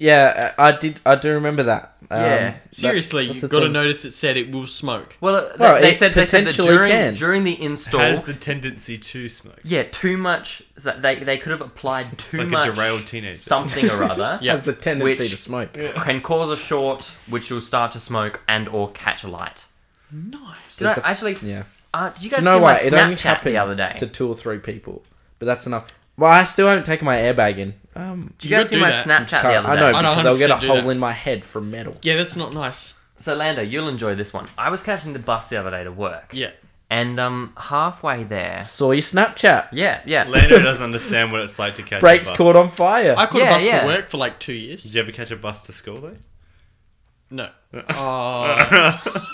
[SPEAKER 2] yeah, uh, I I did. I do remember that. Um,
[SPEAKER 3] Yeah.
[SPEAKER 2] that-
[SPEAKER 4] Seriously,
[SPEAKER 2] that's
[SPEAKER 4] you've
[SPEAKER 2] the
[SPEAKER 4] got a
[SPEAKER 2] thing.
[SPEAKER 4] notice that said it will smoke.
[SPEAKER 3] well, uh,
[SPEAKER 2] Well,
[SPEAKER 3] they, they
[SPEAKER 2] it
[SPEAKER 3] said they said that
[SPEAKER 2] potentially
[SPEAKER 3] during
[SPEAKER 2] can.
[SPEAKER 3] during the install,
[SPEAKER 1] Has the tendency to smoke.
[SPEAKER 3] yeah, too much. That they they could have applied too
[SPEAKER 1] like a
[SPEAKER 3] much
[SPEAKER 1] derailed teenager.
[SPEAKER 3] something or other.
[SPEAKER 4] Yeah.
[SPEAKER 2] Has the tendency
[SPEAKER 3] Which-
[SPEAKER 2] to smoke.
[SPEAKER 3] can cause a short, which will start to smoke and or catch light.
[SPEAKER 4] Nice.
[SPEAKER 3] Did I,
[SPEAKER 2] It's a-
[SPEAKER 3] actually,
[SPEAKER 2] Yeah.
[SPEAKER 3] uh, did you
[SPEAKER 2] You
[SPEAKER 3] guys
[SPEAKER 2] know
[SPEAKER 3] see my
[SPEAKER 2] what? It only
[SPEAKER 3] Snapchat
[SPEAKER 2] happened
[SPEAKER 3] the other day?
[SPEAKER 2] to two or three people, but that's enough. Well, I still haven't taken my airbag in. Um,
[SPEAKER 3] Did you guys
[SPEAKER 4] could
[SPEAKER 3] see
[SPEAKER 4] do
[SPEAKER 3] my
[SPEAKER 4] that.
[SPEAKER 3] Snapchat the other
[SPEAKER 2] I
[SPEAKER 3] day?
[SPEAKER 2] know
[SPEAKER 4] I know,
[SPEAKER 2] because I'll get a
[SPEAKER 4] 100% do
[SPEAKER 2] hole
[SPEAKER 4] that.
[SPEAKER 2] in my head from metal.
[SPEAKER 4] Yeah, that's not nice.
[SPEAKER 3] So Lando, you'll enjoy this one. I was catching the bus the other day to work.
[SPEAKER 4] Yeah.
[SPEAKER 3] And um, halfway there.
[SPEAKER 2] Saw your Snapchat.
[SPEAKER 3] Yeah, yeah.
[SPEAKER 1] Lando doesn't understand what it's like to catch
[SPEAKER 2] Brakes
[SPEAKER 1] a bus.
[SPEAKER 2] caught on fire.
[SPEAKER 4] I caught
[SPEAKER 3] Yeah,
[SPEAKER 4] a bus
[SPEAKER 3] yeah.
[SPEAKER 4] to work for like two years.
[SPEAKER 1] Did you ever catch a bus to school though?
[SPEAKER 4] No. Oh.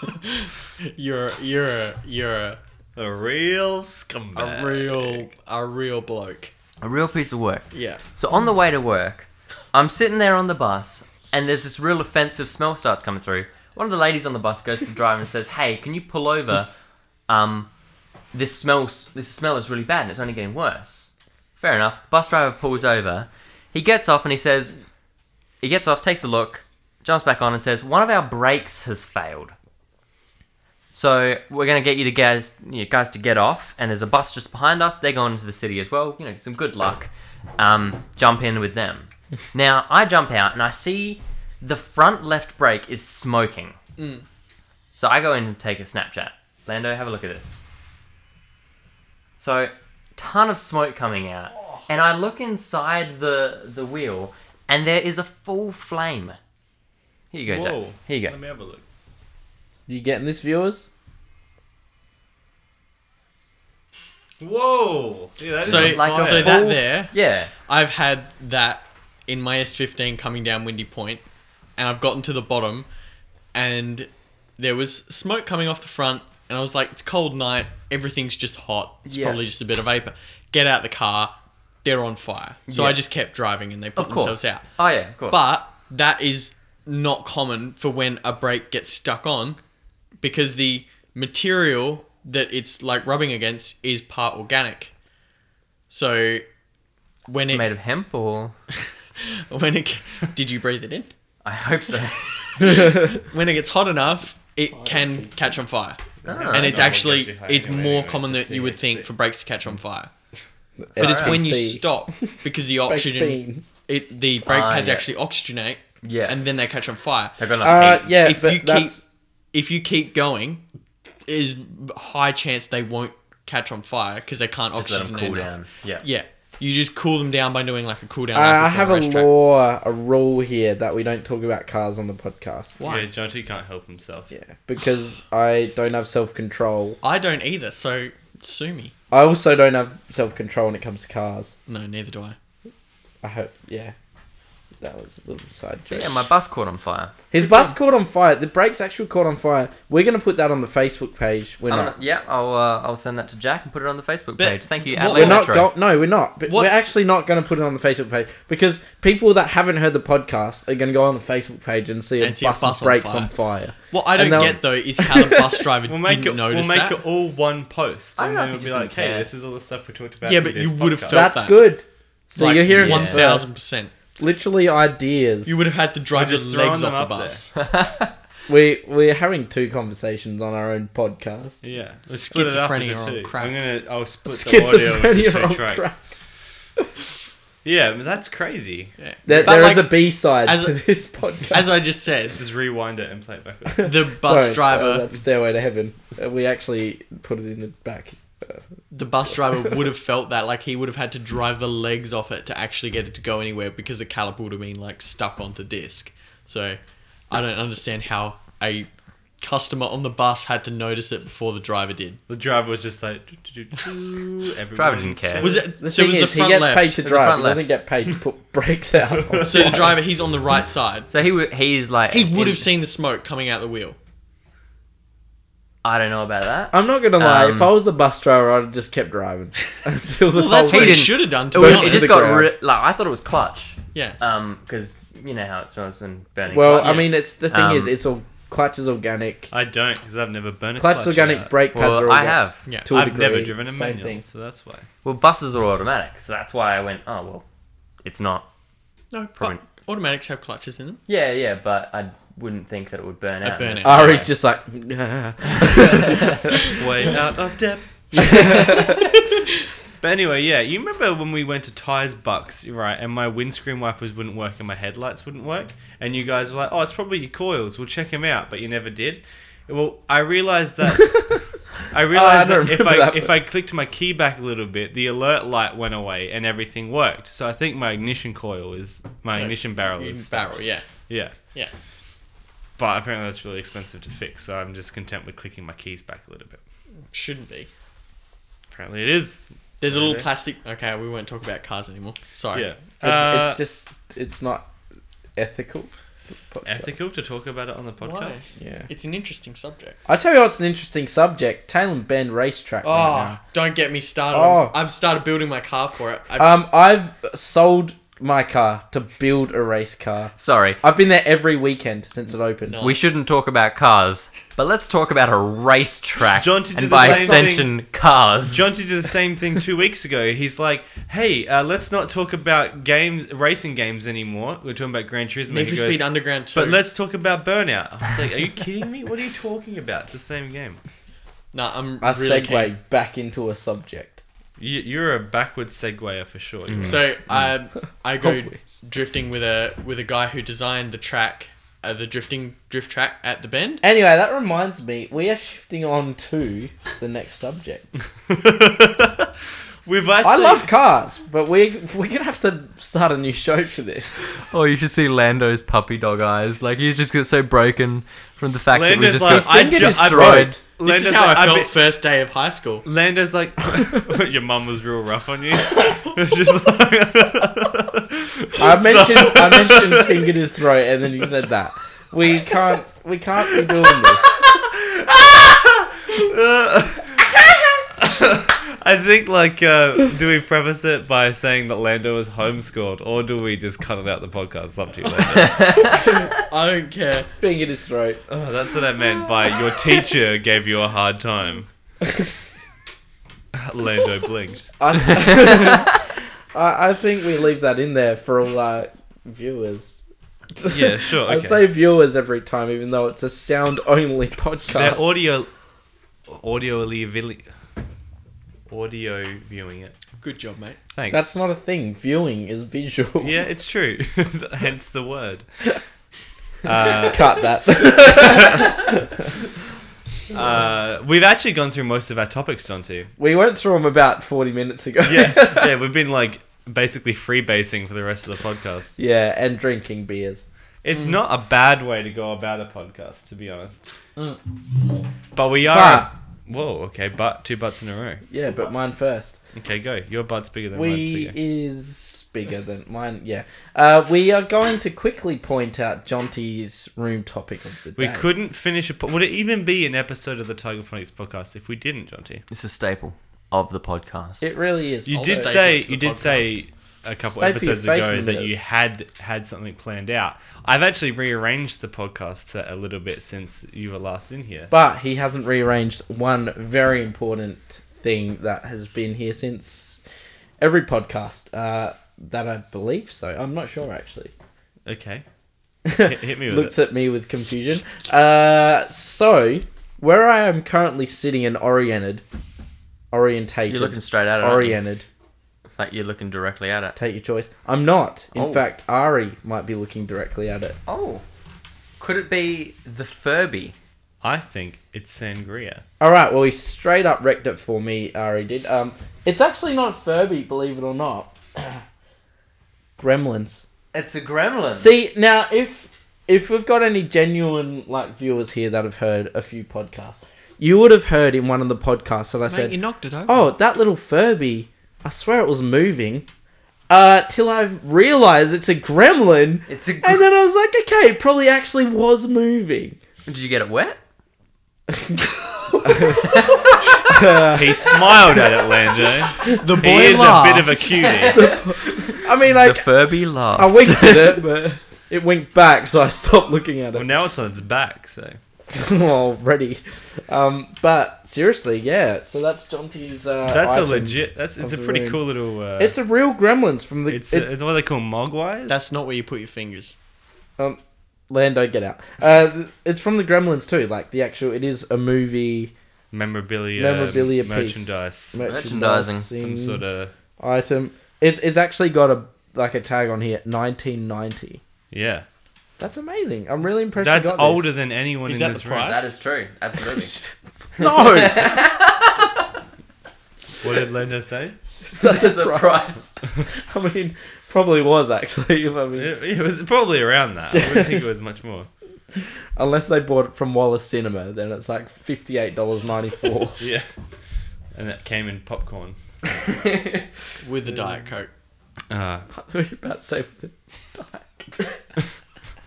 [SPEAKER 4] you're you're a, you're a,
[SPEAKER 1] A real
[SPEAKER 4] a
[SPEAKER 1] scumbag.
[SPEAKER 4] real a real bloke.
[SPEAKER 3] a real piece of work.
[SPEAKER 4] Yeah.
[SPEAKER 3] So on the way to work, I'm sitting there on the bus, and there's this real offensive smell starts coming through. One of the ladies on the bus goes to the driver and says, "Hey, can you pull over? Um, this smells. This smell is really bad, and it's only getting worse." Fair enough. Bus driver pulls over. He gets off and he says, "He gets off, takes a look, jumps back on, and says, one of our brakes has failed." So we're gonna get you to guys, you guys to get off, and there's a bus just behind us. They're going into the city as well. You know, some good luck. Um, jump in with them. now I jump out and I see the front left brake is smoking.
[SPEAKER 1] Mm.
[SPEAKER 3] So I go in and take a Snapchat. Lando, have a look at this. So, ton of smoke coming out, and I look inside the the wheel, and there is a full flame. Here you go, Jack.
[SPEAKER 1] Whoa.
[SPEAKER 3] Here you go.
[SPEAKER 1] Let me have a look.
[SPEAKER 2] you getting this, viewers?
[SPEAKER 1] Whoa. Yeah, that is
[SPEAKER 4] So
[SPEAKER 1] a
[SPEAKER 3] like
[SPEAKER 1] fire.
[SPEAKER 3] a
[SPEAKER 4] so
[SPEAKER 3] whole-
[SPEAKER 4] that there,
[SPEAKER 3] Yeah.
[SPEAKER 4] I've had that in my S15 coming down Windy Point, and I've gotten to the bottom, and there was smoke coming off the front, and I was like, it's cold night, everything's just hot, it's
[SPEAKER 3] Yeah.
[SPEAKER 4] probably just a bit of vapor. Get out the car, they're on fire. So
[SPEAKER 3] Yeah.
[SPEAKER 4] I just kept driving, and they put
[SPEAKER 3] Of course.
[SPEAKER 4] themselves out.
[SPEAKER 3] Oh yeah, of course.
[SPEAKER 4] But that is not common for when a brake gets stuck on because the material that it's like rubbing against is part organic. So when it
[SPEAKER 3] Made of hemp or?
[SPEAKER 4] when it did you breathe it in?
[SPEAKER 3] I hope so.
[SPEAKER 4] When it gets hot enough, it can catch on fire.
[SPEAKER 3] Ah.
[SPEAKER 4] and it's
[SPEAKER 1] No, it
[SPEAKER 4] actually
[SPEAKER 1] gives you
[SPEAKER 4] it's
[SPEAKER 1] hyperventilating
[SPEAKER 4] more
[SPEAKER 1] rates,
[SPEAKER 4] common
[SPEAKER 1] it's
[SPEAKER 4] than you would think
[SPEAKER 1] THC.
[SPEAKER 4] for brakes to catch on fire. But it's when you
[SPEAKER 2] FTC.
[SPEAKER 4] stop because the
[SPEAKER 2] Baked
[SPEAKER 4] oxygen,
[SPEAKER 2] beans.
[SPEAKER 4] it, the brake
[SPEAKER 3] Ah,
[SPEAKER 4] pads
[SPEAKER 3] yeah.
[SPEAKER 4] actually oxygenate,
[SPEAKER 3] Yeah.
[SPEAKER 4] and then they catch on fire.
[SPEAKER 3] They've got enough
[SPEAKER 2] Uh,
[SPEAKER 3] heat.
[SPEAKER 2] yeah,
[SPEAKER 4] if
[SPEAKER 2] but
[SPEAKER 4] you
[SPEAKER 2] that's
[SPEAKER 4] keep if you keep going, is high chance they won't catch on fire because they can't
[SPEAKER 3] Just let them
[SPEAKER 4] oxygenate
[SPEAKER 3] cool
[SPEAKER 4] enough.
[SPEAKER 3] down. Yeah.
[SPEAKER 4] Yeah, you just cool them down by doing like a cool down.
[SPEAKER 2] I, I
[SPEAKER 4] lap before
[SPEAKER 2] have a
[SPEAKER 4] racetrack.
[SPEAKER 2] law, a rule here that we don't talk about cars on the podcast.
[SPEAKER 4] Why?
[SPEAKER 1] Yeah, Jonty can't help himself.
[SPEAKER 2] Yeah, because I don't have self control.
[SPEAKER 4] I don't either, so sue me.
[SPEAKER 2] I also don't have self control when it comes to cars.
[SPEAKER 4] No, neither do I.
[SPEAKER 2] I hope, yeah. That was a little side joke.
[SPEAKER 3] Yeah, my bus caught on fire.
[SPEAKER 2] His bus caught on fire. The brakes actually caught on fire. We're going to put that on the Facebook page. We're
[SPEAKER 3] I'm
[SPEAKER 2] not.
[SPEAKER 3] gonna- yeah, I'll uh, I'll send that to Jack and put it on the Facebook
[SPEAKER 4] But
[SPEAKER 3] page. Thank you,
[SPEAKER 4] what-
[SPEAKER 3] Adelaide
[SPEAKER 2] We're not
[SPEAKER 3] Metro.
[SPEAKER 2] go- no, we're not. But we're
[SPEAKER 4] What's-
[SPEAKER 2] actually not going to put it on the Facebook page because people that haven't heard the podcast are going to go on the Facebook page and see a
[SPEAKER 4] And see a
[SPEAKER 2] bus's
[SPEAKER 4] bus on
[SPEAKER 2] brakes
[SPEAKER 4] fire.
[SPEAKER 2] on fire.
[SPEAKER 4] What I
[SPEAKER 2] And
[SPEAKER 4] don't
[SPEAKER 2] they'll-
[SPEAKER 4] get though is how the bus driver
[SPEAKER 1] We'll make
[SPEAKER 4] didn't
[SPEAKER 1] it.
[SPEAKER 4] notice
[SPEAKER 1] We'll make
[SPEAKER 4] that.
[SPEAKER 1] it all one post,
[SPEAKER 3] I don't
[SPEAKER 1] and
[SPEAKER 3] know
[SPEAKER 1] then
[SPEAKER 3] if
[SPEAKER 1] we'll
[SPEAKER 3] he
[SPEAKER 1] be
[SPEAKER 3] doesn't
[SPEAKER 1] like, "Hey,
[SPEAKER 3] care.
[SPEAKER 1] this is all the stuff we talked about."
[SPEAKER 4] Yeah,
[SPEAKER 1] in
[SPEAKER 4] but
[SPEAKER 1] this
[SPEAKER 4] you would've
[SPEAKER 1] podcast."
[SPEAKER 2] That's
[SPEAKER 4] felt- that.
[SPEAKER 2] good. So
[SPEAKER 4] Like,
[SPEAKER 2] you're hearing
[SPEAKER 4] one
[SPEAKER 2] this
[SPEAKER 4] thousand
[SPEAKER 2] first.
[SPEAKER 4] percent.
[SPEAKER 2] Literally ideas.
[SPEAKER 4] You would have had to drive
[SPEAKER 1] We're
[SPEAKER 4] your
[SPEAKER 1] just throwing
[SPEAKER 4] legs
[SPEAKER 1] them
[SPEAKER 4] off the
[SPEAKER 1] up
[SPEAKER 4] bus.
[SPEAKER 2] We we're having two conversations on our own podcast.
[SPEAKER 1] Yeah, let's split it up into
[SPEAKER 4] Schizophrenia on
[SPEAKER 1] two.
[SPEAKER 4] crack.
[SPEAKER 1] I'm gonna. I'll split the audio into
[SPEAKER 2] Schizophrenia
[SPEAKER 1] two
[SPEAKER 2] on
[SPEAKER 1] tracks.
[SPEAKER 2] crack.
[SPEAKER 1] Yeah, but that's crazy.
[SPEAKER 4] Yeah.
[SPEAKER 2] There,
[SPEAKER 4] But
[SPEAKER 2] there is
[SPEAKER 4] like,
[SPEAKER 2] a B side
[SPEAKER 4] as
[SPEAKER 2] to
[SPEAKER 4] a-
[SPEAKER 2] this podcast.
[SPEAKER 4] as I just said,
[SPEAKER 1] Just rewind it and play it backwards.
[SPEAKER 4] the bus
[SPEAKER 2] Sorry, uh,
[SPEAKER 4] driver
[SPEAKER 2] that's Stairway to Heaven. Uh, we actually put it in the back. Uh,
[SPEAKER 4] the bus driver would have felt that like he would have had to drive the legs off it to actually get it to go anywhere because the caliper would have been like stuck onto disc so i don't understand how a customer on the bus had to notice it before the driver did
[SPEAKER 1] the driver was just like, "Doo, doo, doo, doo,"
[SPEAKER 3] Driver didn't
[SPEAKER 1] everyone's-
[SPEAKER 3] care.
[SPEAKER 4] was it
[SPEAKER 2] The
[SPEAKER 4] so
[SPEAKER 2] thing
[SPEAKER 4] it was the
[SPEAKER 2] is, he
[SPEAKER 4] front
[SPEAKER 2] gets
[SPEAKER 4] left
[SPEAKER 2] paid to
[SPEAKER 3] The
[SPEAKER 2] drive.
[SPEAKER 3] front
[SPEAKER 2] He doesn't
[SPEAKER 3] left.
[SPEAKER 2] get paid to put brakes out. on
[SPEAKER 4] so the
[SPEAKER 2] fire.
[SPEAKER 4] driver he's on the right side
[SPEAKER 3] So he w- he's like
[SPEAKER 4] he would
[SPEAKER 3] in-
[SPEAKER 4] have seen the smoke coming out the wheel
[SPEAKER 3] I don't know about that.
[SPEAKER 2] I'm not gonna lie.
[SPEAKER 3] Um,
[SPEAKER 2] if I was the bus driver, I'd have just kept driving until the
[SPEAKER 4] well that's
[SPEAKER 2] whole
[SPEAKER 4] what he
[SPEAKER 2] thing-
[SPEAKER 3] didn't-
[SPEAKER 4] should have done
[SPEAKER 2] It
[SPEAKER 4] to be
[SPEAKER 2] was-
[SPEAKER 3] it
[SPEAKER 4] honest
[SPEAKER 3] just
[SPEAKER 2] the
[SPEAKER 3] got
[SPEAKER 2] ground.
[SPEAKER 3] ri- like I thought it was clutch.
[SPEAKER 4] yeah
[SPEAKER 3] Um, because you know how it smells when burning.
[SPEAKER 2] Well,
[SPEAKER 3] clutch.
[SPEAKER 2] I mean, it's the thing is,
[SPEAKER 3] Um,
[SPEAKER 2] it's all clutch is organic.
[SPEAKER 1] I don't because I've never burned a
[SPEAKER 2] Clutch,
[SPEAKER 1] clutch
[SPEAKER 2] is organic.
[SPEAKER 1] out.
[SPEAKER 2] Brake pads
[SPEAKER 3] Well,
[SPEAKER 2] are
[SPEAKER 3] I
[SPEAKER 2] organic.
[SPEAKER 3] have.
[SPEAKER 4] Yeah.
[SPEAKER 2] to a
[SPEAKER 1] I've never
[SPEAKER 2] degree,
[SPEAKER 1] driven a
[SPEAKER 2] same
[SPEAKER 1] manual,
[SPEAKER 2] thing.
[SPEAKER 1] so that's why.
[SPEAKER 3] Well, buses are automatic, so that's why I went. Oh well, it's not.
[SPEAKER 4] no
[SPEAKER 3] probably-
[SPEAKER 4] but automatics have clutches in them
[SPEAKER 3] Yeah, yeah, but I wouldn't think that it would burn out.
[SPEAKER 4] burn it.
[SPEAKER 3] That's
[SPEAKER 2] Ari's
[SPEAKER 3] why-
[SPEAKER 2] just like,
[SPEAKER 1] Way out of depth. but anyway, yeah, you remember when we went to Tyres Bucks, right? And my windscreen wipers wouldn't work and my headlights wouldn't work, and you guys were like, "Oh, it's probably your coils. We'll check them out," but you never did. Well, I realized that. I realized
[SPEAKER 2] Oh, I don't
[SPEAKER 1] that if I
[SPEAKER 2] remember that
[SPEAKER 1] if I clicked my key back a little bit, the alert light went away and everything worked. So I think my ignition coil is my ignition barrel
[SPEAKER 4] In
[SPEAKER 1] is stuck.
[SPEAKER 4] barrel yeah
[SPEAKER 1] Yeah.
[SPEAKER 4] yeah
[SPEAKER 1] But apparently that's really expensive to fix, so I'm just content with clicking my keys back a little bit.
[SPEAKER 4] shouldn't be
[SPEAKER 1] Apparently it is.
[SPEAKER 4] there's a little
[SPEAKER 1] Okay.
[SPEAKER 4] plastic okay we won't talk about cars anymore sorry
[SPEAKER 1] Yeah.
[SPEAKER 2] it's,
[SPEAKER 1] Uh,
[SPEAKER 2] it's just, it's not ethical.
[SPEAKER 1] ethical to talk about it on the podcast.
[SPEAKER 4] Why?
[SPEAKER 2] Yeah.
[SPEAKER 4] it's an interesting subject
[SPEAKER 2] I tell you, what's an interesting subject: tail and bend racetrack.
[SPEAKER 4] Oh,
[SPEAKER 2] right
[SPEAKER 4] don't get me started.
[SPEAKER 2] Oh.
[SPEAKER 4] I've started building my car for it. I've,
[SPEAKER 2] now. um, I've sold my car to build a race car.
[SPEAKER 3] Sorry,
[SPEAKER 2] I've been there every weekend since it opened.
[SPEAKER 4] No.
[SPEAKER 3] we shouldn't talk about cars, but let's talk about a racetrack.
[SPEAKER 1] John, to do
[SPEAKER 3] and
[SPEAKER 1] the
[SPEAKER 3] by
[SPEAKER 1] same
[SPEAKER 3] extension, cars.
[SPEAKER 1] Jonty did the same thing two weeks ago. He's like, "Hey, uh, let's not talk about games, racing games anymore. We're talking about Gran Turismo."
[SPEAKER 4] Need
[SPEAKER 1] He
[SPEAKER 4] for
[SPEAKER 1] goes,
[SPEAKER 4] Speed Underground 2.
[SPEAKER 1] but let's talk about Burnout. I was like, "Are you kidding me? What are you talking about? It's the same game."
[SPEAKER 4] No, I'm
[SPEAKER 2] I
[SPEAKER 4] really
[SPEAKER 2] segue
[SPEAKER 4] keen.
[SPEAKER 2] back into a subject.
[SPEAKER 1] You, you're a backwards segwayer for sure. you are.
[SPEAKER 4] So I I go
[SPEAKER 2] Mm. Hopefully.
[SPEAKER 4] drifting with a with a guy who designed the track, uh, the drifting drift track at the bend.
[SPEAKER 2] Anyway, that reminds me, we are shifting on to the next subject.
[SPEAKER 1] We've actually.
[SPEAKER 2] I love cars, but we we're gonna have to start a new show for this.
[SPEAKER 3] Oh, you should see Lando's puppy dog eyes. Like he's just so broken from the fact
[SPEAKER 1] that we Lando's
[SPEAKER 3] that
[SPEAKER 1] just
[SPEAKER 3] we
[SPEAKER 1] like,
[SPEAKER 3] just
[SPEAKER 1] got- I
[SPEAKER 3] got
[SPEAKER 1] ju- I
[SPEAKER 3] destroyed.
[SPEAKER 4] This
[SPEAKER 1] Lando's
[SPEAKER 4] is how
[SPEAKER 1] like,
[SPEAKER 4] I
[SPEAKER 1] I've
[SPEAKER 4] felt
[SPEAKER 1] been-
[SPEAKER 4] first day of high school.
[SPEAKER 1] Lando's like, your mum was real rough on you. It's just like,
[SPEAKER 2] I mentioned I mentioned fingered his throat, and then you said that we can't we can't be doing this.
[SPEAKER 1] I think like uh, do we preface it by saying that Lando is homeschooled, or do we just cut it out the podcast? It's up to you, Lando.
[SPEAKER 4] I don't care.
[SPEAKER 2] Being in his throat.
[SPEAKER 1] oh, that's what I meant by your teacher gave you a hard time. Lando blinked.
[SPEAKER 2] Oh, I, I I think we leave that in there for all our viewers.
[SPEAKER 1] Yeah, sure.
[SPEAKER 2] I
[SPEAKER 1] Okay.
[SPEAKER 2] say viewers every time, even though it's a sound only
[SPEAKER 1] They're
[SPEAKER 2] podcast.
[SPEAKER 1] audio, audioly, vi- audio viewing it.
[SPEAKER 4] Good job, mate.
[SPEAKER 1] Thanks.
[SPEAKER 2] That's not a thing. Viewing is visual.
[SPEAKER 1] yeah, it's true. Hence the word. Uh,
[SPEAKER 2] Cut that.
[SPEAKER 1] uh, we've actually gone through most of our topics, Jonty.
[SPEAKER 2] we went through them about 40 minutes ago.
[SPEAKER 1] Yeah, yeah, we've been like basically freebasing for the rest of the podcast.
[SPEAKER 2] yeah, and drinking beers.
[SPEAKER 1] It's
[SPEAKER 2] Hmm.
[SPEAKER 1] not a bad way to go about a podcast, to be honest. But we
[SPEAKER 2] Hmm. But-
[SPEAKER 1] are. Whoa, okay, but two butts in a row.
[SPEAKER 2] Yeah, but mine first.
[SPEAKER 1] Okay, go. Your butt's bigger than mine. so
[SPEAKER 2] we
[SPEAKER 1] go.
[SPEAKER 2] is bigger than mine. Yeah. Uh, we are going to quickly point out Jonty's room topic of the
[SPEAKER 1] We
[SPEAKER 2] day.
[SPEAKER 1] couldn't finish a. Po- Would it even be an episode of the Tiger Phonics podcast if we didn't, Jonty?
[SPEAKER 3] It's a staple of the podcast.
[SPEAKER 2] It really is.
[SPEAKER 1] You
[SPEAKER 4] I'll
[SPEAKER 1] did
[SPEAKER 4] staple
[SPEAKER 1] say
[SPEAKER 4] it to the
[SPEAKER 1] you did
[SPEAKER 4] podcast.
[SPEAKER 1] say a couple
[SPEAKER 2] Staple your
[SPEAKER 1] episodes
[SPEAKER 2] face
[SPEAKER 1] ago
[SPEAKER 2] in
[SPEAKER 1] that
[SPEAKER 2] it.
[SPEAKER 1] you had had something planned out. I've actually rearranged the podcast a little bit since you were last in here.
[SPEAKER 2] But he hasn't rearranged one very important thing that has been here since every podcast uh, that I believe so. I'm not sure actually.
[SPEAKER 1] Okay, hit, hit me with
[SPEAKER 2] Looks
[SPEAKER 1] it.
[SPEAKER 2] at me with confusion. Uh, so, where I am currently sitting and oriented, orientated,
[SPEAKER 3] You're looking straight at it. aren't you?
[SPEAKER 2] oriented,
[SPEAKER 3] Like you're looking directly at it.
[SPEAKER 2] take your choice. I'm not. In
[SPEAKER 3] Oh.
[SPEAKER 2] fact, Ari might be looking directly at it.
[SPEAKER 3] Oh. Could it be the Furby?
[SPEAKER 1] I think it's sangria.
[SPEAKER 2] All right, well, he straight up wrecked it for me, Ari did. Um, it's actually not Furby, believe it or not. Gremlins.
[SPEAKER 3] It's a gremlin.
[SPEAKER 2] See now, if if we've got any genuine like viewers here that have heard a few podcasts, you would have heard in one of the podcasts that I
[SPEAKER 4] Mate,
[SPEAKER 2] said,
[SPEAKER 4] you knocked it over.
[SPEAKER 2] "Oh, that little Furby! I swear it was moving." Uh, till I realised it's a gremlin,
[SPEAKER 3] It's a.
[SPEAKER 2] and then I was like, "Okay, it probably actually was moving."
[SPEAKER 3] Did you get it wet?
[SPEAKER 1] He smiled at it, Lando.
[SPEAKER 4] the boy
[SPEAKER 1] He is a
[SPEAKER 4] laughed.
[SPEAKER 1] bit of a cutie.
[SPEAKER 2] I mean,
[SPEAKER 3] The
[SPEAKER 2] like
[SPEAKER 3] Furby
[SPEAKER 2] I
[SPEAKER 3] laugh.
[SPEAKER 2] winked at it, but it winked back, so I stopped looking at it.
[SPEAKER 1] well, now it's on its back, so
[SPEAKER 2] already. Um, but seriously, yeah. So that's Jonty's. Uh,
[SPEAKER 1] that's a
[SPEAKER 2] item.
[SPEAKER 1] legit. That's it's a
[SPEAKER 2] of
[SPEAKER 1] pretty
[SPEAKER 2] the
[SPEAKER 1] cool little. Uh,
[SPEAKER 2] It's a real Gremlins from the.
[SPEAKER 1] it's
[SPEAKER 2] it-
[SPEAKER 1] a, it's what they call mogwais.
[SPEAKER 4] That's not where you put your fingers.
[SPEAKER 2] um, Lando, get out. Uh, it's from the Gremlins too. Like the actual, it is a movie
[SPEAKER 1] memorabilia,
[SPEAKER 2] memorabilia piece.
[SPEAKER 1] merchandise,
[SPEAKER 3] Merchandising,
[SPEAKER 1] some sort of
[SPEAKER 2] item. It's it's actually got a like a tag on here, 1990.
[SPEAKER 1] yeah.
[SPEAKER 2] That's amazing. I'm really impressed. you
[SPEAKER 1] That's
[SPEAKER 2] got
[SPEAKER 1] older
[SPEAKER 2] this.
[SPEAKER 1] than anyone
[SPEAKER 4] Is
[SPEAKER 1] in
[SPEAKER 4] that
[SPEAKER 1] this
[SPEAKER 4] the
[SPEAKER 1] room.
[SPEAKER 4] price?
[SPEAKER 3] That is true. Absolutely.
[SPEAKER 2] no. Is
[SPEAKER 1] What did Lando say?
[SPEAKER 2] that the
[SPEAKER 3] the
[SPEAKER 2] price?
[SPEAKER 3] price.
[SPEAKER 2] I mean, probably was actually. If I mean,
[SPEAKER 1] It, it was probably around that. I wouldn't think it was much more.
[SPEAKER 2] Unless they bought it from Wallace Cinema, then it's like fifty eight dollars ninety four.
[SPEAKER 1] Yeah. And that came in popcorn.
[SPEAKER 4] With the Diet Coke.
[SPEAKER 1] Uh,
[SPEAKER 2] I thought you were about to say with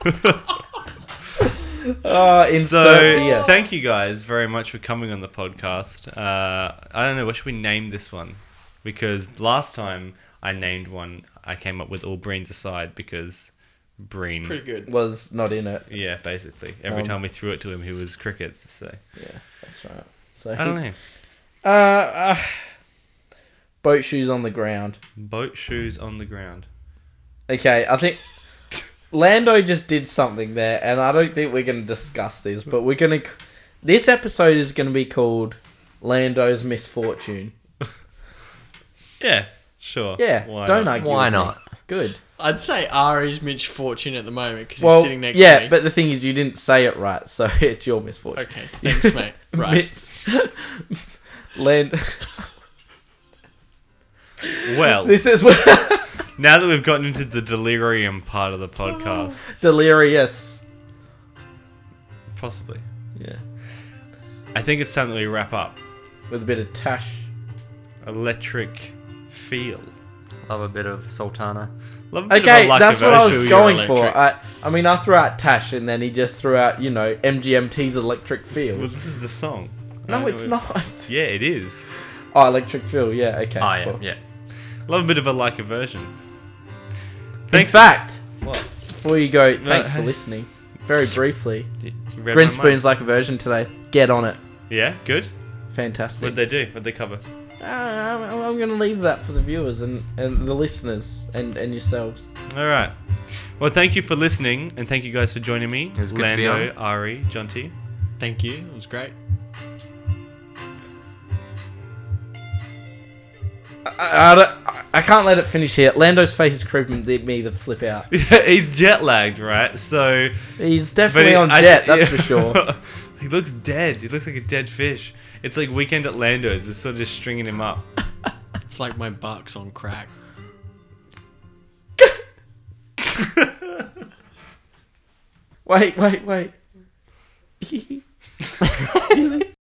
[SPEAKER 2] the Oh, insert
[SPEAKER 1] so,
[SPEAKER 2] beer.
[SPEAKER 1] thank you guys very much for coming on the podcast. Uh, I don't know, what should we name this one? Because last time I named one, I came up with All Breens Aside because Breen.
[SPEAKER 4] Pretty good.
[SPEAKER 2] was not in it.
[SPEAKER 1] Yeah, basically. Every
[SPEAKER 2] Um,
[SPEAKER 1] time we threw it to him, he was crickets. So,
[SPEAKER 2] That's right. So
[SPEAKER 1] I don't know.
[SPEAKER 2] Uh, uh, boat shoes on the ground.
[SPEAKER 1] Boat shoes on the ground.
[SPEAKER 2] Okay, I think Lando just did something there, and I don't think we're going to discuss this, but we're going to. This episode is going to be called Lando's misfortune.
[SPEAKER 1] Yeah, sure.
[SPEAKER 2] Yeah, don't
[SPEAKER 1] not?
[SPEAKER 2] argue.
[SPEAKER 3] Why
[SPEAKER 2] with me.
[SPEAKER 3] not?
[SPEAKER 2] Good.
[SPEAKER 4] I'd say Ari's Mitch Fortune at the moment because
[SPEAKER 2] well,
[SPEAKER 4] he's sitting next
[SPEAKER 2] yeah,
[SPEAKER 4] to me.
[SPEAKER 2] but the thing is, you didn't say it right, so it's your misfortune.
[SPEAKER 4] okay, thanks, mate. Right.
[SPEAKER 2] Mitts. Land.
[SPEAKER 1] Well,
[SPEAKER 2] this is what-
[SPEAKER 1] now that we've gotten into the delirium part of the podcast,
[SPEAKER 2] delirious.
[SPEAKER 1] possibly.
[SPEAKER 2] Yeah,
[SPEAKER 1] I think it's time that we wrap up.
[SPEAKER 2] with a bit of tash.
[SPEAKER 1] Electric feel.
[SPEAKER 3] Love a bit of Sultana.
[SPEAKER 1] Love a bit of
[SPEAKER 2] Okay,
[SPEAKER 1] a lack
[SPEAKER 2] that's
[SPEAKER 1] of
[SPEAKER 2] what I was
[SPEAKER 1] actual
[SPEAKER 2] going
[SPEAKER 1] electric-
[SPEAKER 2] for. I, I mean, I threw out tash, and then he just threw out, you know, MGMT's Electric
[SPEAKER 1] Well,
[SPEAKER 2] Field.
[SPEAKER 1] this is the song. I
[SPEAKER 2] No,
[SPEAKER 1] don't
[SPEAKER 2] it's
[SPEAKER 1] know-
[SPEAKER 2] not.
[SPEAKER 1] Yeah, it is.
[SPEAKER 2] Oh, electric feel. Yeah. Okay.
[SPEAKER 1] Ah,
[SPEAKER 3] Oh yeah,
[SPEAKER 2] well.
[SPEAKER 3] yeah.
[SPEAKER 1] Love a bit of a like a version.
[SPEAKER 2] In
[SPEAKER 1] Thanks.
[SPEAKER 2] fact,
[SPEAKER 1] What?
[SPEAKER 2] before you go, thanks for
[SPEAKER 1] hey.
[SPEAKER 2] listening. Very briefly,
[SPEAKER 1] You read my
[SPEAKER 2] Green Spoon's
[SPEAKER 1] mind.
[SPEAKER 2] like a version today. Get on it.
[SPEAKER 1] Yeah, good.
[SPEAKER 2] Fantastic.
[SPEAKER 1] What'd they do? What'd they cover?
[SPEAKER 2] Uh, I'm, I'm going to leave that for the viewers and, and the listeners and, and yourselves.
[SPEAKER 1] All right. Well, thank you for listening, and thank you guys for joining me.
[SPEAKER 3] It was good to be
[SPEAKER 1] Lando, Ari, Jonty.
[SPEAKER 4] Thank you. It was great.
[SPEAKER 2] I, I, don't- I- I can't let it finish here. Lando's face is creeping the- me the flip out.
[SPEAKER 1] He's jet lagged, right? So
[SPEAKER 2] He's
[SPEAKER 1] but
[SPEAKER 2] definitely
[SPEAKER 1] he-
[SPEAKER 2] on
[SPEAKER 1] I-
[SPEAKER 2] jet, that's
[SPEAKER 1] yeah.
[SPEAKER 2] for sure.
[SPEAKER 1] he looks dead. He looks like a dead fish. It's like Weekend at Lando's. It's sort of just stringing him up.
[SPEAKER 4] It's like my bucks on crack.
[SPEAKER 2] Wait, wait, wait.